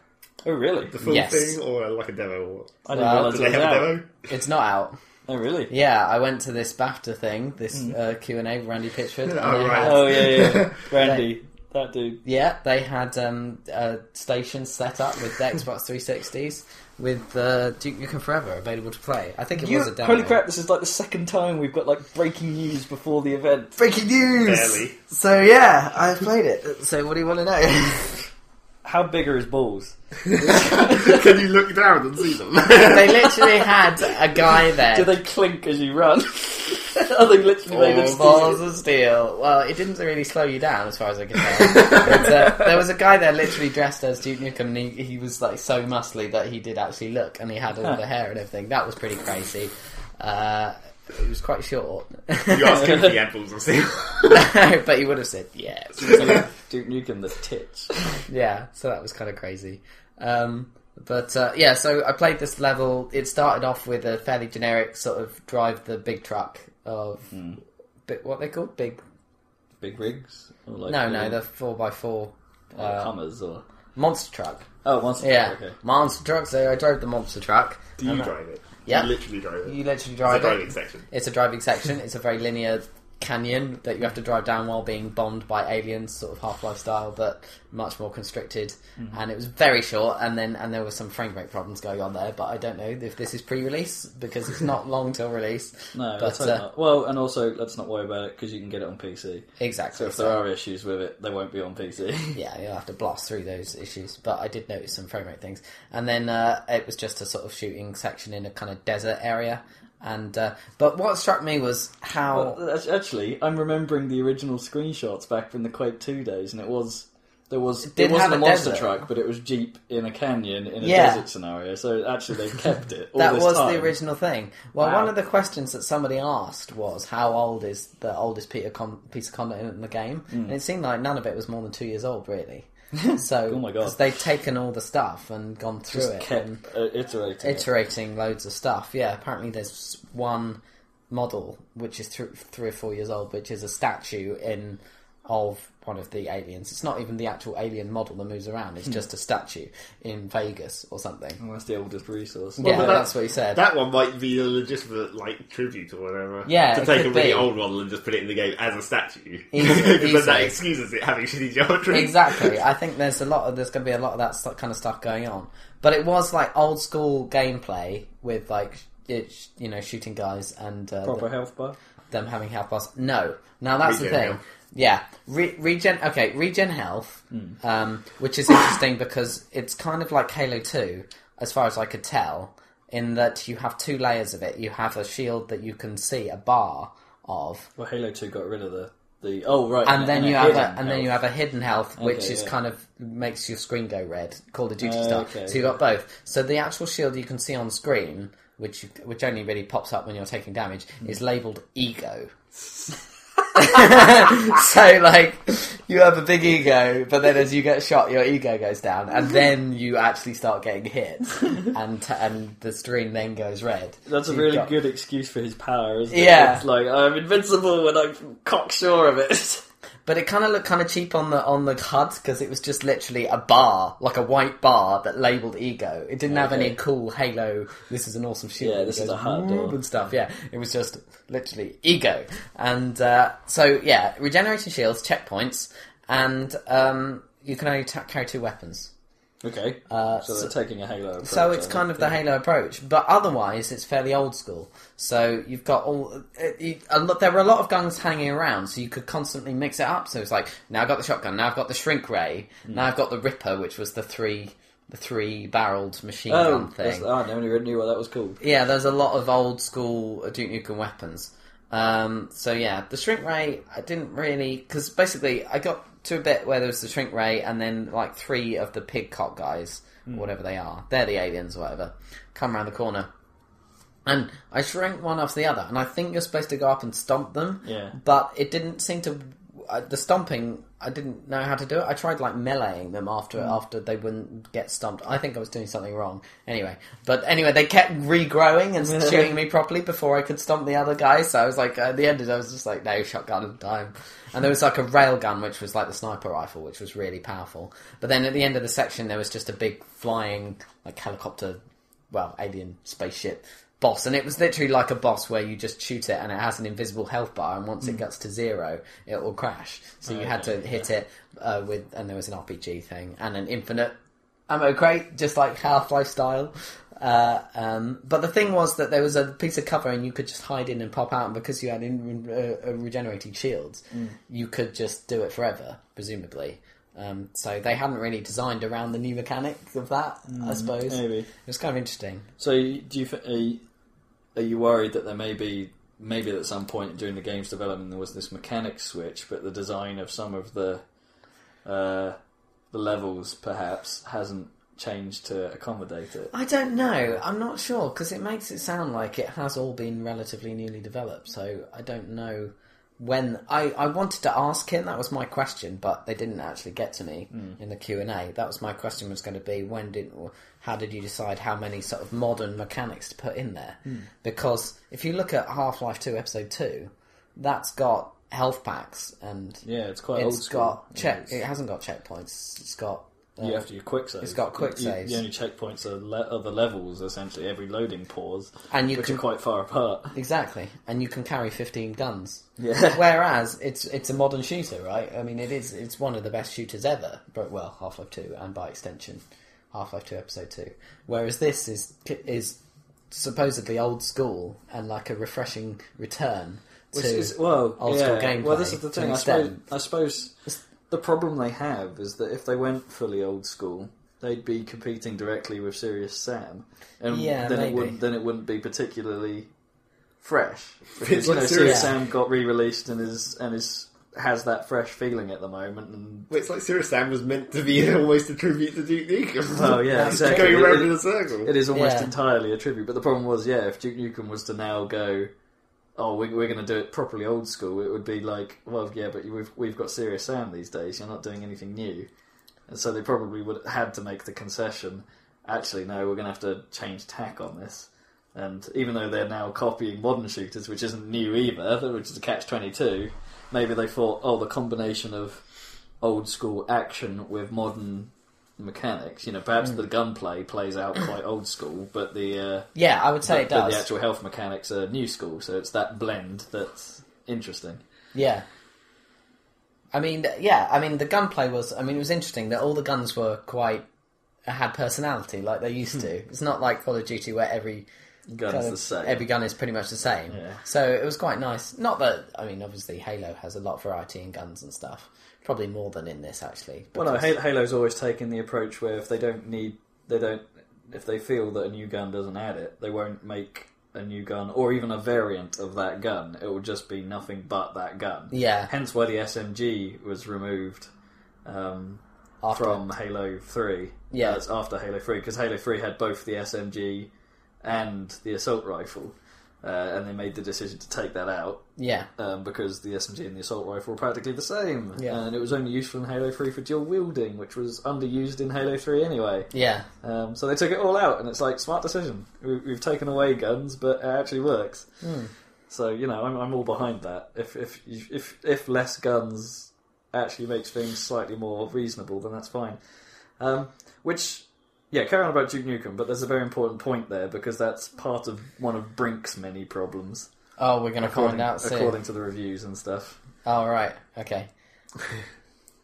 B: Oh, really?
C: the full
A: Yes.
C: thing, or uh, like a demo. Or,
B: I didn't
A: Well,
B: realise
C: do
B: it
C: they
B: was
C: have a
B: out.
C: demo?
A: It's not out.
B: Oh, really?
A: Yeah, I went to this BAFTA thing, this uh, Q and A, Randy Pitchford. and
C: Hmm. Oh,
A: they
C: right.
A: had-
B: Oh, yeah, yeah. Randy, that dude.
A: Yeah, they had um, a station set up with the Xbox 360s with uh, Duke Nukem Forever available to play. I think it
B: You-
A: was a demo.
B: holy crap! This is like the second time we've got like breaking news before the event.
A: Breaking news!
C: Barely.
A: So yeah, I played it. So what do you want to know?
B: How big are his balls?
C: Can you look down and see them?
A: they literally had a guy there.
B: Do they clink as you run? are they literally made of
A: All
B: steel?
A: balls of steel. Well, it didn't really slow you down, as far as I can tell. but, uh, there was a guy there, literally dressed as Duke Nukem, and he, he was like so muscly that he did actually look, and he had all
B: Huh.
A: the hair and everything. That was pretty crazy. Uh, it was quite short,
C: you ask him if he had balls or see.
A: but he would have said yes.
B: Duke Nukem the tits.
A: yeah, so that was kind of crazy. Um, but uh, yeah, so I played this level. It started off with a fairly generic sort of drive the big truck of
C: Hmm.
A: bit, what they called big.
B: Big rigs? Or like
A: No, no,
C: Hmm.
B: little-
A: the four x four
B: like
A: uh,
B: Hummers or
A: monster truck.
B: oh, once
A: Yeah,
B: okay.
A: monster truck. So I drove the monster truck.
C: Do you
A: And
C: drive it?
A: Yeah.
C: you literally drive it.
A: You literally
C: It's a
A: drive
C: driving
A: it.
C: section.
A: It's a driving section. It's a very linear canyon that you have to drive down while being bombed by aliens, sort of Half Life style, but much more constricted.
B: Mm-hmm.
A: And it was very short, and then and there were some frame rate problems going on there. But I don't know if this is pre-release because it's not long till release.
B: No,
A: but uh,
B: let's hope not. Well, and also let's not worry about it because you can get it on PC. So
A: exactly.
B: if
A: so-
B: there are issues with it, they won't be on PC.
A: yeah, you'll have to blast through those issues. But I did notice some frame rate things, and then uh, it was just a sort of shooting section in a kind of desert area. And uh, but what struck me was how
B: Well, that's- actually, I'm remembering the original screenshots back from the Quake 2 days, and it was there was it,
A: did
B: wasn't
A: have
B: a,
A: a
B: monster
A: desert.
B: truck, but it was Jeep in a canyon in a
A: Yeah.
B: desert scenario. So actually, they kept it. All
A: that
B: this
A: was
B: time.
A: the original thing. Well,
B: Wow.
A: one of the questions that somebody asked was, "How old is the oldest Peter con- piece of content in the game?"
B: Hmm.
A: And it seemed like none of it was more than two years old, really. So,
B: Oh my God.
A: 'cause they've taken all the stuff and gone through
B: Just
A: it,
B: kept
A: and
B: uh, iterating. it.
A: iterating loads of stuff. Yeah, apparently there's one model which is thr three or four years old, which is a statue in of one of the aliens. It's not even the actual alien model that moves around.
B: Hmm.
A: It's just a statue in Vegas or something.
B: Well, that's the oldest resource.
A: yeah,
C: but that-
A: that's what he said.
C: That one might be a legitimate like tribute or whatever.
A: Yeah,
C: to
A: it
C: take a
A: could
C: really
A: be.
C: old model and just put it in the game as a statue,
A: Easy-
C: because that
A: easily.
C: excuses it having shitty geometry.
A: exactly. I think there's a lot of there's going to be a lot of that stu- kind of stuff going on. But it was like old school gameplay with like it, sh- you know shooting guys and uh,
B: Proper health bar.
A: them having health bars. No, now that's the
C: Regen
A: thing.
C: health.
A: Yeah, Re- regen. Okay, regen health,
C: Hmm.
A: um, which is interesting because it's kind of like Halo Two, as far as I could tell, in that you have two layers of it. You have a shield that you can see a bar of,
B: Well, Halo Two got rid of the the. Oh right,
A: and then you have a,
B: hidden
A: and then you
B: health.
A: have a hidden health, which
B: Okay,
A: is
B: yeah.
A: kind of makes your screen go red, Call of Duty
B: Oh,
A: style.
B: okay,
A: so you got both. So the actual shield you can see on screen, which you, which only really pops up when you're taking damage,
B: Hmm.
A: is labeled ego. so like you have a big ego, but then as you get shot, your ego goes down, and then you actually start getting hit, and and the screen then goes red.
B: That's a
A: You've
B: really
A: got-
B: good excuse for his power, isn't it?
A: Yeah.
B: It's like I'm invincible and I'm cocksure of it.
A: But it kind of looked kind of cheap on the on the HUD because it was just literally a bar, like a white bar that labeled ego. It didn't have
B: Okay.
A: any cool Halo. This is an awesome shield.
B: Yeah, this
A: that
B: is
A: goes
B: a HUD
A: whoop
B: or-
A: and stuff. Yeah, it was just literally ego. And uh, so yeah, regeneration shields, checkpoints, and um, you can only ta carry two weapons.
B: Okay. so they're taking a Halo. Approach,
A: Uh, So it's kind of the Halo approach, but otherwise it's fairly old school. So you've got all it, you, a lot, there were a lot of guns hanging around, so you could constantly mix it up. So it's like now I've got the shotgun, now I've got the shrink ray,
B: Hmm.
A: now I've got the Ripper, which was the three the three barreled machine
B: Oh,
A: gun
B: that's-
A: thing.
B: oh, I never even knew what that was called.
A: Yeah, there's a lot of old school Duke Nukem weapons. Um, so yeah, the shrink ray I didn't really because basically I got to a bit where there was the shrink ray and then like three of the pig cop guys, or whatever they are, they're the aliens, or whatever, come around the corner. And I shrank one off the other, and I think you're supposed to go up and stomp them.
B: Yeah.
A: But it didn't seem to. Uh, the stomping, I didn't know how to do it. I tried like meleeing them after after they wouldn't get stomped. I think I was doing something wrong. Anyway, but anyway, they kept regrowing and shooting me properly before I could stomp the other guy. So I was like, at the end, of it, I was just like, no shotgun time. And there was like a rail gun, which was like the sniper rifle, which was really powerful. But then at the end of the section, there was just a big flying like helicopter well, alien spaceship boss, and it was literally like a boss where you just shoot it and it has an invisible health bar, and once it gets to zero, it will crash. So you had to hit it uh, with, and there was an RPG thing and an infinite ammo crate, just like Half Life style. Uh, um, but the thing was that there was a piece of cover, and you could just hide in and pop out. And because you had in, uh, uh, regenerating shields, you could just do it forever, presumably. Um, so they hadn't really designed around the new mechanics of that, I suppose.
B: Maybe.
A: It was kind of interesting.
B: So you- do you thi- are you, are you worried that there may be maybe at some point during the game's development there was this mechanic switch, but the design of some of the uh, the levels perhaps hasn't changed to accommodate it.
A: I don't know. I'm not sure because it makes it sound like it has all been relatively newly developed. So I don't know when I, I wanted to ask him. That was my question, but they didn't actually get to me
B: Hmm.
A: in the Q and A. That was my question was going to be when did how did you decide how many sort of modern mechanics to put in there?
B: Hmm.
A: Because if you look at Half Life Two Episode Two, that's got health packs and
B: Yeah, it's quite old
A: it's
B: school.
A: got check.
B: Yeah,
A: It hasn't got checkpoints. It's got uh,
B: you have to do quick saves.
A: it's got quick
B: You- you-
A: saves.
B: The only checkpoints are, le- are the levels, essentially, every loading pause,
A: And you
B: which
A: can-
B: are quite far apart.
A: Exactly, and you can carry fifteen guns.
B: Yeah.
A: Whereas it's it's a modern shooter, right? I mean, it is it's one of the best shooters ever. But well, Half Life Two, and by extension, Half Life Two Episode Two. Whereas this is is supposedly old school and like a refreshing return
B: Which
A: to
B: is well,
A: old
B: yeah.
A: school gameplay.
B: Well, this is the
A: to
B: thing.
A: an
B: I suppose,
A: extent.
B: I suppose the problem they have is that if they went fully old school, they'd be competing directly with Serious Sam, and
A: Yeah,
B: then
A: maybe.
B: it wouldn't then it wouldn't be particularly fresh
C: It's
B: because you
C: like
B: know,
A: Serious-
B: Serious Sam got re-released and is and is has that fresh feeling at the moment. And
C: Well, It's like Serious Sam was meant to be almost a tribute to Duke Nukem.
B: Oh, yeah,
C: It's
B: exactly.
C: going around
B: It-
C: in a circle.
B: it is almost
A: Yeah.
B: entirely a tribute. But the problem was, yeah, if Duke Nukem was to now go, oh, we, we're going to do it properly old school, it would be like, well, yeah, but we've we've got Serious Sam these days. You're not doing anything new, and so they probably would had to make the concession. Actually, no, we're going to have to change tack on this. And even though they're now copying modern shooters, which isn't new either, which is a catch twenty two, maybe they thought, oh, the combination of old school action with modern mechanics. You know, perhaps the gunplay plays out quite old school, but the uh,
A: Yeah, I would say it
B: but
A: does.
B: the actual health mechanics are new school. So it's that blend that's interesting.
A: Yeah. I mean, yeah. I mean, the gunplay was. I mean, it was interesting that all the guns were quite had personality, like they
B: Hmm.
A: used to. It's not like Call of Duty where every
B: Guns
A: kind
B: the
A: of-
B: same.
A: every gun is pretty much the same.
B: Yeah.
A: So it was quite nice. Not that I mean, obviously Halo has a lot of variety in guns and stuff. Probably more than in this actually.
B: Well, no,
A: because-
B: Hal- Halo's always taken the approach where if they don't need, they don't, if they feel that a new gun doesn't add it, they won't make a new gun or even a variant of that gun. It will just be nothing but that gun.
A: Yeah.
B: Hence why the SMG was removed um,
A: After.
B: from Halo Three. Uh,
A: Yeah.
B: it's after Halo Three because Halo Three had both the SMG and the assault rifle, uh, and they made the decision to take that out
A: Yeah.
B: um, because the SMG and the assault rifle were practically the same.
A: Yeah.
B: And it was only useful in Halo 3 for dual wielding, which was underused in Halo 3 anyway.
A: Yeah.
B: Um, so they took it all out, and it's like, smart decision. We, we've taken away guns, but it actually works.
A: Hmm.
B: So, you know, I'm, I'm all behind that. If, if, you- if, if less guns actually makes things slightly more reasonable, then that's fine. Um, which, yeah, carry on about Duke Nukem, but there's a very important point there because that's part of one of Brink's many problems
A: Oh, we're gonna
B: according,
A: find out soon.
B: according to the reviews and stuff.
A: Oh right. Okay.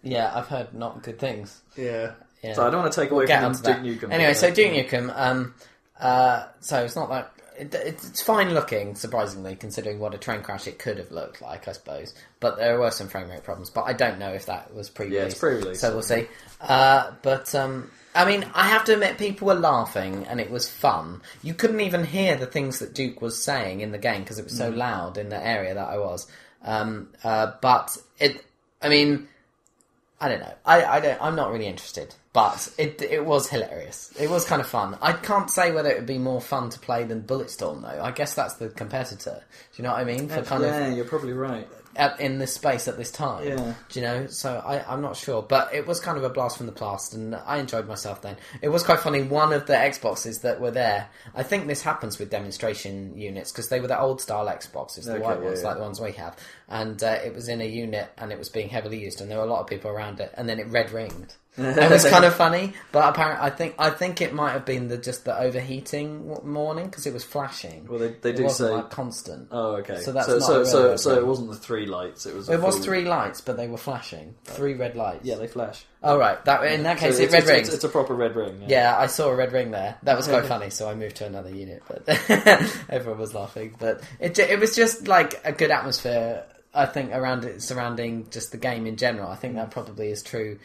A: yeah, I've heard not good things.
C: Yeah.
A: Yeah.
B: So I don't want to take away
A: get
B: from
A: onto that.
B: Duke Nukem.
A: Anyway,
B: but,
A: so
B: uh,
A: Duke Nukem. Um, uh, so it's not like it, it's it's fine looking, surprisingly, considering what a train crash it could have looked like, I suppose. But there were some frame rate problems. But I don't know if that was pre-release.
B: Yeah, it's pre-release.
A: so we'll see. Uh, but um, I mean, I have to admit, people were laughing, and it was fun. You couldn't even hear the things that Duke was saying in the game because it was
B: Mm.
A: so loud in the area that I was. Um, uh, but it, I mean. I don't know. I, I don't. I'm not really interested, but it it was hilarious. It was kind of fun. I can't say whether it would be more fun to play than Bulletstorm though. I guess that's the competitor. Do you know what I mean? For kind
B: yeah,
A: of
B: you're probably right.
A: at, in this space at this time.
B: Yeah.
A: Do you know? So I, I'm not sure, but it was kind of a blast from the past, and I enjoyed myself then. It was quite funny. One of the Xboxes that were there, I think this happens with demonstration units because they were the old style Xboxes, the
B: Okay,
A: white
B: yeah,
A: ones,
B: yeah.
A: like the ones we have, and uh, it was in a unit and it was being heavily used, and there were a lot of people around it, and then it red ringed. it was kind of funny, but apparently, I think I think it might have been the just the overheating w- morning because it was flashing.
B: Well, they, they
A: it
B: do
A: wasn't
B: say.
A: like constant.
B: oh, okay.
A: So that's
B: so
A: not
B: so,
A: a
B: so,
A: railroad
B: so it
A: problem.
B: wasn't the three lights. It was.
A: It was three lights, but they were flashing. Three red lights.
B: Yeah, they flash.
A: All right. That in that
B: So
A: case,
B: it's,
A: it red
B: it's-
A: rings.
B: It's, it's a proper red ring. Yeah.
A: yeah, I saw a red ring there. That was quite funny, so I moved to another unit. But everyone was laughing. But it it was just like a good atmosphere. I think around it, surrounding just the game in general. I think that probably is true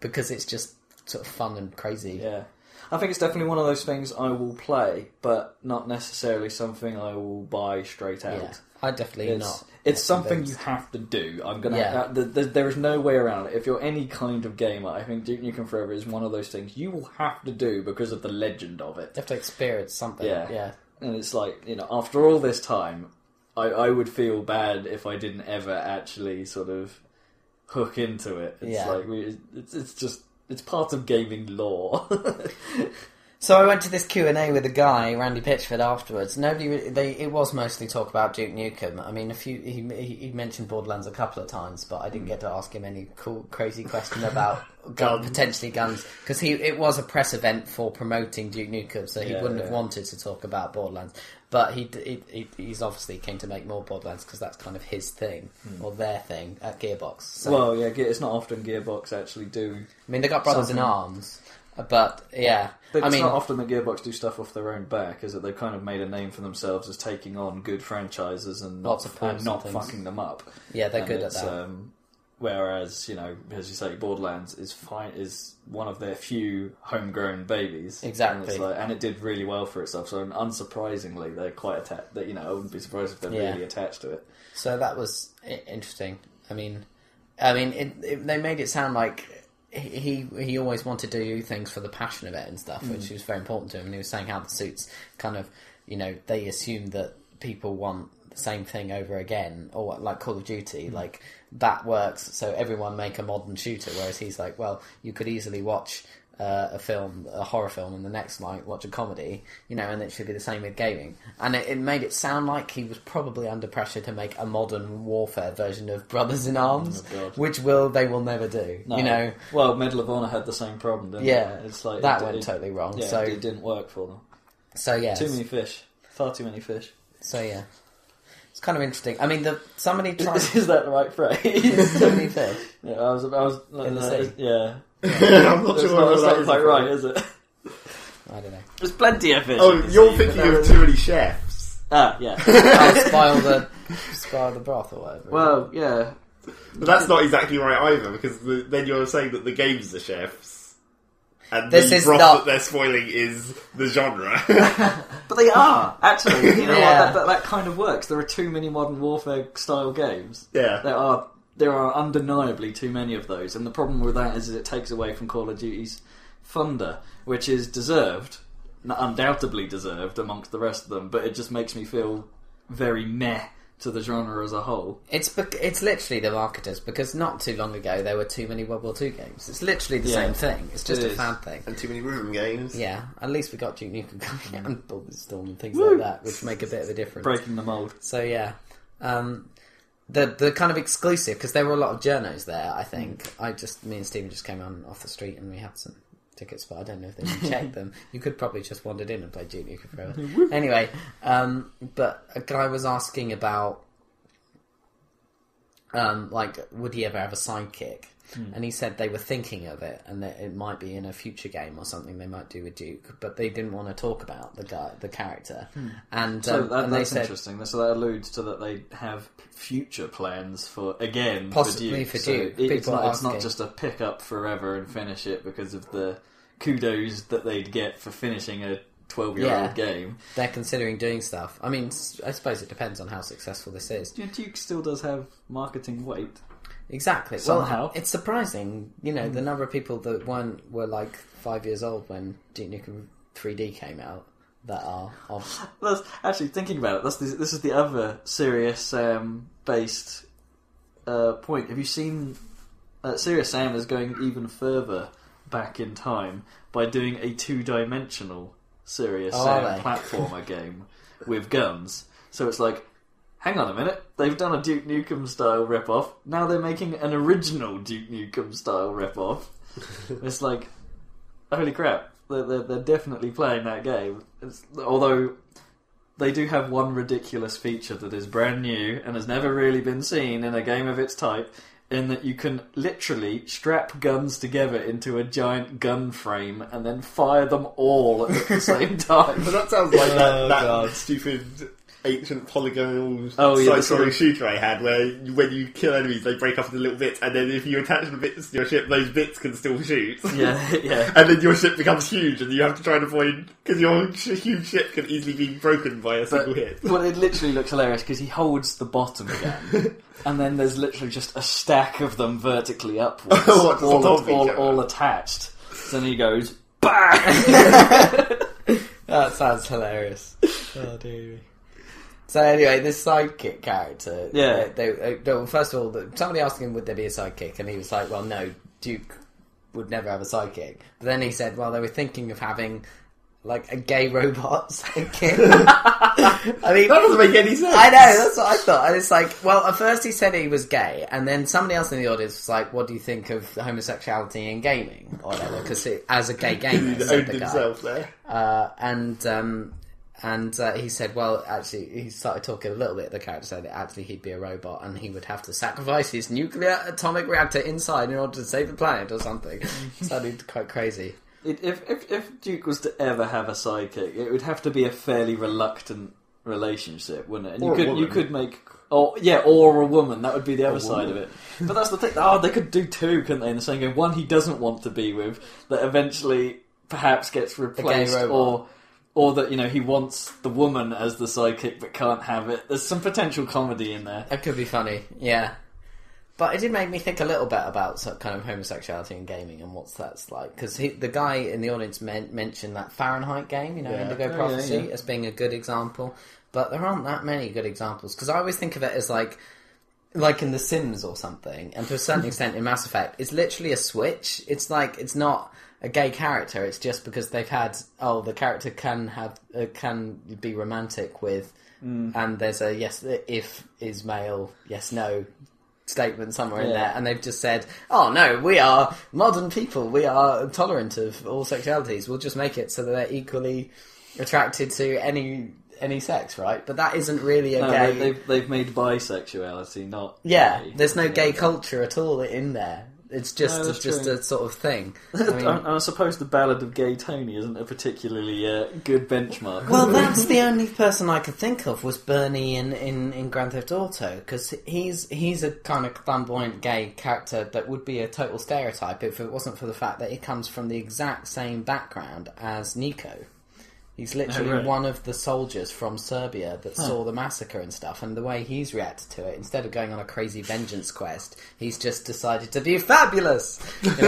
A: because it's just sort of fun and crazy.
B: Yeah. I think it's definitely one of those things I will play, but not necessarily something I will buy straight out.
A: Yeah, I definitely
B: It's,
A: not.
B: it's something you
A: convinced.
B: have to do. I'm gonna.
A: Yeah.
B: uh, th- th- there is no way around it. If you're any kind of gamer, I think Duke Nukem Forever is one of those things you will have to do because of the legend of it.
A: You have to experience something.
B: Yeah.
A: yeah.
B: And it's like you know, after all this time, I, I would feel bad if I didn't ever actually sort of hook into it. It's
A: Yeah.
B: like we, it's it's just it's part of gaming lore.
A: So I went to this Q and A with a guy, Randy Pitchford, afterwards. Nobody, re- they, it was mostly talk about Duke Nukem. I mean, a few, he, he he mentioned Borderlands a couple of times, but I didn't get to ask him any cool, crazy question about gun,
C: Guns.
A: potentially guns because he, it was a press event for promoting Duke Nukem, so he
B: Yeah,
A: wouldn't
B: yeah.
A: have wanted to talk about Borderlands. But he, d- he, he he's obviously came to make more Borderlands because that's kind of his thing or their thing at Gearbox. So,
B: Hmm. well, yeah, Ge- it's not often Gearbox actually do.
A: I mean, they got Brothers in
B: something-
A: Arms, but yeah,
B: But
A: I
B: it's
A: mean,
B: not often that Gearbox do stuff off their own back, is it? They've kind of made a name for themselves as taking on good franchises and
A: Lots
B: not,
A: of pulls
B: and not
A: and things.
B: fucking them up.
A: yeah, they're
B: And
A: good at
B: it's,
A: that.
B: Um, whereas you know, as you say, Borderlands is fine is one of their few homegrown babies.
A: Exactly.
B: and, it's like- and it did really well for itself. So unsurprisingly, they're quite attached. That you know, I wouldn't be surprised if they're
A: Yeah.
B: really attached to it.
A: So that was i- interesting. I mean, I mean, it, it, they made it sound like he he- he always wanted to do things for the passion of it and stuff, which was very important to him. And he was saying how the suits kind of, you know, they assume that people want the same thing over again, or like Call of Duty, like that works. So everyone make a modern shooter, whereas he's like, well, you could easily watch. uh, a film, a horror film, and the next night watch a comedy, you know, and it should be the same with gaming. And it, it made it sound like he was probably under pressure to make a modern warfare version of Brothers in Arms,
B: Oh, God.
A: which will they will never do.
B: No.
A: You know,
B: well, Medal of Honor had the same problem, didn't
A: yeah,
B: it? it's like
A: that
B: it-
A: went
B: it-
A: totally wrong.
B: Yeah,
A: so,
B: it didn't work for them.
A: so yeah,
B: Too many fish, far too many fish.
A: so yeah, it's kind of interesting. I mean, the somebody tried
B: Is that the right phrase?
A: so many fish.
B: yeah, I was, I was,
A: In the
B: uh,
A: sea.
B: yeah.
C: I'm not
B: That's
C: sure
B: not,
C: whether
B: that's
C: that
B: not
C: is
B: quite
C: the
B: right, is it?
A: I don't know.
B: There's plenty of fish. in
C: Oh,
B: the
C: you're
B: sea,
C: thinking
B: but
C: of
B: there-
C: too many chefs.
B: Ah, yeah.
A: I'll spoil the spoil the broth or whatever.
B: well, yeah.
C: But that's not exactly right either, because the, then you're saying that the games are chefs. And
A: This
C: the
A: is
C: broth
A: not-
C: that they're spoiling is the genre.
B: But they are actually. You know
A: Yeah.
B: what? That, that, that kind of works. There are too many modern warfare style games.
C: yeah.
B: There are there are undeniably too many of those, and the problem with that is, that it takes away from Call of Duty's thunder, which is deserved, n- undoubtedly deserved amongst the rest of them. But it just makes me feel very meh to the genre as a whole.
A: It's bec- it's literally the marketers because not too long ago there were too many World War Two games. It's literally the
B: Yeah.
A: same thing. It's just
B: It
A: a
B: is.
A: fan thing.
C: And too many rhythm games.
A: Yeah, at least we got Duke Nukem coming out and Bulletstorm and things like that, which make a bit of a difference.
B: Breaking the mold.
A: So yeah, um, the the kind of exclusive because there were a lot of journos there. I think
B: Mm.
A: I just me and Stephen just came on off the street and we had some tickets, but I don't know if they can check them. You could probably just wandered in and played Duke Nukem forever. anyway, um, but a guy was asking about um, like would he ever have a sidekick?
B: Hmm.
A: And he said they were thinking of it, and that it might be in a future game or something they might do with Duke, but they didn't want to talk about the guy, the character. And,
B: Hmm. So
A: um,
B: that,
A: and they
B: that's
A: said
B: interesting. So that alludes to that they have future plans for again
A: Possibly
B: for Duke.
A: for
B: So
A: Duke.
B: it- it's,
A: People
B: not,
A: are
B: it's not
A: asking.
B: just a pick up forever and finish it because of the kudos that they'd get for finishing a twelve year
A: Yeah.
B: old game.
A: they're considering doing stuff. I mean, s- I suppose it depends on how successful this is.
B: Yeah, Duke still does have marketing weight.
A: Exactly.
B: Somehow.
A: Well, it's surprising, you know, the number of people that weren't were like five years old when Duke Nukem 3D came out that are of
B: That's actually thinking about it. That's the, this is the other serious Sam based uh, point. Have you seen uh, Serious Sam is going even further back in time by doing a two dimensional Serious
A: Oh, are
B: Sam
A: they?
B: platformer game with guns. So it's like, hang on a minute, they've done a Duke Nukem style rip off. Now they're making an original Duke Nukem style rip off. it's like, holy crap, they're, they're, they're definitely playing that game. It's, although they do have one ridiculous feature that is brand new and has never really been seen in a game of its type, in that you can literally strap guns together into a giant gun frame and then fire them all at the same time.
C: But that sounds like that,
A: Oh, God.
C: that stupid ancient polygonal
B: Oh, yeah, the
C: side-scrolling
B: sort of-
C: shooter I had, where you- when you kill enemies, they break up into little bits, and then if you attach the bits to your ship, those bits can still shoot.
B: yeah, yeah.
C: And then your ship becomes huge, and you have to try and avoid because your sh- huge ship can easily be broken by a single hit.
B: Well, it literally looks hilarious because he holds the bottom gun, and then there's literally just a stack of them vertically upwards,
C: What, just
B: all,
C: on top of each
B: all,
C: other?
B: all attached. So then he goes, BAM!
A: That sounds hilarious. oh dear. me. So anyway, this sidekick character.
B: Yeah.
A: They, they, they- well, first of all, the- somebody asked him, "Would there be a sidekick?" And he was like, "Well, no, Duke would never have a sidekick." But then he said, "Well, they were thinking of having like a gay robot sidekick." I mean,
C: That doesn't make any sense.
A: I know, that's what I thought. And it's like, well, at first he said he was gay, and then somebody else in the audience was like, what do you think of homosexuality in gaming? Or whatever, because as a gay gamer,
C: He
A: said
C: owned
A: the guy.
C: himself there.
A: Uh, and um, and uh, he said, well, actually, he started talking a little bit. The character said that actually he'd be a robot and he would have to sacrifice his nuclear atomic reactor inside in order to save the planet or something. Sounded quite crazy.
B: It, if, if if Duke was to ever have a sidekick, it would have to be a fairly reluctant relationship, wouldn't it? And
C: Or
B: you
C: a
B: could you
C: woman.
B: could make or yeah, or a woman. That would be the other side
C: woman.
B: of it. But that's the thing. Oh, they could do two, couldn't they? In the same game, one he doesn't want to be with that eventually perhaps gets replaced,
A: robot.
B: or or that you know he wants the woman as the sidekick but can't have it. There's some potential comedy in there.
A: That could be funny, yeah. But it did make me think a little bit about sort of kind of homosexuality in gaming and what's that's like. Because the guy in the audience men- mentioned that Fahrenheit game, you know,
C: Yeah.
A: Indigo
B: yeah,
A: Prophecy,
B: yeah.
A: as being a good example. But there aren't that many good examples. Because I always think of it as like, like in The Sims or something, and to a certain extent in Mass Effect, it's literally a switch. It's like, it's not. a gay character. It's just because they've had oh the character can have uh, can be romantic with,
B: Mm.
A: and there's a yes if is male yes no statement somewhere in
B: Yeah.
A: there, and they've just said oh no we are modern people we are tolerant of all sexualities. We'll just make it so that they're equally attracted to any any sex, right? But that isn't really a
B: No,
A: gay.
B: they, they've they've made bisexuality not
A: Yeah,
B: gay.
A: there's no
B: Yeah.
A: gay culture at all in there. It's just
B: No, that's
A: just
B: true.
A: a sort of thing. I
B: I,
A: mean,
B: I suppose the Ballad of Gay Tony isn't a particularly uh, good benchmark.
A: well, that's the only person I could think of was Bernie in, in, in Grand Theft Auto because he's he's a kind of flamboyant gay character that would be a total stereotype if it wasn't for the fact that he comes from the exact same background as Nico. He's literally
B: right.
A: one of the soldiers from Serbia that saw the massacre and stuff, and the way he's reacted to it, instead of going on a crazy vengeance quest, he's just decided to be fabulous! You know,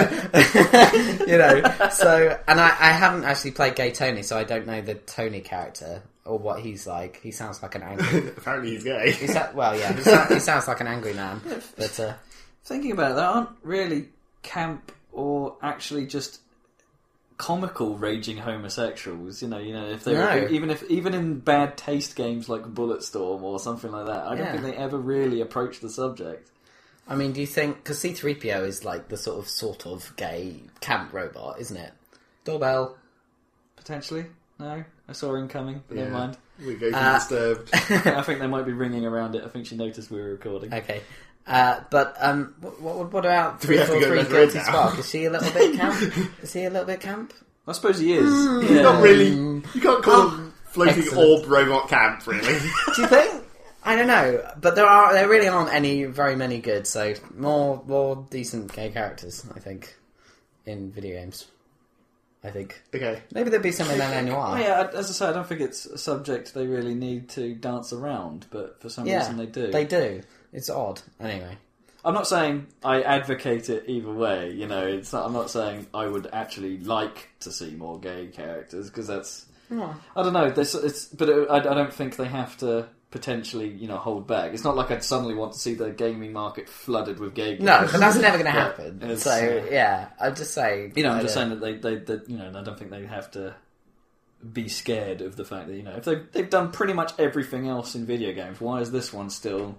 A: you know, so, and I, I haven't actually played Gay Tony, so I don't know the Tony character or what he's like. He sounds like an angry.
C: Apparently he's gay.
A: He sa- well, yeah, he, sa- he sounds like an angry man, but uh,
B: thinking about it, there aren't really camp or actually just comical raging homosexuals. You know, you know if they
A: No.
B: were, even if even in bad taste games like Bulletstorm or something like that, I don't
A: Yeah.
B: think they ever really approach the subject.
A: I mean, do you think because C3PO is like the sort of sort of gay camp robot, isn't it? Doorbell.
B: Potentially, no. I saw him coming, but never
C: Yeah.
B: mind.
C: We go
A: Uh,
C: disturbed.
B: I think they might be ringing around it. I think she noticed we were recording.
A: Okay. Uh, but um, what, what, what about
C: we
A: three
C: have to
A: four
C: go
A: three
C: back around
A: guilty
C: now?
A: spark? Is she a little bit camp? Is he a little bit camp?
B: I suppose he is.
C: He's
B: Yeah.
C: not really. You can't call him floating
A: um, excellent.
C: orb robot camp, really.
A: Do you think? I don't know, but there are there really aren't any very many good. So more more decent gay characters, I think, in video games. I think
C: okay.
A: maybe there'd be some in LA
B: Oh,
A: Noir.
B: yeah, I- as I say, I don't think it's a subject they really need to dance around, but for some reason they do.
A: They do. It's odd. Anyway.
B: I'm not saying I advocate it either way. You know, it's not, I'm not saying I would actually like to see more gay characters because that's I don't know. This it's but it, I, I don't think they have to potentially you know hold back. It's not like I'd suddenly want to see the gaming market flooded with gay.
A: No,
B: characters.
A: but that's never going to
B: Yeah,
A: happen.
B: it's,
A: so
B: uh,
A: yeah, I'm just saying.
B: you know, I'm
A: I
B: just
A: don't-
B: saying that they, they, that you know, I don't think they have to be scared of the fact that you know if they've they've done pretty much everything else in video games, why is this one still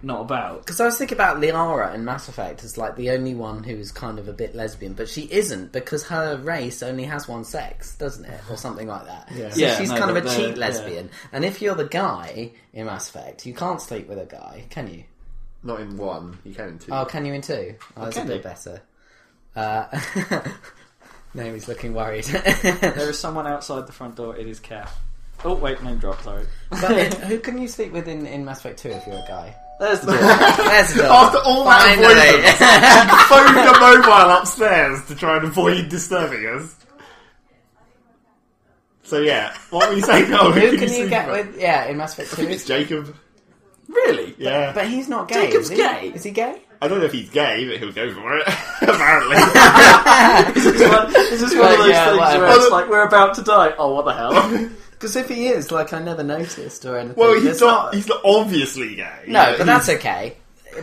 B: not about?
A: Because I was thinking about Liara in Mass Effect as like the only one who is kind of a bit lesbian, but she isn't because her race only has one sex, doesn't it, or something like that.
C: Yeah.
A: So
B: Yeah,
A: she's
B: no,
A: kind of
B: but the-
A: a cheat
B: yeah.
A: lesbian. And if you're the guy in Mass Effect, you can't sleep with a guy, can you?
C: Not in one. You can in two.
A: Oh, can you in two? Oh, that's a
B: can
A: bit
B: you?
A: better. Uh, Naomi's looking worried.
B: There is someone outside the front door. It is Cat. Oh wait, name drop. Sorry.
A: but in- who can you sleep with in, in Mass Effect Two if you're a guy?
B: There's the door.
A: There's the
C: After all that avoidance, phone your mobile upstairs to try and avoid disturbing us. So yeah, what were you saying? Oh,
A: Who can you
C: see
A: get
C: from-
A: with? Yeah, in Mass Effect
C: I think
A: Two.
C: it's Jacob.
B: really?
C: Yeah,
A: But he's not gay.
B: Jacob's
A: is he?
B: gay.
A: Is he gay?
C: I don't know if he's gay, but he'll go for it. Apparently,
B: This is one, this is one of
A: Well,
B: those
A: yeah,
B: things
A: whatever.
B: where it's like we're about to die. Oh, what the hell?
A: Because if he is, like, I never noticed or anything.
C: well, he's
A: It's
C: not, He's not obviously gay.
A: No, but
C: he's-
A: that's okay.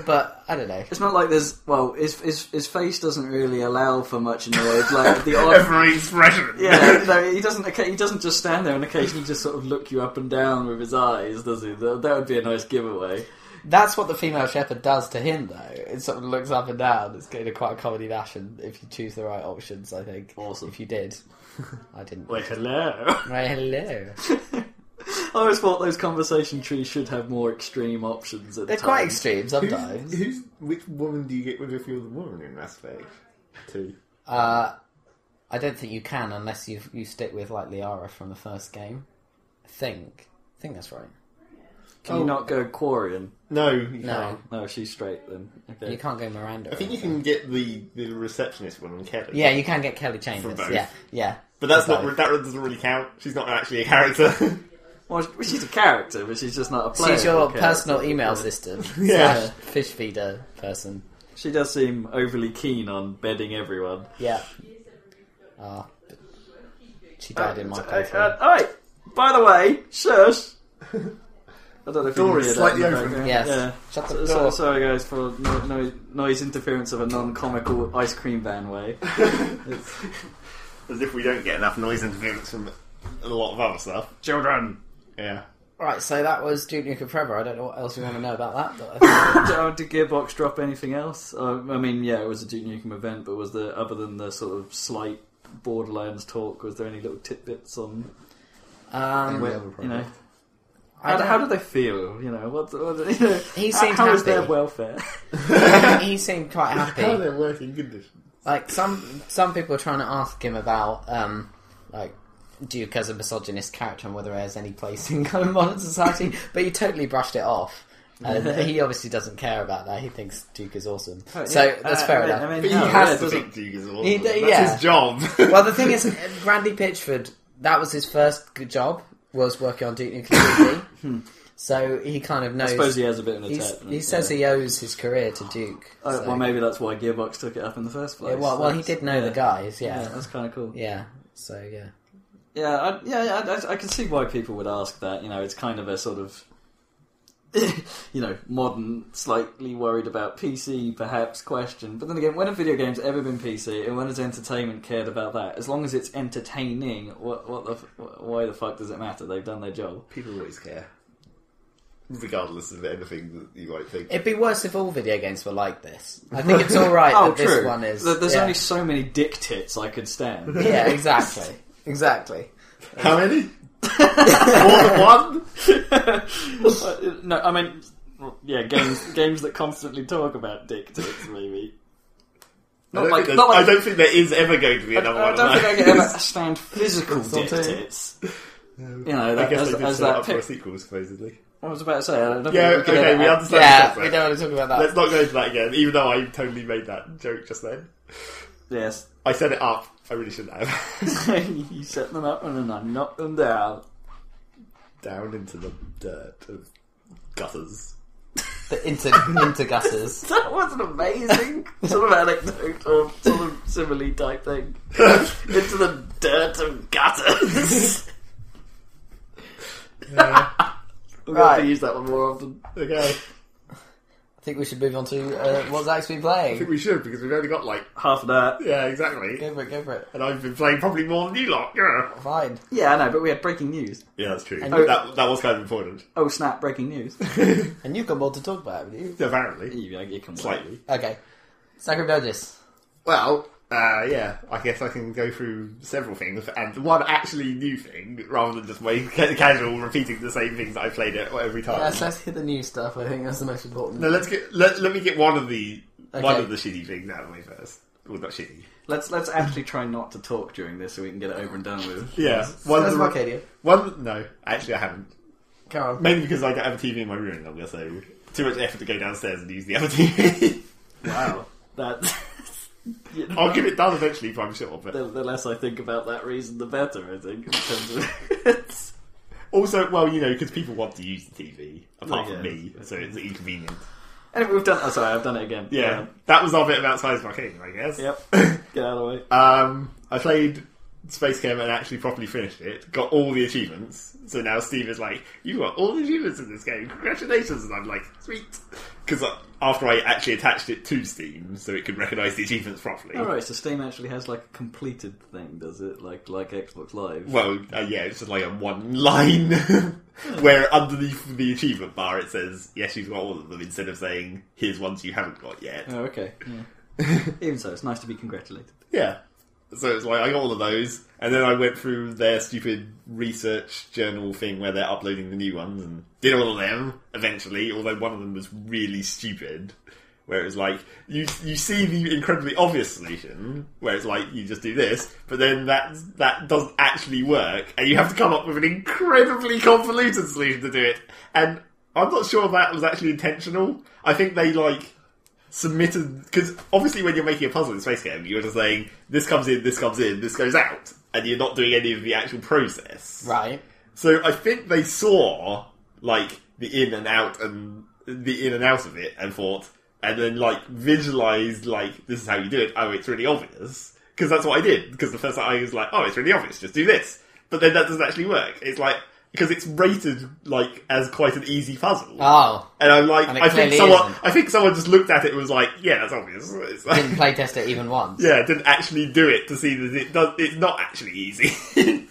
A: But I don't know.
B: It's not like there's well, his his his face doesn't really allow for much noise. Like the odd
C: every expression.
B: Yeah, no, he doesn't. occa- He doesn't just stand there and occasionally just sort of look you up and down with his eyes, does he? That, that would be a nice giveaway.
A: That's what the female shepherd does to him, though. It sort of looks up and down. It's going to quite a comedy fashion if you choose the right options. I think.
B: Awesome.
A: If you did, I didn't.
C: Wait, hello.
A: Right, hello.
B: I always thought those conversation trees should have more extreme options. At
A: They're
B: the
A: quite
B: time.
A: extreme
C: Who's,
A: sometimes.
C: who's which woman do you get with if you're the woman in Mass Effect? Two.
A: Uh, I don't think you can unless you you stick with like Liara from the first game. I think. I think that's right.
B: Can
A: Oh.
B: you not go Quarian?
C: No, you
A: No,
C: can't.
B: No, she's straight then. Okay.
A: you can't go Miranda.
C: I think you can get the, the receptionist one on Kelly.
A: Yeah, you can get Kelly Chambers.
C: both.
A: Yeah, yeah.
C: but that's not
A: Both.
C: that doesn't really count. She's not actually a character.
B: Well, she- she's a character, but she's just not a player.
A: She's your
B: Okay.
A: personal email system
C: Yeah.
A: slash fish feeder person.
B: She does seem overly keen on bedding everyone.
A: Yeah. Ah, but she died in my
B: Uh,
A: playthrough.
B: uh, all right. By the way, shush. I don't know if
C: Door
B: you can hear
C: is
B: that in
C: slightly
B: the
C: open.
B: background.
A: Yes.
B: Yeah.
A: Shut
B: So,
A: the
B: so,
A: door.
B: sorry, guys, for no, no, noise interference of a non-comical ice cream van way. It's-
C: As if we don't get enough noise interference from a lot of other stuff.
B: Children,
C: Yeah.
A: Right, so that was Duke Nukem Forever. I don't know what else you want to know about that, but I think
B: did, did Gearbox drop anything else? Uh, I mean, yeah, it was a Duke Nukem event, but was there other than the sort of slight Borderlands talk? Was there any little tidbits on?
A: um,
B: where- you know,
A: I
B: how,
A: don't-
B: how do they feel? You know, what? what you know,
A: He
B: how-
A: seemed
B: how is their
A: happy.
B: welfare?
A: he seemed quite
C: How are
A: happy.
C: they working conditions?
A: Like some some people are trying to ask him about um, like Duke as a misogynist character and whether he has any place in kind of modern society, but he totally brushed it off. And he obviously doesn't care about that. He thinks Duke is awesome. So that's
B: Uh,
A: fair
B: I mean-
A: enough.
B: I mean,
C: But he
B: no,
C: has
B: yeah,
C: to
B: doesn't-
C: think Duke is awesome.
A: He d-
C: That's
A: yeah.
C: his job.
A: well, the thing is, Randy Pitchford, that was his first good job, was working on Duke Nukem
B: Hmm.
A: 3D. so he kind of knows.
B: I suppose he has a bit of an
A: he's-
B: attack.
A: he says he owes his career to Duke.
B: Uh,
A: so-
B: well, maybe that's why Gearbox took it up in the first place.
A: Yeah, well, well, he did know the
B: Yeah.
A: guys,
B: Yeah,
A: yeah.
B: that's kind of cool. Yeah,
A: Yeah, so yeah.
B: I, yeah, I, I, I can see why people would ask that. You know, it's kind of a sort of, you know, modern, slightly worried about PC perhaps question. But then again, when have video games ever been PC, and when has entertainment cared about that? As long as it's entertaining, what, what the, f- why the fuck does it matter? They've done their job.
C: People always care. Regardless of anything that you might think.
A: It'd be worse if all video games were like this. I think it's alright
B: oh,
A: that
B: true.
A: this one is.
B: There- There's
A: yeah.
B: only so many dick tits I could stand.
A: Yeah, exactly. Exactly.
C: How many? More than one?
B: Uh, no, I mean, yeah, games games that constantly talk about dick tits, maybe.
C: I
B: Not
C: don't,
B: like,
C: think
B: not
C: there's-
B: like,
C: I don't think there is ever going to be another
B: I
C: one
B: don't
C: of
B: think I
C: those.
B: could ever stand physical dick
A: Something.
B: tits. You know,
C: I
B: that,
C: guess
B: as,
C: they did
B: as
C: set it
B: that
C: up for a
B: pic,
C: sequel, supposedly.
B: I was about to say, I don't think
C: Yeah,
B: we could
C: okay,
B: ever-
C: we understand.
A: Yeah,
C: that.
A: we don't want to talk about
C: Let's
A: that.
C: not go into that again, even though I totally made that joke just then.
B: Yes.
C: I set it up. I really shouldn't have.
B: you set them up and then I knock them down.
C: Down into the dirt of gutters.
A: The inter, inter gutters.
B: That was an amazing sort of anecdote or sort of simile type thing. Into the dirt of gutters. I'm going to
A: Right.
B: have to use that one more often.
C: Okay.
A: I think we should move on to uh, what's actually
C: I think
A: playing.
C: we should, because we've only got like.
B: Half of that.
C: Yeah, exactly.
A: Go for it, go for it.
C: And I've been playing probably more than you lot. Yeah,
A: Fine.
B: Yeah, I know, but we had breaking news.
C: yeah that's true.
A: you-
C: that, that was kind of important.
B: Oh snap! Breaking news.
A: And you've got more to talk about, haven't you?
C: Apparently.
B: you, you can
C: Slightly.
A: Okay. Zachary Burgess.
C: Well, uh, yeah, I guess I can go through several things, and one actually new thing, rather than just my ca- casual repeating the same things that I played it every time.
A: Yes, let's hit the new stuff. I think that's the most important.
C: No, let's get let, let me get one of the one
A: Okay.
C: of the shitty things out of the way first. Well, not shitty.
B: Let's let's actually try not to talk during this so we can get it over and done with.
C: Yeah, one
A: that's
C: of the
A: Arcadia.
C: one. No, actually, I haven't.
A: Carol.
C: Mainly because I don't have a TV in my room. I'm gonna say too much effort to go downstairs and use the other TV.
B: Wow, that. You know,
C: I'll get it done eventually, but I'm sure. But
B: the, the less I think about that reason, the better. I think in terms of.
C: also, well, you know, because people want to use the TV apart
B: Yeah.
C: from me, so it's inconvenient.
B: anyway, we've done. Oh, sorry, I've done it again.
C: Yeah, that was our bit about Size Arcadia, I guess.
B: Yep. Get out of the way.
C: Um, I played Space Cam and actually properly finished it. Got all the achievements. So now Steve is like, "You got all the achievements in this game. Congratulations!" And I'm like, "Sweet," because after I actually attached it to Steam, so it could recognise the achievements properly.
B: All right. So Steam actually has like a completed thing, does it? Like like Xbox Live.
C: Well, uh, yeah, it's just like a one line where underneath the achievement bar it says, "Yes, you've got all of them," instead of saying, "Here's ones you haven't got yet."
B: Oh, okay. Yeah. Even so, it's nice to be congratulated.
C: Yeah. So it's like I got all of those, and then I went through their stupid research journal thing where they're uploading the new ones, and did all of them eventually. Although one of them was really stupid, where it was like you you see the incredibly obvious solution, where it's like you just do this, but then that that doesn't actually work, and you have to come up with an incredibly convoluted solution to do it. And I'm not sure that was actually intentional. I think they like submitted because obviously when you're making a puzzle in space game you're just saying this comes in this comes in this goes out and you're not doing any of the actual process
A: Right.
C: so i think they saw like the in and out and the in and out of it and thought and then like visualized like this is how you do it oh it's really obvious because that's what i did because the first time i was like oh it's really obvious just do this but then that doesn't actually work it's like because it's rated like as quite an easy puzzle.
A: Oh,
C: and I'm like,
A: And it
C: I think
A: clearly
C: someone,
A: isn't. Hmm.
C: I think someone just looked at it and was like, yeah, that's obvious. It's like-
A: didn't playtest it even once.
C: yeah, didn't actually do it to see that it does. It's not actually easy.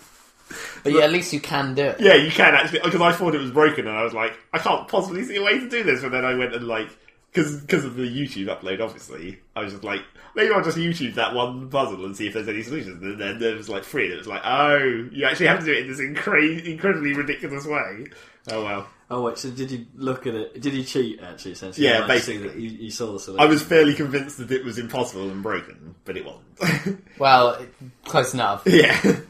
A: But yeah, at least you can do it.
C: yeah, you can actually because I thought it was broken, and I was like, I can't possibly see a way to do this. But then I went and like because of the YouTube upload, obviously, I was just like, maybe I'll just YouTube that one puzzle and see if there's any solutions. And then there was like three, and it was like, oh, you actually have to do it in this incre- incredibly ridiculous way. Oh well.
B: Oh wait, so did you look at it? Did you cheat actually? Essentially,
C: Yeah,
B: Like, you see
C: basically.
B: that you, you saw the solution.
C: I was fairly convinced that it was impossible and broken, but it wasn't.
A: Well, close enough.
C: yeah,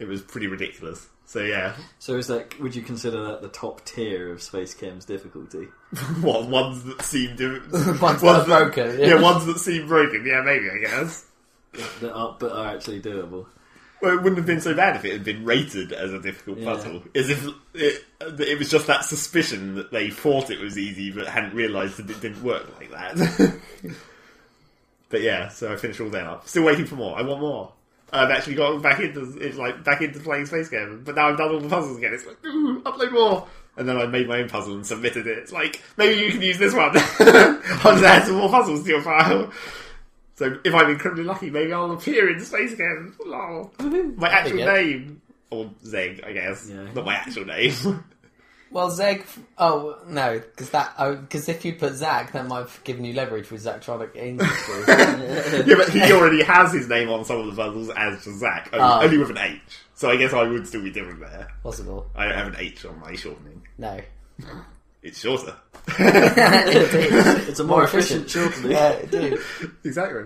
C: it was pretty ridiculous. So yeah,
B: So is that? Would you consider that the top tier of Space Cam's difficulty?
C: what ones that seem to
A: Ones that are broken.
C: Yeah. ones that seem broken. Yeah, maybe I guess.
B: That are, but are actually doable.
C: Well, it wouldn't have been so bad if it had been rated as a difficult
B: Yeah.
C: puzzle. As if it, that it was just that suspicion that they thought it was easy but hadn't realised that it didn't work like that. but yeah, so I finished all that up. Still waiting for more. I want more. I've actually got back into it's like back into playing Space Game, but now I've done all the puzzles again. It's like ooh, upload more, and then I made my own puzzle and submitted it. It's like maybe you can use this one. I'll just add some more puzzles to your file. So if I'm incredibly lucky, maybe I'll appear in Space Game. Lol. My actual
A: good.
C: name or Zeg, I guess,
B: Yeah.
C: not my actual name.
A: Well, Zeg. Oh no, because that. Oh, because if you put Zach, that might have given you leverage with Zachtronic Industries.
C: yeah, but he already has his name on some of the puzzles as just Zach, only,
A: Ah.
C: only with an H. So I guess I would still be different there.
A: Possible.
C: I don't have an H on my shortening.
A: No.
C: It's shorter.
A: Indeed.
B: It's a more,
A: More
B: efficient,
A: efficient.
B: shortening.
A: yeah, Uh, dude.
C: Exactly.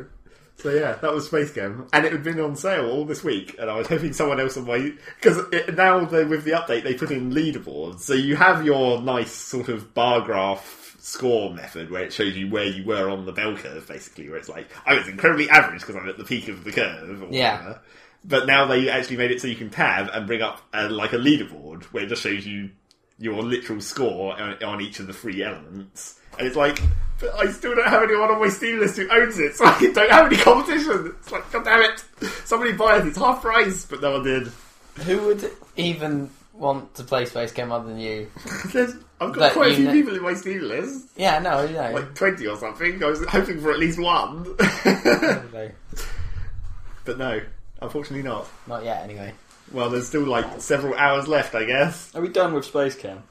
C: So yeah, that was Space Game, and it had been on sale all this week, and I was hoping someone else on my because now they, with the update they put in leaderboards, so you have your nice sort of bar graph score method where it shows you where you were on the bell curve, basically, where it's like I was incredibly average because I'm at the peak of the curve. Or
A: Yeah.
C: whatever. But now they actually made it so you can tab and bring up uh, like a leaderboard where it just shows you your literal score on, on each of the three elements. And it's like, but I still don't have anyone on my Steam list who owns it, so I don't have any competition. It's like, god damn it, somebody buy it, it's half price, but no one did.
A: Who would even want to play Space Game other than you?
C: There's, I've got
A: But
C: quite a
A: you
C: few
A: know-
C: people in my Steam list,
A: Yeah, no, I know.
C: like 20 or something. I was hoping for at least one.
A: No,
C: but no, unfortunately not.
A: Not yet, anyway.
C: Well, there's still like several hours left, I guess.
B: Are we done with Space Cam?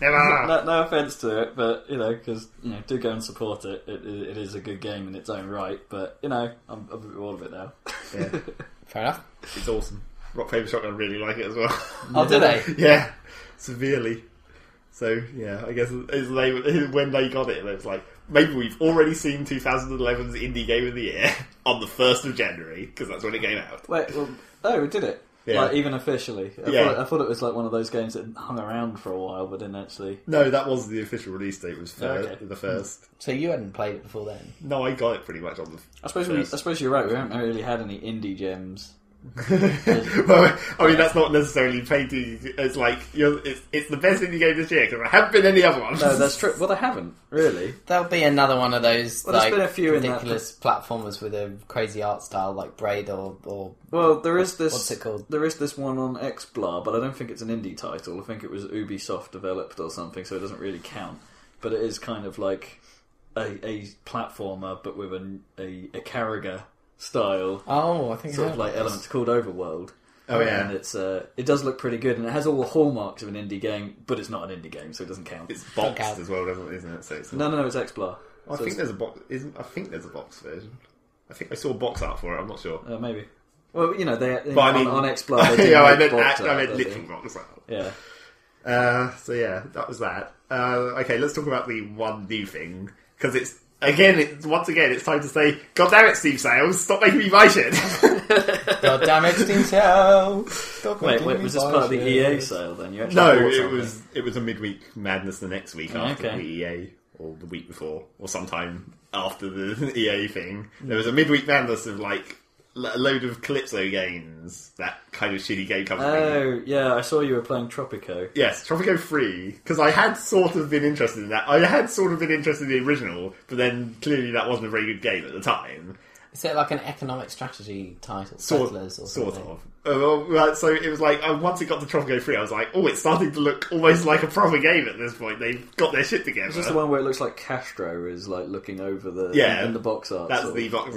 C: Never!
B: No, no offense to it, but you know, because you know, do go and support it. It, it. it is a good game in its own right, but you know, I'm, I'm a bit bored of it now.
C: Yeah.
A: Fair enough.
C: It's awesome. Rock, paper, shotgun really like it as well.
A: Oh, do they?
C: yeah, severely. So yeah, I guess as they, when they got it, it was like maybe we've already seen 2011's indie game of the year on the first of January because that's when it came out.
B: Wait, well, oh, we did it.
C: Yeah.
B: Like even officially, I,
C: Yeah.
B: thought, I thought it was like one of those games that hung around for a while, but didn't actually.
C: No, that was the official release date. Was fir-
B: Okay.
C: the first.
A: So you hadn't played it before then?
C: No, I got it pretty much on the.
B: I suppose we, I
C: Yes.
B: suppose you're right. We haven't really had any indie gems.
C: well, I mean, that's not necessarily paid to. It's like you're, it's, it's the best indie game this year because there haven't been any other ones.
B: No, that's true. Well, they haven't really.
A: There'll be another one of those
B: Well, there's
A: like
B: been a few in that-
A: ridiculous platformers with a crazy art style, like Braid or or
B: Well, there is this.
A: What's it called?
B: There is this one on XBLAR, but I don't think it's an indie title. I think it was Ubisoft developed or something, so it doesn't really count. But it is kind of like a, a platformer, but with an, a a Carragher style
A: oh, I think
B: sort
A: I
B: of like elements called Overworld.
C: Oh, yeah.
B: and it's uh, it does look pretty good, and it has all the hallmarks of an indie game, but it's not an indie game, so it doesn't count.
C: It's boxed
A: out.
C: as well, doesn't it? Isn't it? So it's
B: no, no, no, it's XBLAR.
C: I
B: So
C: think
B: it's-
C: there's a box. Isn't I think there's a box version. I think I saw box art for it. I'm not sure.
B: uh, maybe. Well, you know, they
C: But I mean,
B: on, on XBLAR. They do
C: yeah, I
B: make
C: meant,
B: box
C: act- I
B: art,
C: meant
B: don't they?
C: literal box art.
B: Yeah.
C: Uh, so yeah, that was that. Uh, okay, let's talk about the one new thing because it's again, it's once again, it's time to say, God damn it, Steve Sales, stop making me buy shit.
A: God damn it, Steam Cell! Stop
B: Wait,
A: making
B: wait,
A: me
B: was this
A: buy
B: part of the E EA
A: shit.
B: sale then? You actually
C: no,
B: bought
C: it
B: something?
C: was it was a midweek madness the next week
B: Oh,
C: after
B: okay.
C: the EA or the week before or sometime after the EA thing. There was a midweek madness of like l- a load of Calypso games, that kind of shitty game company.
B: Oh yeah, I saw you were playing Tropico.
C: Yes, Tropico 3, because I had sort of been interested in that. I had sort of been interested in the original, but then clearly that wasn't a very good game at the time.
A: Is it like an economic strategy title?
C: Sort,
A: Settlers or
C: sort
A: something?
C: of. Uh, well, right, so it was like uh, once it got to Tropico Three, I was like, oh, it's starting to look almost like a proper game at this point. They've got their shit together.
B: Is this the one where it looks like Castro is like looking over the
C: Yeah.
B: in the box art?
C: That's
B: sort
C: the
B: of-
C: box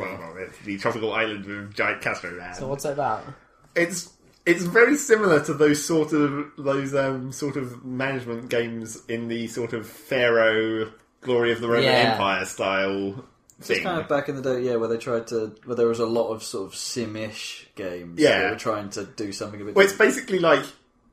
C: the tropical island with giant Castro man.
A: So what's it about?
C: it's it's very similar to those sort of those um, sort of management games in the sort of Pharaoh Glory of the Roman
A: Yeah.
C: Empire style
B: It's
C: thing.
B: kind of back in the day, yeah, where they tried to where there was a lot of sort of sim-ish games.
C: Yeah.
B: they were trying to do something a bit.
C: Well, it's basically like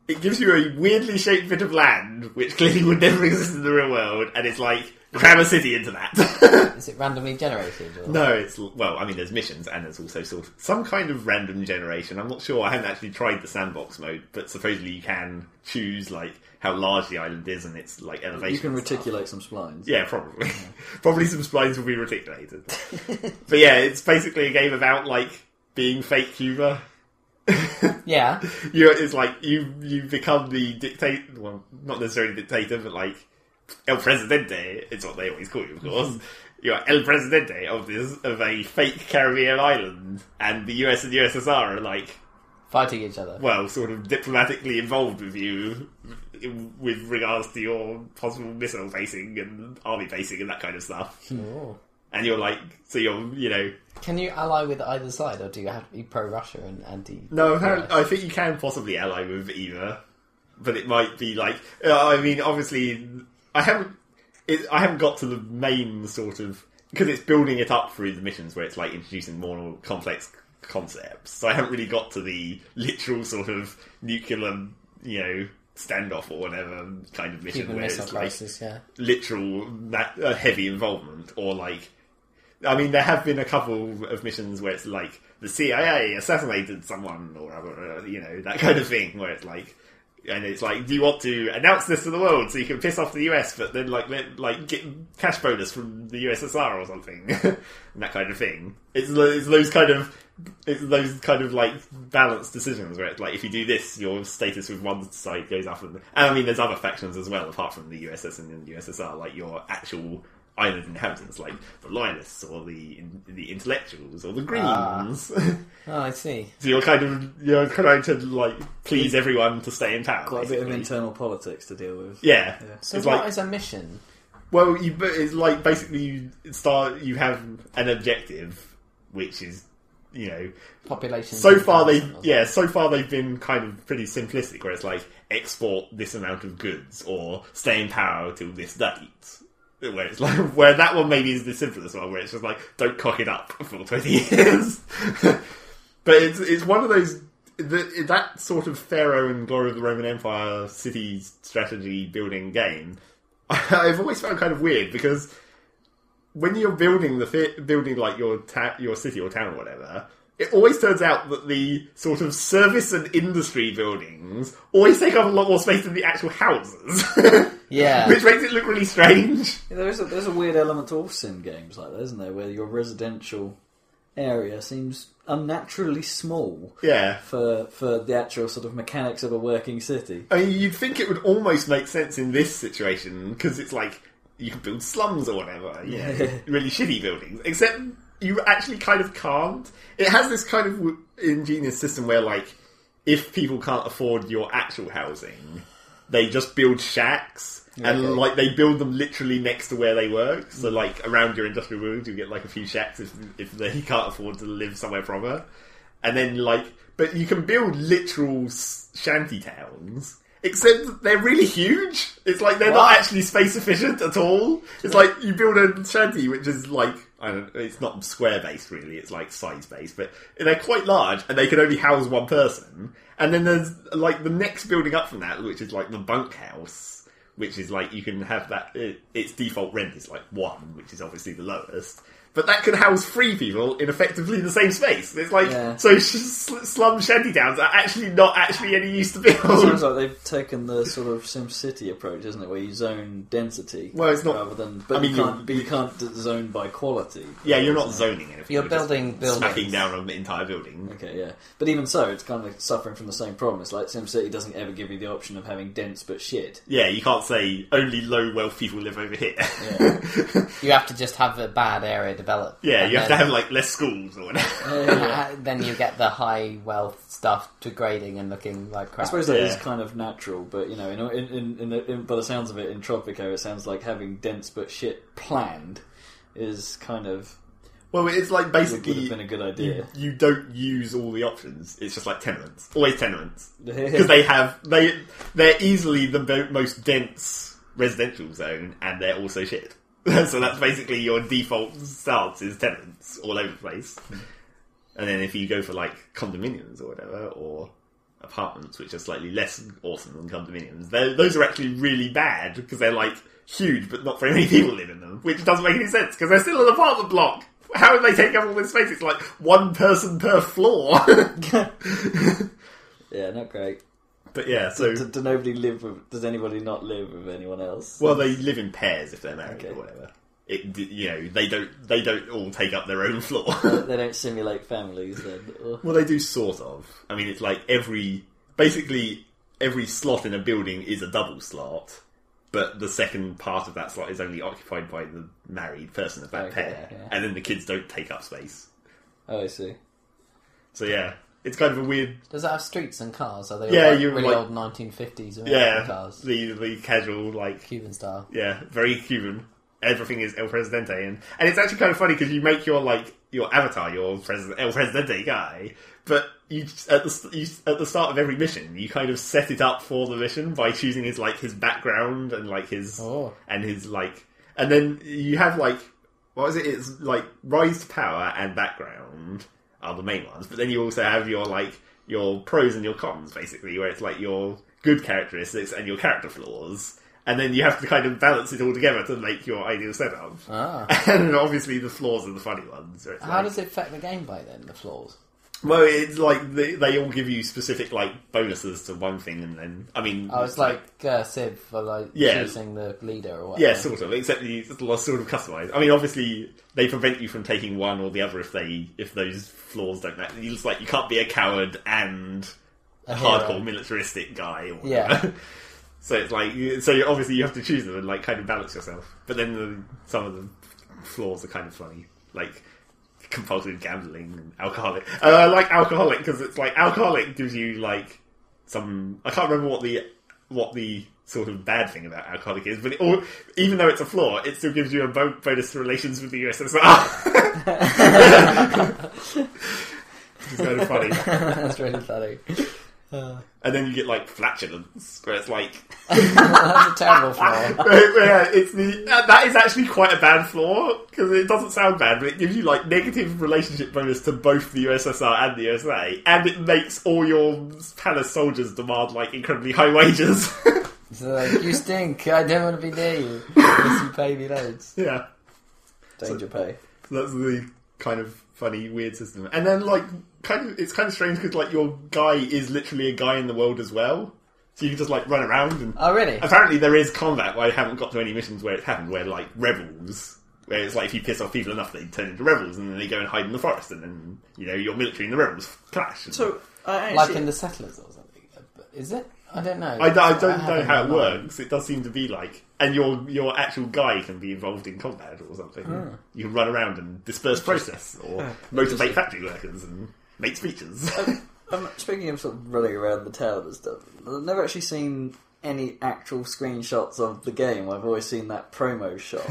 C: it gives you a weirdly shaped bit of land which clearly would never exist in the real world, and it's like cram a city into that.
A: Is it randomly generated? Or...
C: no, it's well, I mean, there's missions and there's also sort of some kind of random generation. I'm not sure. I haven't actually tried the sandbox mode, but supposedly you can choose like how large the island is and its like elevation.
B: you can
C: and stuff.
B: reticulate some splines.
C: Yeah, probably. probably some splines will be reticulated. but yeah, it's basically a game about like being fake humor.
A: Yeah.
C: You it's like you you become the dictator. Well, not necessarily dictator, but like El Presidente. It's what they always call you, of course. You are El Presidente of this of a fake Caribbean island, and the US and USSR are like
A: Fighting each other.
C: well, sort of diplomatically involved with you with regards to your possible missile basing and army basing and that kind of stuff.
A: Ooh.
C: and you're like, so you're, you know,
A: Hmm. Can you ally with either side, or do you have to be pro Russia and anti?
C: no, apparently, I think you can possibly ally with either, but it might be like, uh, I mean, obviously, I haven't, it, I haven't got to the main sort of because it's building it up through the missions where it's like introducing more complex concepts. So I haven't really got to the literal sort of nuclear, you know, standoff or whatever kind of mission
A: Cuban
C: where
A: Missile
C: it's like
A: Crisis. Yeah.
C: literal ma- uh, heavy involvement or like I mean there have been a couple of missions where it's like the CIA assassinated someone or other, uh, you know that kind of thing where it's like and it's like do you want to announce this to the world so you can piss off the US but then like let, like get cash bonus from the USSR or something and that kind of thing it's, tho- it's those kind of it's those kind of like balanced decisions where it's like if you do this, your status with one side goes up, and, and I mean there's other factions as well apart from the USS and the USSR, like your actual island inhabitants, like the loyalists or the the intellectuals or the
B: Ah.
C: Greens.
A: Oh, I see.
C: so you're kind of you're trying to like please everyone to stay in power.
B: quite a bit of
C: basically.
B: internal politics to deal with.
C: yeah.
A: So
C: It's
A: what is
C: like-
A: a mission?
C: Well, you but it's like basically you start you have an objective, which is you know
A: Population.
C: so far they
A: comparison or something.
C: yeah so far they've been kind of pretty simplistic where it's like export this amount of goods or stay in power till this date where it's like where that one maybe is the simplest one where it's just like don't cock it up for 20 years but it's it's one of those the, that sort of pharaoh and glory of the roman empire city strategy building game i've always found kind of weird because when you're building the thi- building like your ta- your city or town or whatever, it always turns out that the sort of service and industry buildings always take up a lot more space than the actual houses,
A: Yeah.
C: which makes it look really strange.
B: Yeah, there is a, there's a weird element to all sim games like that, isn't there? Where your residential area seems unnaturally small
C: Yeah.
B: for for the actual sort of mechanics of a working city.
C: I mean, you'd think it would almost make sense in this situation because it's like you can build slums or whatever, you know, really shitty buildings. Except you actually kind of can't. It has this kind of w- ingenious system where, like, if people can't afford your actual housing, they just build shacks.
B: Okay.
C: And like they build them literally next to where they work, so like around your industrial ruins, you get like a few shacks if if they can't afford to live somewhere proper and then like but you can build literal s- shanty towns except that they're really huge it's like they're not
A: Wow.
C: actually space efficient at all it's like you build a shanty which is like I don't, it's not square based really it's like size based but they're quite large and they can only house one person and then there's like the next building up from that which is like the bunkhouse which is like you can have that it, its default rent is like one which is obviously the lowest but that can house three people in effectively the same space it's like
B: Yeah.
C: so sh- sl- slum shanty towns are actually not actually any use to
B: It sounds
C: build.
B: like they've taken the sort of Sim City approach, isn't it? Where you zone density.
C: Well, it's not-
B: rather than. But
C: I mean,
B: you can't.
C: you-
B: But you can't d- zone by quality.
C: yeah, you're not zoning anything.
A: You're
C: just
A: building buildings.
C: smacking down on the entire building.
B: Okay, yeah. But even so, it's kind of suffering from the same problem. It's like Sim City doesn't ever give you the option of having dense but shit.
C: Yeah, you can't say only low wealth people live over here.
B: Yeah.
A: You have to just have a bad area to develop.
C: Yeah,
A: And
C: you have to
A: then-
C: have like less schools or whatever.
A: then you get the high wealth stuff degrading and looking like crap.
B: I suppose that is
C: Yeah.
B: kind of natural, but you know, in in, in, in, the, in by the sounds of it, in Tropico, it sounds like having dense but shit planned is kind of
C: well, it's like
B: would, would have
C: basically
B: been a good
C: you,
B: idea.
C: you don't use all the options. It's just like tenements, always tenements, because
B: yeah,
C: they have they they're easily the mo- most dense residential zone, and they're also shit. so that's basically your default stance is tenements all over the place. And then if you go for like condominiums or whatever, or apartments, which are slightly less awesome than condominiums, they're- those are actually really bad because they're like huge, but not very many people live in them, which doesn't make any sense because they're still an apartment block. How would they take up all this space? It's like one person per floor.
B: not great.
C: but yeah, so
B: Does, does nobody live with? Does anybody not live with anyone else?
C: Well, they live in pairs if they're married
B: Okay.
C: or whatever. It, d- you know, they don't they don't all take up their own floor.
B: they don't simulate families then. Oh, Or-
C: well, they do sort of. I mean, it's like every basically every slot in a building is a double slot, but the second part of that slot is only occupied by the married person of that
B: Okay,
C: pair,
B: yeah.
C: and then the kids don't take up space.
B: Oh, I see.
C: So yeah, it's kind of a weird
A: Does that have streets and cars? Are they
C: Yeah,
A: all like
C: you're
A: really
C: like-
A: old 1950s American
C: yeah
A: cars?
C: the the casual like
A: Cuban style.
C: Yeah, very Cuban. Everything is El Presidente, and and it's actually kind of funny because you make your like your avatar your pres- El Presidente guy, but you at the st- you, at the start of every mission you kind of set it up for the mission by choosing his like his background and like his
A: Oh.
C: and his like, and then you have like what is it? It's like rise to power and background are the main ones, but then you also have your like your pros and your cons basically, where it's like your good characteristics and your character flaws, and then you have to kind of balance it all together to make your ideal setup.
A: Ah.
C: And obviously, the flaws are the funny ones. where it's
A: How
C: like-
A: does it affect the gameplay then? The flaws.
C: well, it's like they, they all give you specific like bonuses to one thing, and then I mean,
A: I was like uh, Civ for like
C: Yeah.
A: choosing the leader or whatever.
C: Yeah, sort of. Except you it's a lot sort of customised. I mean, obviously they prevent you from taking one or the other if they if those flaws don't. Matter. It's like you can't be a coward and a
A: hero.
C: hardcore militaristic guy. Or
A: Yeah.
C: whatever. so it's like you- so you- obviously you have to choose them and like kind of balance yourself. But then the, some of the flaws are kind of funny, like. Compulsive gambling and alcoholic. And I like alcoholic because it's like alcoholic gives you like some I can't remember what the what the sort of bad thing about alcoholic is, but it all, even though it's a flaw, it still gives you a bo- bonus to relations with the USSR. Which is kind of funny.
A: That's really funny.
C: And then you get like flatulence, where it's like,
A: That's a terrible flaw.
C: yeah, it's the uh, that is actually quite a bad flaw because it doesn't sound bad, but it gives you like negative relationship bonus to both the USSR and the USA, and it makes all your palace soldiers demand like incredibly high wages.
A: So like, you stink. I don't want to be near you. Unless you pay me loads.
C: yeah.
B: Danger pay.
C: That's the kind of funny, weird system. And then, like, kind of, it's kind of strange because, like, your guy is literally a guy in the world as well. So you can just, like, run around and.
A: Oh really?
C: Apparently, there is combat, but I haven't got to any missions where it's happened, where, like, rebels. Where it's like if you piss off people enough, they turn into rebels, and then they go and hide in the forest, and then you know your military and the rebels clash. and-
B: So I
A: Like in the settlers or something. Is it? I don't know.
C: I, don't- I don't know
A: happened
C: how it
A: online.
C: works. It does seem to be like, and your your actual guy can be involved in combat or something. You can run around and disperse process or motivate factory workers and make speeches.
B: Um, speaking of sort of running around the town and stuff, I've never actually seen any actual screenshots of the game. I've always seen that promo shot,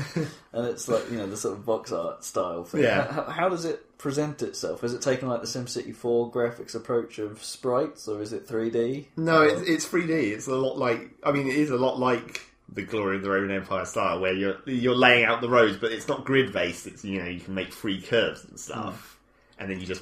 B: and it's like you know the sort of box art style thing.
C: Yeah.
B: How, how does it present itself? Is it taking like the SimCity Four graphics approach of sprites, or is it three D?
C: no, it's, it's 3D. It's a lot like. I mean, it is a lot like the glory of the Roman Empire style, where you're you're laying out the roads, but it's not grid based. It's you know you can make free curves and stuff, and then you just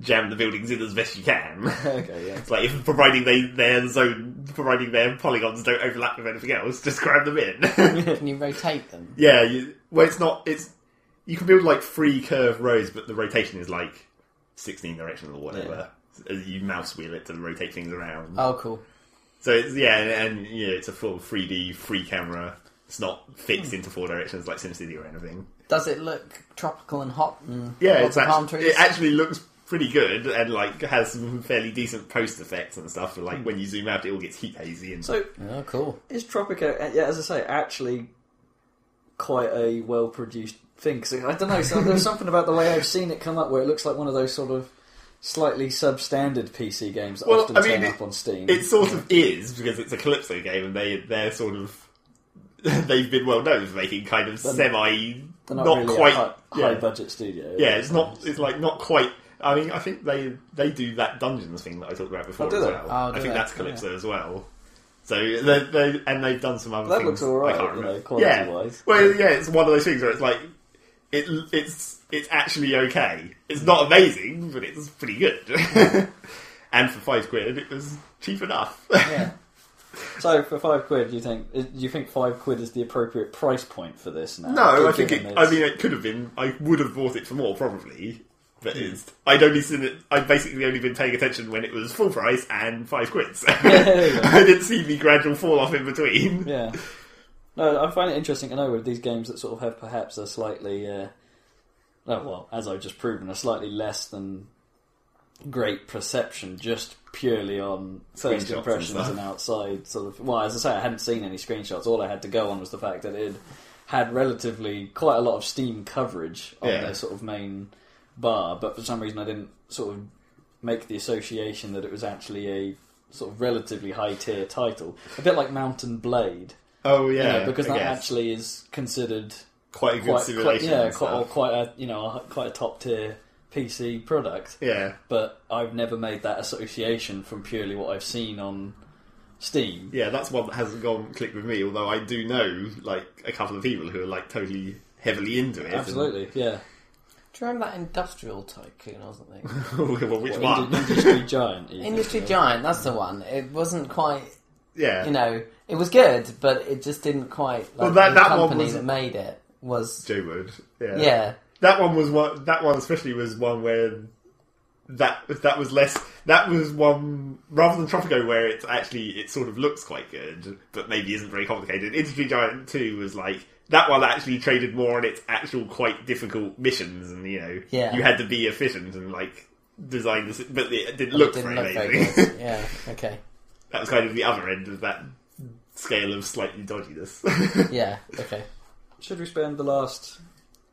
C: jam the buildings in as best you can.
B: Okay, yeah.
C: It's like if providing they their zone, providing their polygons don't overlap with anything else, just grab them in.
A: Can you rotate them?
C: yeah, you, well, it's not. It's you can build like three curved rows, but the rotation is like sixteen directional or whatever. As You mouse wheel it to rotate things around.
A: Oh cool.
C: So it's yeah, and, and yeah, it's a full three D free camera. It's not fixed into four directions like SimCity or anything.
A: Does it look tropical and hot? And
C: Yeah,
A: lots
C: it's
A: of palm
C: actually,
A: trees?
C: it actually looks pretty good and like has some fairly decent post effects and stuff. But, like when you zoom out, it all gets heat hazy and
B: So
A: Oh cool.
B: uh, is Tropico? Yeah, as I say, actually quite a well produced thing. 'cause I don't know. So there's something about the way I've seen it come up where it looks like one of those sort of slightly substandard PC games that
C: Well,
B: often
C: I mean,
B: turn
C: it-
B: up on Steam.
C: It sort of is because it's a Calypso game, and they they're sort of they've been well known for making kind of semi
B: They're
C: not,
B: really a
C: quite
B: high,
C: yeah.
B: budget studio.
C: yeah, it's not it's like not quite. I mean, I think they they do that dungeons thing that I talked about before
B: Oh, do
C: as
B: they?
C: well.
A: Oh,
C: I
A: do
C: think
A: they?
C: that's Calypso as well. So they, they and they've done some other
B: That
C: things.
B: looks all right,
C: I can't
B: you know,
C: remember.
B: quality
C: yeah.
B: wise.
C: Well, yeah, it's one of those things where it's like it it's it's actually okay. It's not amazing, but it's pretty good. and for five quid, it was cheap enough.
B: Yeah. So for five quid, do you think is- do you think five quid is the appropriate price point for this now?
C: No, I
B: Given
C: think it,
B: it's-
C: I mean it could have been. I would have bought it for more probably, but
B: Hmm.
C: it's, I'd only seen it. I'd basically only been paying attention when it was full price and five quid. So
B: yeah.
C: I didn't see the gradual fall off in between.
B: yeah. No, I find it interesting. I know with these games that sort of have perhaps a slightly, uh, oh, well, as I've just proven, a slightly less than great perception, just purely on
C: Screenshots
B: first
C: and
B: impressions
C: stuff.
B: and outside sort of. Well, as I say, I hadn't seen any screenshots. All I had to go on was the fact that it had relatively quite a lot of Steam coverage on
C: Yeah.
B: their sort of main bar, but for some reason I didn't sort of make the association that it was actually a sort of relatively high tier title, a bit like Mountain Blade,
C: Oh
B: you know,
C: yeah,
B: because
C: I
B: that
C: guess.
B: actually is considered
C: quite a good
B: quite, quite
C: simulation.
B: yeah,
C: and
B: quite, or
C: stuff.
B: quite a you know a- quite a top tier PC product.
C: yeah,
B: But I've never made that association from purely what I've seen on Steam.
C: yeah. That's one that hasn't gone click with me. Although I do know like a couple of people who are like totally heavily into it. and-
B: Absolutely, yeah.
A: Do you remember that industrial tycoon, wasn't there?
C: well, which
B: Indi-
C: one?
B: Industry giant. even.
A: Industry Giant, that's the one. It wasn't quite,
C: Yeah.
A: you know, it was good, but it just didn't quite. Like,
C: Well, that-
A: the
C: that one
A: company
C: was-
A: that made it was.
C: Joe Wood. Yeah.
A: Yeah.
C: That one was one. That one especially was one where that that was less. That was one rather than Tropico, where it's actually it sort of looks quite good, but maybe isn't very complicated. Industry Giant Two was like that one actually traded more on its actual quite difficult missions, and you know
A: Yeah.
C: you had to be efficient and like design this, but it didn't
A: but
C: look
A: it didn't
C: very
A: look very
C: amazing.
A: good. Yeah, okay.
C: that was kind of the other end of that scale of slightly dodginess.
A: Yeah, okay.
B: Should we spend the last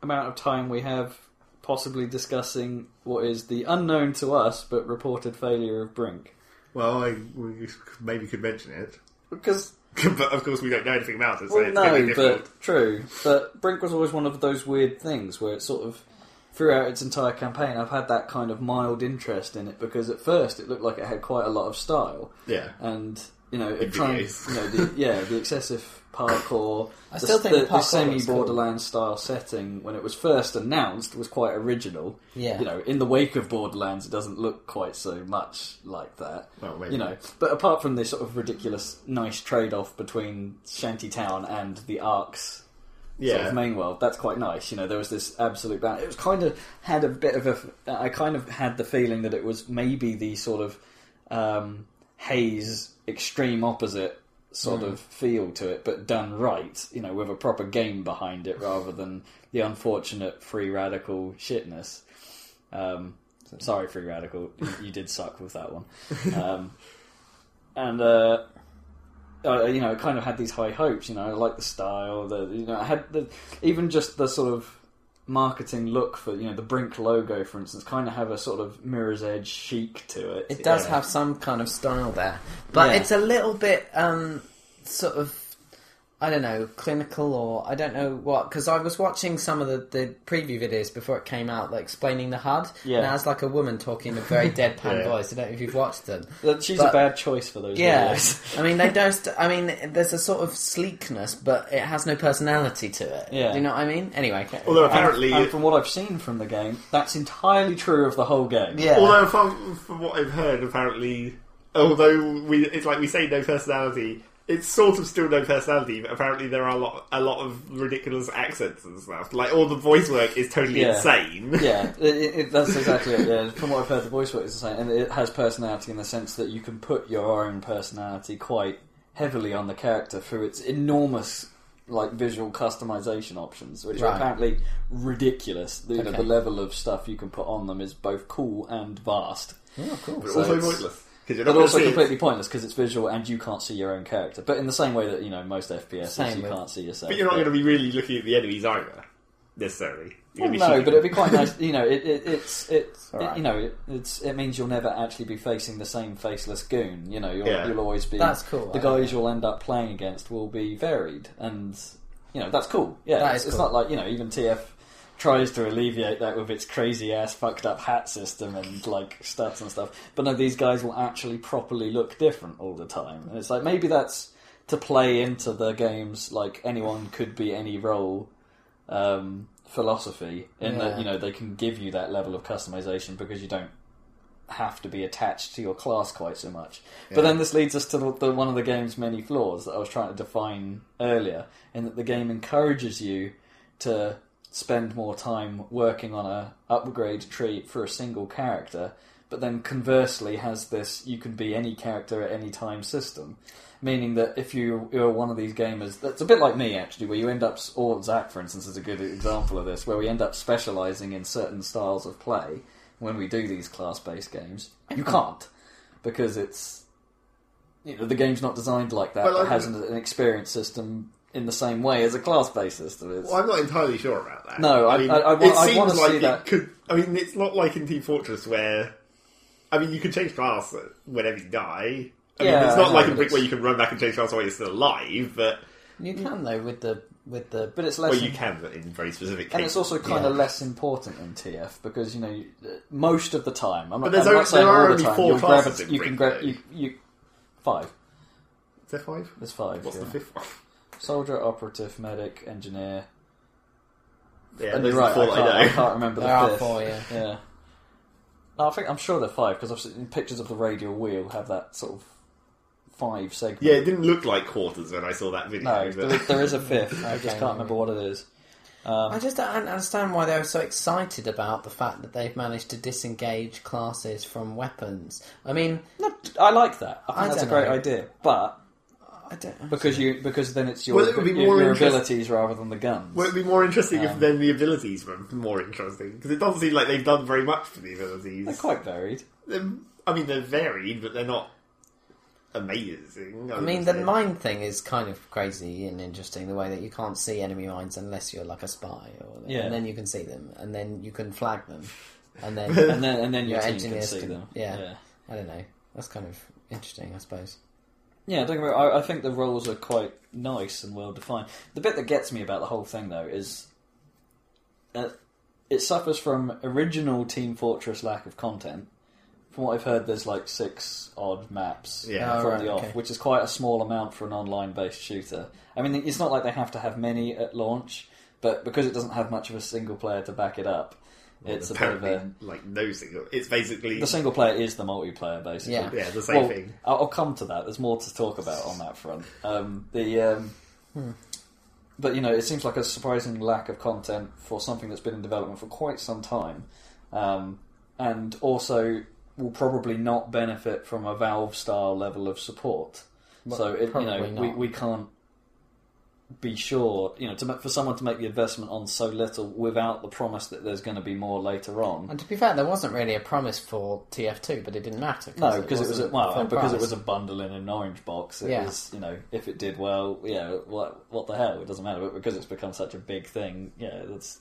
B: amount of time we have possibly discussing what is the unknown to us but reported failure of Brink?
C: well, I, we maybe could mention it,
B: Because
C: but of course we don't know anything about it. So
B: well,
C: it's gonna be
B: no,
C: difficult.
B: but true. But Brink was always one of those weird things where it sort of throughout its entire campaign, I've had that kind of mild interest in it because at first it looked like it had quite a lot of style,
C: Yeah.
B: and you know, it trying,
C: videos.
B: you know, the, yeah, the excessive parkour.
A: I still think
B: the,
A: the parkour looks cool.
B: semi-borderland style setting when it was first announced was quite original.
A: Yeah.
B: you know, in the wake of Borderlands, it doesn't look quite so much like that.
C: Well, maybe.
B: you know, but apart from this sort of ridiculous, nice trade-off between Shantytown and the Arcs
C: yeah.
B: sort of main world. That's quite nice. You know, there was this absolute balance. It was kind of had a bit of a. I kind of had the feeling that it was maybe the sort of um, haze extreme opposite sort of feel to it, but done right. You know, with a proper game behind it rather than the unfortunate free radical shitness. Um, sorry, free radical. You- you did suck with that one. Um, and uh, uh, you know, I kind of had these high hopes. You know, I like the style. The you know, I had the even just the sort of marketing look for you know the Brink logo, for instance, kind of have a sort of mirror's edge chic to it.
A: It does
C: Yeah.
A: have some kind of style there, but
B: Yeah.
A: it's a little bit um, sort of I don't know clinical or I don't know what because I was watching some of the, the preview videos before it came out, like explaining the HUD.
B: Yeah.
A: and that's like a woman talking in a very deadpan
C: Yeah.
A: voice. I don't know if you've watched them.
B: That- She's a
A: But-
B: bad choice for those.
A: Yeah,
B: videos.
A: I mean they don't. I mean, there's a sort of sleekness, but it has no personality to it.
B: Yeah.
A: do you know what I mean? Anyway,
C: Although
B: And-
C: apparently,
B: and, from what I've seen from the game, that's entirely true of the whole game.
A: yeah,
C: although from, from what I've heard, apparently, although we, it's like we say no personality, it's sort of still no personality. But apparently, there are a lot, a lot of ridiculous accents and stuff. Like all the voice work is totally
B: Yeah.
C: insane.
B: yeah, it, it, it- that's exactly it. Yeah, from what I've heard, the voice work is the same, and it has personality in the sense that you can put your own personality quite heavily on the character through its enormous like visual customization options, which are
A: Right.
B: apparently ridiculous. The, you know,
A: Okay.
B: the level of stuff you can put on them is both cool and vast.
A: oh, cool.
C: But
B: So
C: also
B: it's-
C: voiceless. 'cause you're not
B: But
C: gonna
B: also
C: see it.
B: completely pointless because it's visual and you can't see your own character. But in the same way that you know most FPSs,
A: Same
B: you
A: with-
B: can't see yourself.
C: But you're not
B: But-
C: going to be really looking at the enemies either. necessarily.
B: Well,
C: You're gonna be
B: no,
C: shooting
B: but it'd be quite nice. You know, it, it, it's it's
A: all right.
B: it, you know it, it's it means you'll never actually be facing the same faceless goon. You know, you'll,
C: Yeah.
B: you'll always be
A: That's cool,
B: The
A: I
B: guys you'll end up playing against will be varied, and you know that's cool. Yeah,
A: That
B: it's,
A: is
B: it's
A: cool.
B: not like you know even TF tries to alleviate that with its crazy ass fucked up hat system and like stats and stuff. But no, these guys will actually properly look different all the time, and it's like maybe that's to play into the game's like anyone could be any role um, philosophy in
A: Yeah.
B: that you know they can give you that level of customization because you don't have to be attached to your class quite so much. But then this leads us to the, the one of the game's many flaws that I was trying to define earlier, in that the game encourages you to spend more time working on a upgrade tree for a single character, but then conversely has this you can be any character at any time system. Meaning that if you, you're one of these gamers, that's a bit like me actually, where you end up, or Zach for instance is a good example of this, where we end up specialising in certain styles of play when we do these class based games.
C: Hmm.
B: You can't because it's you know the game's not designed like that.
C: Well,
B: it
C: I-
B: has an, an experience system in the same way as a class based system is.
C: Well, I'm not entirely sure about that.
B: No, I- I- I wa-
C: it
B: I
C: seems
B: wanna
C: like
B: see
C: it
B: that.
C: Could, I mean, it's not like in Team Fortress where, I mean, you can change class whenever you die. I mean,
B: Yeah,
C: it's
B: I
C: not
B: know,
C: like in
B: but
C: Brick where
B: it's-
C: you can run back and change class while you're still alive, but
A: You can though with the with the
B: but it's less.
C: well, you can but in very specific cases.
B: and it's also kind of
A: Yeah.
B: less important in TF because you know you- uh, most of the time. I'm not,
C: there's
B: I'm not
C: only-
B: saying
C: there are
B: all the
C: only
B: time.
C: four
B: you'll grab
C: classes
B: a-
C: in
B: you can
C: Brick,
B: grab
C: though.
B: you, you five.
C: Is there five?
B: There's five.
C: What's
B: yeah.
C: the fifth one?
B: Soldier, operative, medic, engineer.
C: Yeah,
B: And
C: those
B: you're
C: are
B: right.
C: the
B: I
C: four
B: can't,
C: that
B: I
C: I know.
B: can't remember
A: there
B: the
A: are
B: fifth.
A: four. Yeah,
B: Yeah. No, I think I'm sure they're five because I've seen pictures of the radial wheel have that sort of five segment.
C: Yeah, it didn't look like quarters when I saw that video.
B: no,
C: but-
B: there, there is a fifth. I just
A: Okay,
B: can't remember what it is. Um,
A: I just don't understand why they were so excited about the fact that they've managed to disengage classes from weapons. I mean,
B: no, I like that. I think
A: I
B: that's a
A: don't
B: great
A: know.
B: idea, but
A: I don't.
B: because you because then it's your
C: Well, it would be
B: your-
C: more
B: your
C: interest-
B: abilities rather than the guns.
C: Would it be more interesting if
B: Um,
C: then the abilities were more interesting? Because it doesn't seem like they've done very much for the abilities.
B: They're quite varied.
C: They're- I mean, they're varied, but they're not amazing.
A: I mean, the mine thing is kind of crazy and interesting. The way that you can't see enemy mines unless you're like a spy, or,
B: Yeah.
A: and then you can see them, and then you can flag them, and then
B: And then and then your,
A: Your
B: team can
A: engineers
B: see
A: can-
B: them.
A: yeah.
B: yeah.
A: I don't know. That's kind of interesting, I suppose.
B: Yeah, don't get me wrong, I, I think the roles are quite nice and well defined. The bit that gets me about the whole thing, though, is uh, it suffers from original Team Fortress lack of content. From what I've heard, there's like six odd maps
C: Yeah.
A: Oh,
B: from
A: right,
B: the off,
A: okay.
B: which is quite a small amount for an online-based shooter. I mean, it's not like they have to have many at launch, but because it doesn't have much of a single player to back it up, it's a bit of
C: apparently
B: a
C: like no single. It's basically
B: the single player is the multiplayer, basically.
A: Yeah.
C: yeah the same
B: Well,
C: thing.
B: I'll, I'll come to that. There's more to talk about on that front. Um, the um,
A: Hmm.
B: but you know, it seems like a surprising lack of content for something that's been in development for quite some time, um, and also will probably not benefit from a Valve style level of support. so it, you know,
A: probably
B: we
A: not.
B: we can't be sure you know to, ma- for someone to make the investment on so little without the promise that there's going to be more later on
A: And to be fair, there wasn't really a promise for TF2, but it didn't matter.
B: No, because it was a,
A: wasn't
B: well,
A: full
B: and because it
A: price.
B: was a bundle in an orange box. It
A: Yeah.
B: was, you know, if it did well, yeah, what what the hell? It doesn't matter. But because it's become such a big thing, yeah, that's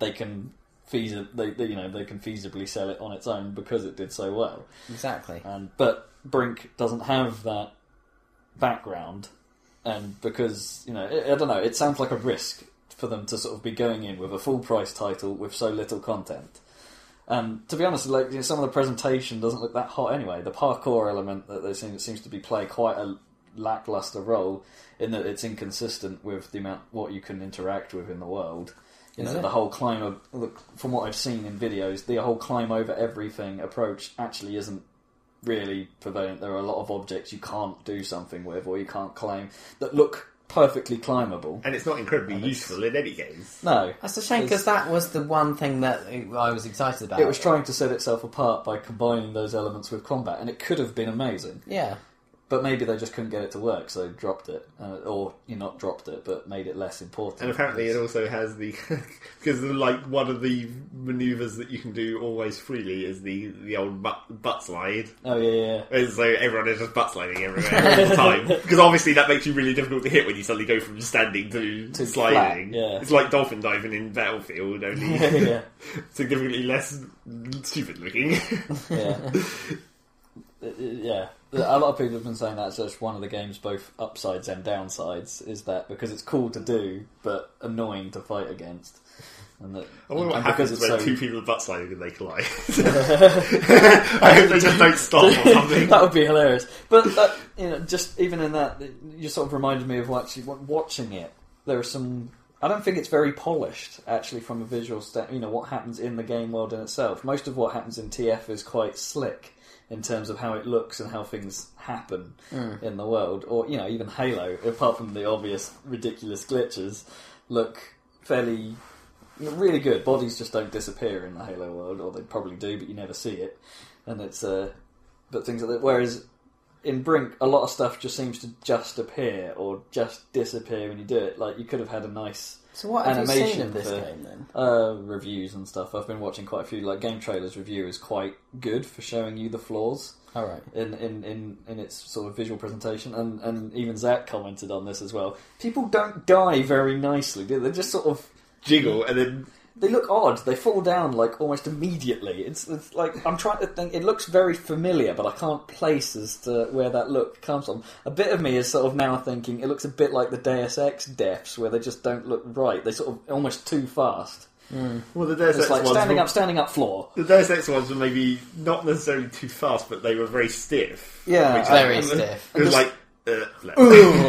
B: they can feasi- they, they you know they can feasibly sell it on its own because it did so well.
A: exactly.
B: And but Brink doesn't have that background, and because you know, I, I don't know, it sounds like a risk for them to sort of be going in with a full price title with so little content. And to be honest, like you know, some of the presentation doesn't look that hot anyway. The parkour element that they seem seems to be play quite a lackluster role in that it's inconsistent with the amount what you can interact with in the world. You
A: Is
B: know,
A: it?
B: the whole climb of, look, from what I've seen in videos, the whole climb over everything approach actually isn't really prevalent. There are a lot of objects you can't do something with or you can't climb that look perfectly climbable.
C: And it's not incredibly useful in any case.
B: No.
A: That's a shame because that was the one thing that I was excited about.
B: It was trying to set itself apart by combining those elements with combat, and it could have been amazing.
A: yeah.
B: But maybe they just couldn't get it to work, so they dropped it, uh, or you know, not dropped it, but made it less important.
C: And apparently, it also has the because like one of the maneuvers that you can do always freely is the the old butt, butt slide,
B: oh yeah, yeah, yeah.
C: and so everyone is just butt sliding everywhere all the time. Because obviously, that makes you really difficult to hit when you suddenly go from standing to,
B: To
C: sliding.
B: flat, yeah.
C: It's like dolphin diving in Battlefield,
B: yeah,
C: only
B: yeah,
C: significantly less stupid looking.
B: yeah. Uh, uh, yeah. A lot of people have been saying that's just one of the game's both upsides and downsides. Is that because it's cool to do, but annoying to fight against, and that
C: I
B: and-
C: wonder what
B: and because
C: happens
B: it's
C: when
B: so
C: two people are butt sliding and they collide. I hope they just don't stop or something.
B: that would be hilarious. But that, you know, just even in that, it- you sort of reminded me of actually wa- watching it. There are some. I don't think it's very polished, actually, from a visual standpoint. You know what happens in the game world in itself. Most of what happens in TF is quite slick in terms of how it looks and how things happen in the world, or you know, even Halo, apart from the obvious ridiculous glitches, look fairly really good. Bodies just don't disappear in the Halo world, or they probably do, but you never see it. And it's uh, but things like that. Whereas in Brink, a lot of stuff just seems to just appear or just disappear when you do it. Like you could have had a nice
A: So what have you seen
B: Animation
A: of this
B: for-
A: game then?
B: uh, reviews and stuff. I've been watching quite a few. Like Game Trailers review is quite good for showing you the flaws
A: All right.
B: in, in, in, in its sort of visual presentation, and, and even Zach commented on this as well. People don't die very nicely, do they? They're just sort of
C: Jiggle and then
B: they look odd. They fall down like almost immediately. It's, it's like I'm trying to think. It looks very familiar, but I can't place as to where that look comes from. A bit of me is sort of now thinking it looks a bit like the Deus Ex deaths, where they just don't look right. They sort of almost too fast.
C: well the Deus
B: It's
C: Ex
B: like
C: ones
B: standing
C: were,
B: up, standing up, floor.
C: the Deus Ex ones were maybe not necessarily too fast, but they were very stiff.
B: Yeah,
C: Which-
A: Very
C: and-
A: stiff.
C: It was
B: Just-
C: like uh, left.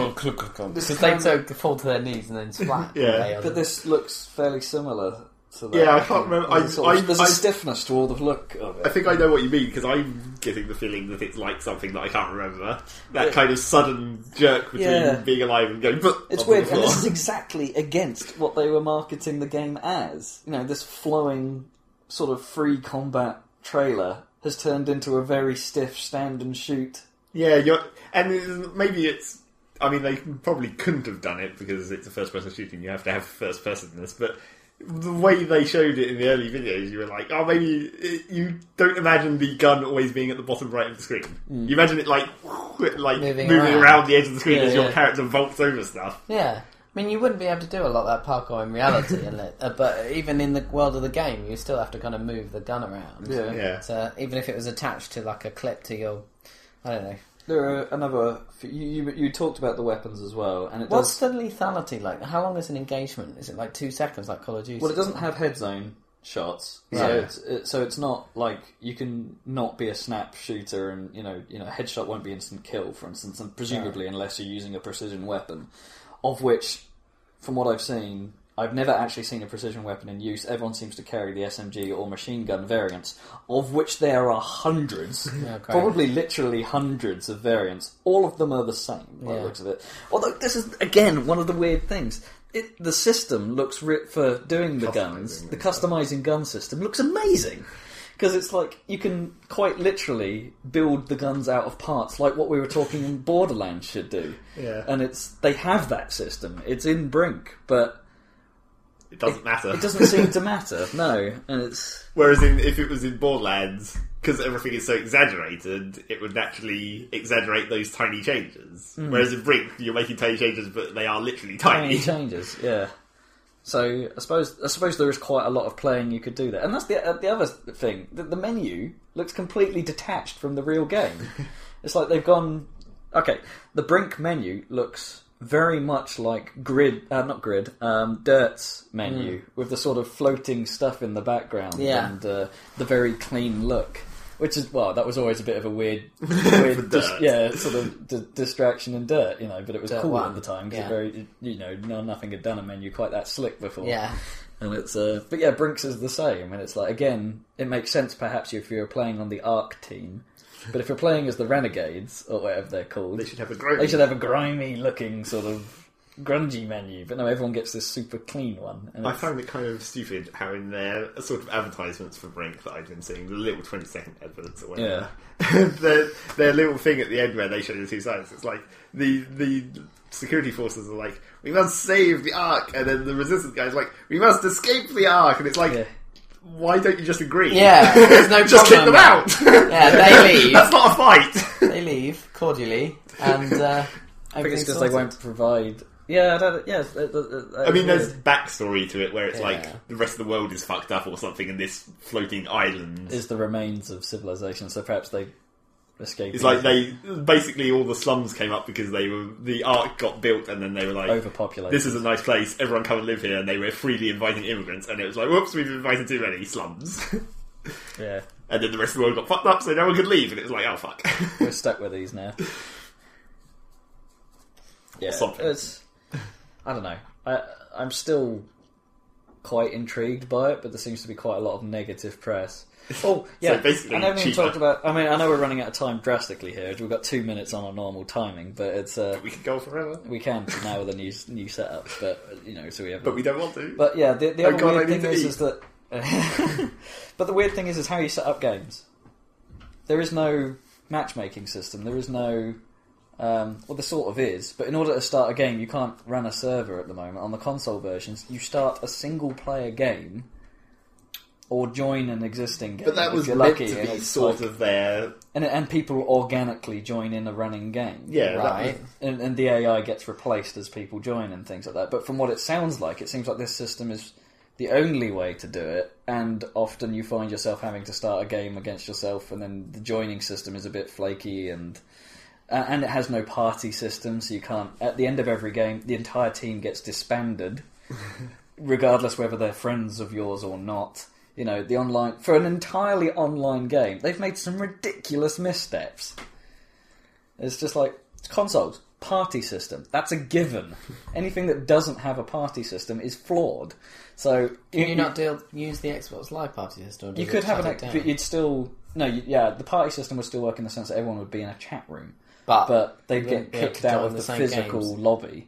A: Because they don't fall to their knees and then splat.
C: Yeah.
A: They are-
B: Um, But this looks fairly similar to that.
C: Yeah, I can't remember- I-
B: There's, sort of-
C: I-
B: there's
C: I-
B: a stiffness to all the look of
C: I
B: it.
C: think I know what you mean because I'm getting the feeling that it's like something that I can't remember. That
B: Yeah.
C: kind of sudden jerk between
B: Yeah.
C: being alive and going. "Bleh,"
B: It's
C: onto
B: weird,
C: the
B: and this
C: floor.
B: is exactly against what they were marketing the game as. You know, this flowing sort of free combat trailer has turned into a very stiff stand and shoot.
C: Yeah, you're, and it- maybe it's. I mean, they probably couldn't have done it because it's a first-person shooting. You have to have first person in this, but the way they showed it in the early videos, you were like, "Oh, maybe it, you don't imagine the gun always being at the bottom right of the screen. You imagine it like like
A: Moving
C: moving,
A: around.
C: around. the edge of the screen
B: Mm. Yeah,
C: as your
B: yeah.
C: character vaults over stuff."
A: Yeah. I mean, you wouldn't be able to do a lot of that parkour in reality, unless, uh, but even in the world of the game, you still have to kind of move the gun around.
B: Yeah.
C: Yeah,
A: So even if it was attached to like a clip to your, I don't know.
B: There are another. You, you, you talked about the weapons as well, and it
A: What's
B: does.
A: the lethality like? How long is an engagement? Is it like two seconds, like Call of Duty?
B: Well, it doesn't have head zone shots, so
A: Right.
B: it's it, so it's not like you can not be a snap shooter, and you know, you know, headshot won't be instant kill, for instance, and presumably unless you're using a precision weapon, of which from what I've seen, I've never actually seen a precision weapon in use. Everyone seems to carry the SMG or machine gun variants, of which there are hundreds,
A: great.
B: probably literally hundreds of variants. All of them are the same by
A: Yeah.
B: the looks of it. Although this is again one of the weird things. It, the system looks ri for doing the guns.
C: Customizing.
B: The customizing gun system looks amazing because it's like you can quite literally build the guns out of parts, like what we were talking in Borderlands should do.
C: Yeah.
B: and it's they have that system. It's in Brink, but
C: it doesn't matter.
B: it doesn't seem to matter. No, and it's
C: Whereas in, if it was in Borderlands, because everything is so exaggerated, it would naturally exaggerate those tiny changes. Whereas in Brink, you're making tiny changes, but they are literally tiny.
B: Hmm. tiny changes. Yeah. So I suppose I suppose there is quite a lot of playing you could do there, and that's the uh, the other thing. The, the menu looks completely detached from the real game. it's like they've gone. Okay, the Brink menu looks very much like Grid, uh, not Grid, um, Dirt's menu with the sort of floating stuff in the background
A: Hmm. Yeah.
B: and uh, the very clean look. Which is well, that was always a bit of a weird, weird dis-
C: Dirt.
B: yeah, sort of d- distraction and dirt, you know. But it was
A: Dirt
B: cool
A: one.
B: at the time
A: Yeah.
B: because very you know no, nothing had done a menu quite that slick before.
A: yeah.
B: and it's uh, but yeah, Brinks is the same, and it's like again, it makes sense perhaps if you're playing on the Arc team, but if you're playing as the Renegades or whatever they're called,
C: They should have a growth.
B: they should have a grimy looking sort of grungy menu, but no, everyone gets this super clean one. And
C: I
B: it's-
C: found it kind of stupid how in their sort of advertisements for Brink that I'd been seeing, the little 20 second adverts or whatever, their, their little thing at the end where they show the two sides, it's like the the security forces are like, we must save the Ark, and then the resistance guy's like, we must escape the Ark, and it's like,
B: Yeah.
C: why don't you just agree?
A: Yeah, there's no
C: just kick them
A: problem.
C: out!
A: Yeah, they leave.
C: That's not a fight!
A: they leave cordially, and uh,
B: I think it's
A: everything's
B: because they
A: sorted.
B: won't provide. Yeah, I don't, yeah. it's- it- it- it-
C: I mean, there's
B: it's-
C: backstory to it where it's
A: Yeah.
C: like the rest of the world is fucked up or something, and this floating island
B: is the remains of civilization, so perhaps they escape.
C: It's like they basically all the slums came up because they were the ark got built and then they were like
B: overpopulated.
C: this is a nice place everyone come and live here and they were freely inviting immigrants and it was like whoops we've invited too many slums
B: yeah.
C: and then the rest of the world got fucked up so no one could leave and it was like oh fuck
B: We're stuck with these now. Yeah,
C: something.
B: it's. I don't know. I I'm still quite intrigued by it, but there seems to be quite a lot of negative press. Oh yeah,
C: basically
B: I know we
C: cheaper.
B: talked about. I mean, I know we're running out of time drastically here. We've got two minutes on our normal timing, but it's uh,
C: we could go on forever
B: we can now with a new new setup. But you know, so we have.
C: but we don't want to
B: But yeah, the, the
C: Oh
B: other
C: God,
B: weird
C: I need
B: thing
C: to
B: is,
C: eat.
B: is that. but the weird thing is, is how you set up games. There is no matchmaking system. There is no. Um, well, there sort of is, but in order to start a game, you can't run a server at the moment. On the console versions, you start a single-player game, or join an existing game.
C: But that
B: if
C: was
B: you're
C: meant
B: lucky,
C: to
B: and
C: be
B: it's
C: sort
B: like-
C: of their
B: and, and people organically join in a running game.
C: yeah
A: Right.
C: that was,
B: And, and the AI gets replaced as people join and things like that. But from what it sounds like, it seems like this system is the only way to do it. And often you find yourself having to start a game against yourself, and then the joining system is a bit flaky and. Uh, and it has no party system, so you can't. At the end of every game, the entire team gets disbanded, regardless whether they're friends of yours or not. You know, the online. For an entirely online game, they've made some ridiculous missteps. It's just like it's consoles, party system. That's a given. Anything that doesn't have a party system is flawed. So
A: Can you not deal, use the Xbox Live Party system? or
B: You
A: does
B: could
A: it
B: have an,
A: shut it
B: act-
A: down?
B: but you'd still no. You, yeah, the party system would still work in the sense that everyone would be in a chat room,
A: but,
B: but they'd get
A: you wouldn't be able to
B: kicked out
A: join
B: of
A: the
B: the,
A: same
B: physical
A: games.
B: lobby.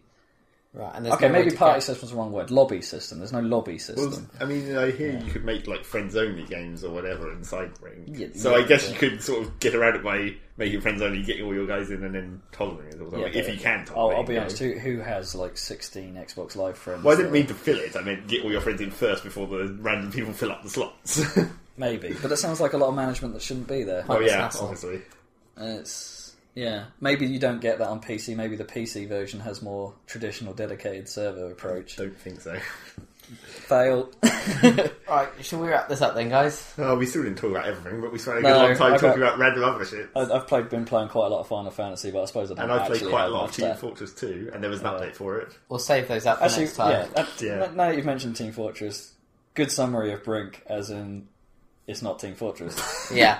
A: right, and there's
B: okay,
A: no way
B: maybe
A: to
B: party
A: get-
B: system's the wrong word. Lobby system. There's no lobby system.
C: well, I mean, I hear you could make like friends only games or whatever inside Ring.
B: Yeah,
C: so
B: yeah,
C: I guess
B: yeah.
C: you could sort of get around it by making friends only, getting all your guys in, and then tolerating it or something. if
B: but-
C: you can
B: I'll,
C: tolerate
B: I'll be
C: it,
B: honest.
C: you know.
B: Who who has like 16 Xbox Live friends?
C: Well, I didn't
B: that-
C: mean to fill it. I meant get all your friends in first before the random people fill up the slots.
B: maybe, but it sounds like a lot of management that shouldn't be there.
C: oh yeah,
A: hassle.
C: obviously.
B: And it's yeah. Maybe you don't get that on PC. Maybe the PC version has more traditional dedicated server approach.
C: Don't think so.
B: Fail.
A: Right, shall we wrap this up then, guys?
C: Oh, we still didn't talk about everything, but we spent a good
B: No,
C: long time
B: I
C: talking
B: got-
C: about random other shit.
B: I- I've played, been playing quite a lot of Final Fantasy, but I suppose I don't
C: And I played
B: actually
C: quite a
B: have
C: lot of
B: much
C: Team
B: there.
C: Fortress 2, and there was an update for it.
A: We'll save those up for
B: Actually,
A: next time.
B: yeah, that-
C: Yeah.
B: n- Now that you've mentioned Team Fortress, good summary of Brink, as in it's not Team Fortress.
A: Yeah.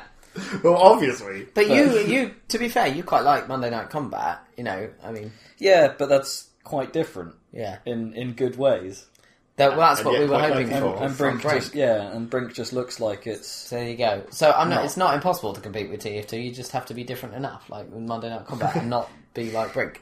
C: Well, obviously.
A: But you, you, to be fair, you quite like Monday Night Combat. You know, I mean,
B: yeah, but that's quite different
A: yeah.
B: in in good ways.
A: That, well, that's
C: And
A: what
C: yet
A: we were
C: quite
A: hoping
C: like
A: for.
C: Brink.
B: And
A: from
B: Brink, just yeah, and Brink just looks like it's
A: So there you go. So I'm not.
B: No.
A: It's not impossible to compete with TF2. You just have to be different enough, like in Monday Night Combat, and not be like Brink.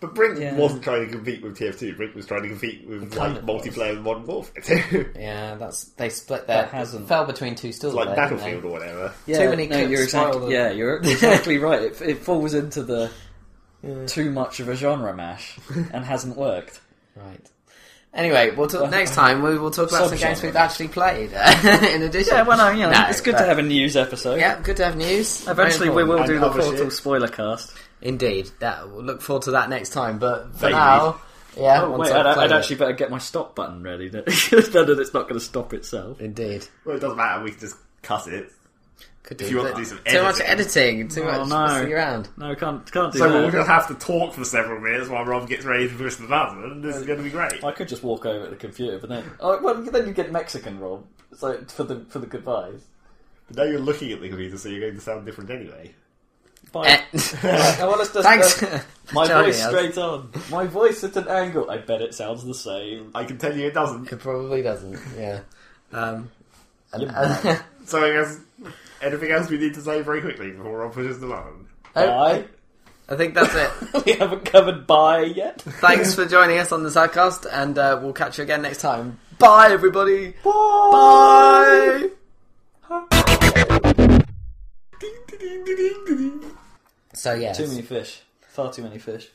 C: But Brink
B: Yeah.
C: wasn't trying to compete with TF2. Brink was trying to compete with
A: kind
C: like
A: of was.
C: multiplayer and Modern Warfare 2.
A: Yeah, that's they split their
B: That hasn't-
A: fell between two stools.
C: like
A: there, didn't they?
C: Battlefield or whatever.
B: Yeah,
A: Too many
B: no,
A: cooks
B: you're
A: spoil the-
B: exactly, Yeah, you're exactly right. It, it falls into the too much of a genre mash and hasn't worked.
A: Right. Anyway, we'll talk next time. We will talk about some games
B: Subgenre.
A: we've actually played. in addition,
B: Yeah, well, no, you know,
A: No,
B: it's good
A: but-
B: to have a news episode.
A: Yeah, good to have news. Very
B: Eventually, we will
A: important.
B: do
C: And
B: the
C: other
B: Portal
C: shit.
B: spoiler cast.
A: Indeed, that we'll look forward to that next time. But for
C: Maybe.
A: now, yeah.
B: Oh,
A: once
B: wait,
A: I've
B: I'd,
A: played
B: I'd
A: it.
B: actually better get my stop button ready. Then it's not going to stop itself.
A: Indeed.
C: Well, it doesn't matter. We can just cut it.
A: Could
C: If
A: do
C: you want
A: that.
C: to do some
A: too much editing, too
B: Oh,
A: much
B: no.
A: messing around.
B: No, can't can't do
C: So we're
B: that.
C: going to have to talk for several minutes while Rob gets ready to push the button. This is going to be great.
B: I could just walk over to the computer, but then oh, well, then you get Mexican Rob. So for the for the goodbyes.
C: Now you're looking at the computer, so you're going to sound different anyway.
B: Bye. Oh,
A: Eh.
B: I want us to
A: Thanks.
B: My
A: Joining
B: voice
A: us.
B: straight on. My voice at an angle. I bet it sounds the same.
C: I can tell you it doesn't.
A: It probably doesn't. Yeah. Um, uh, and-
B: You're
C: So I guess anything else we need to say very quickly before Rob pushes the button?
A: Oh,
B: Bye.
A: I think that's it.
B: we haven't covered by yet.
A: Thanks for joining us on the sidecast, and uh, we'll catch you again next time. Bye, everybody. Bye. So yes,
B: Too many fish. Far too many fish.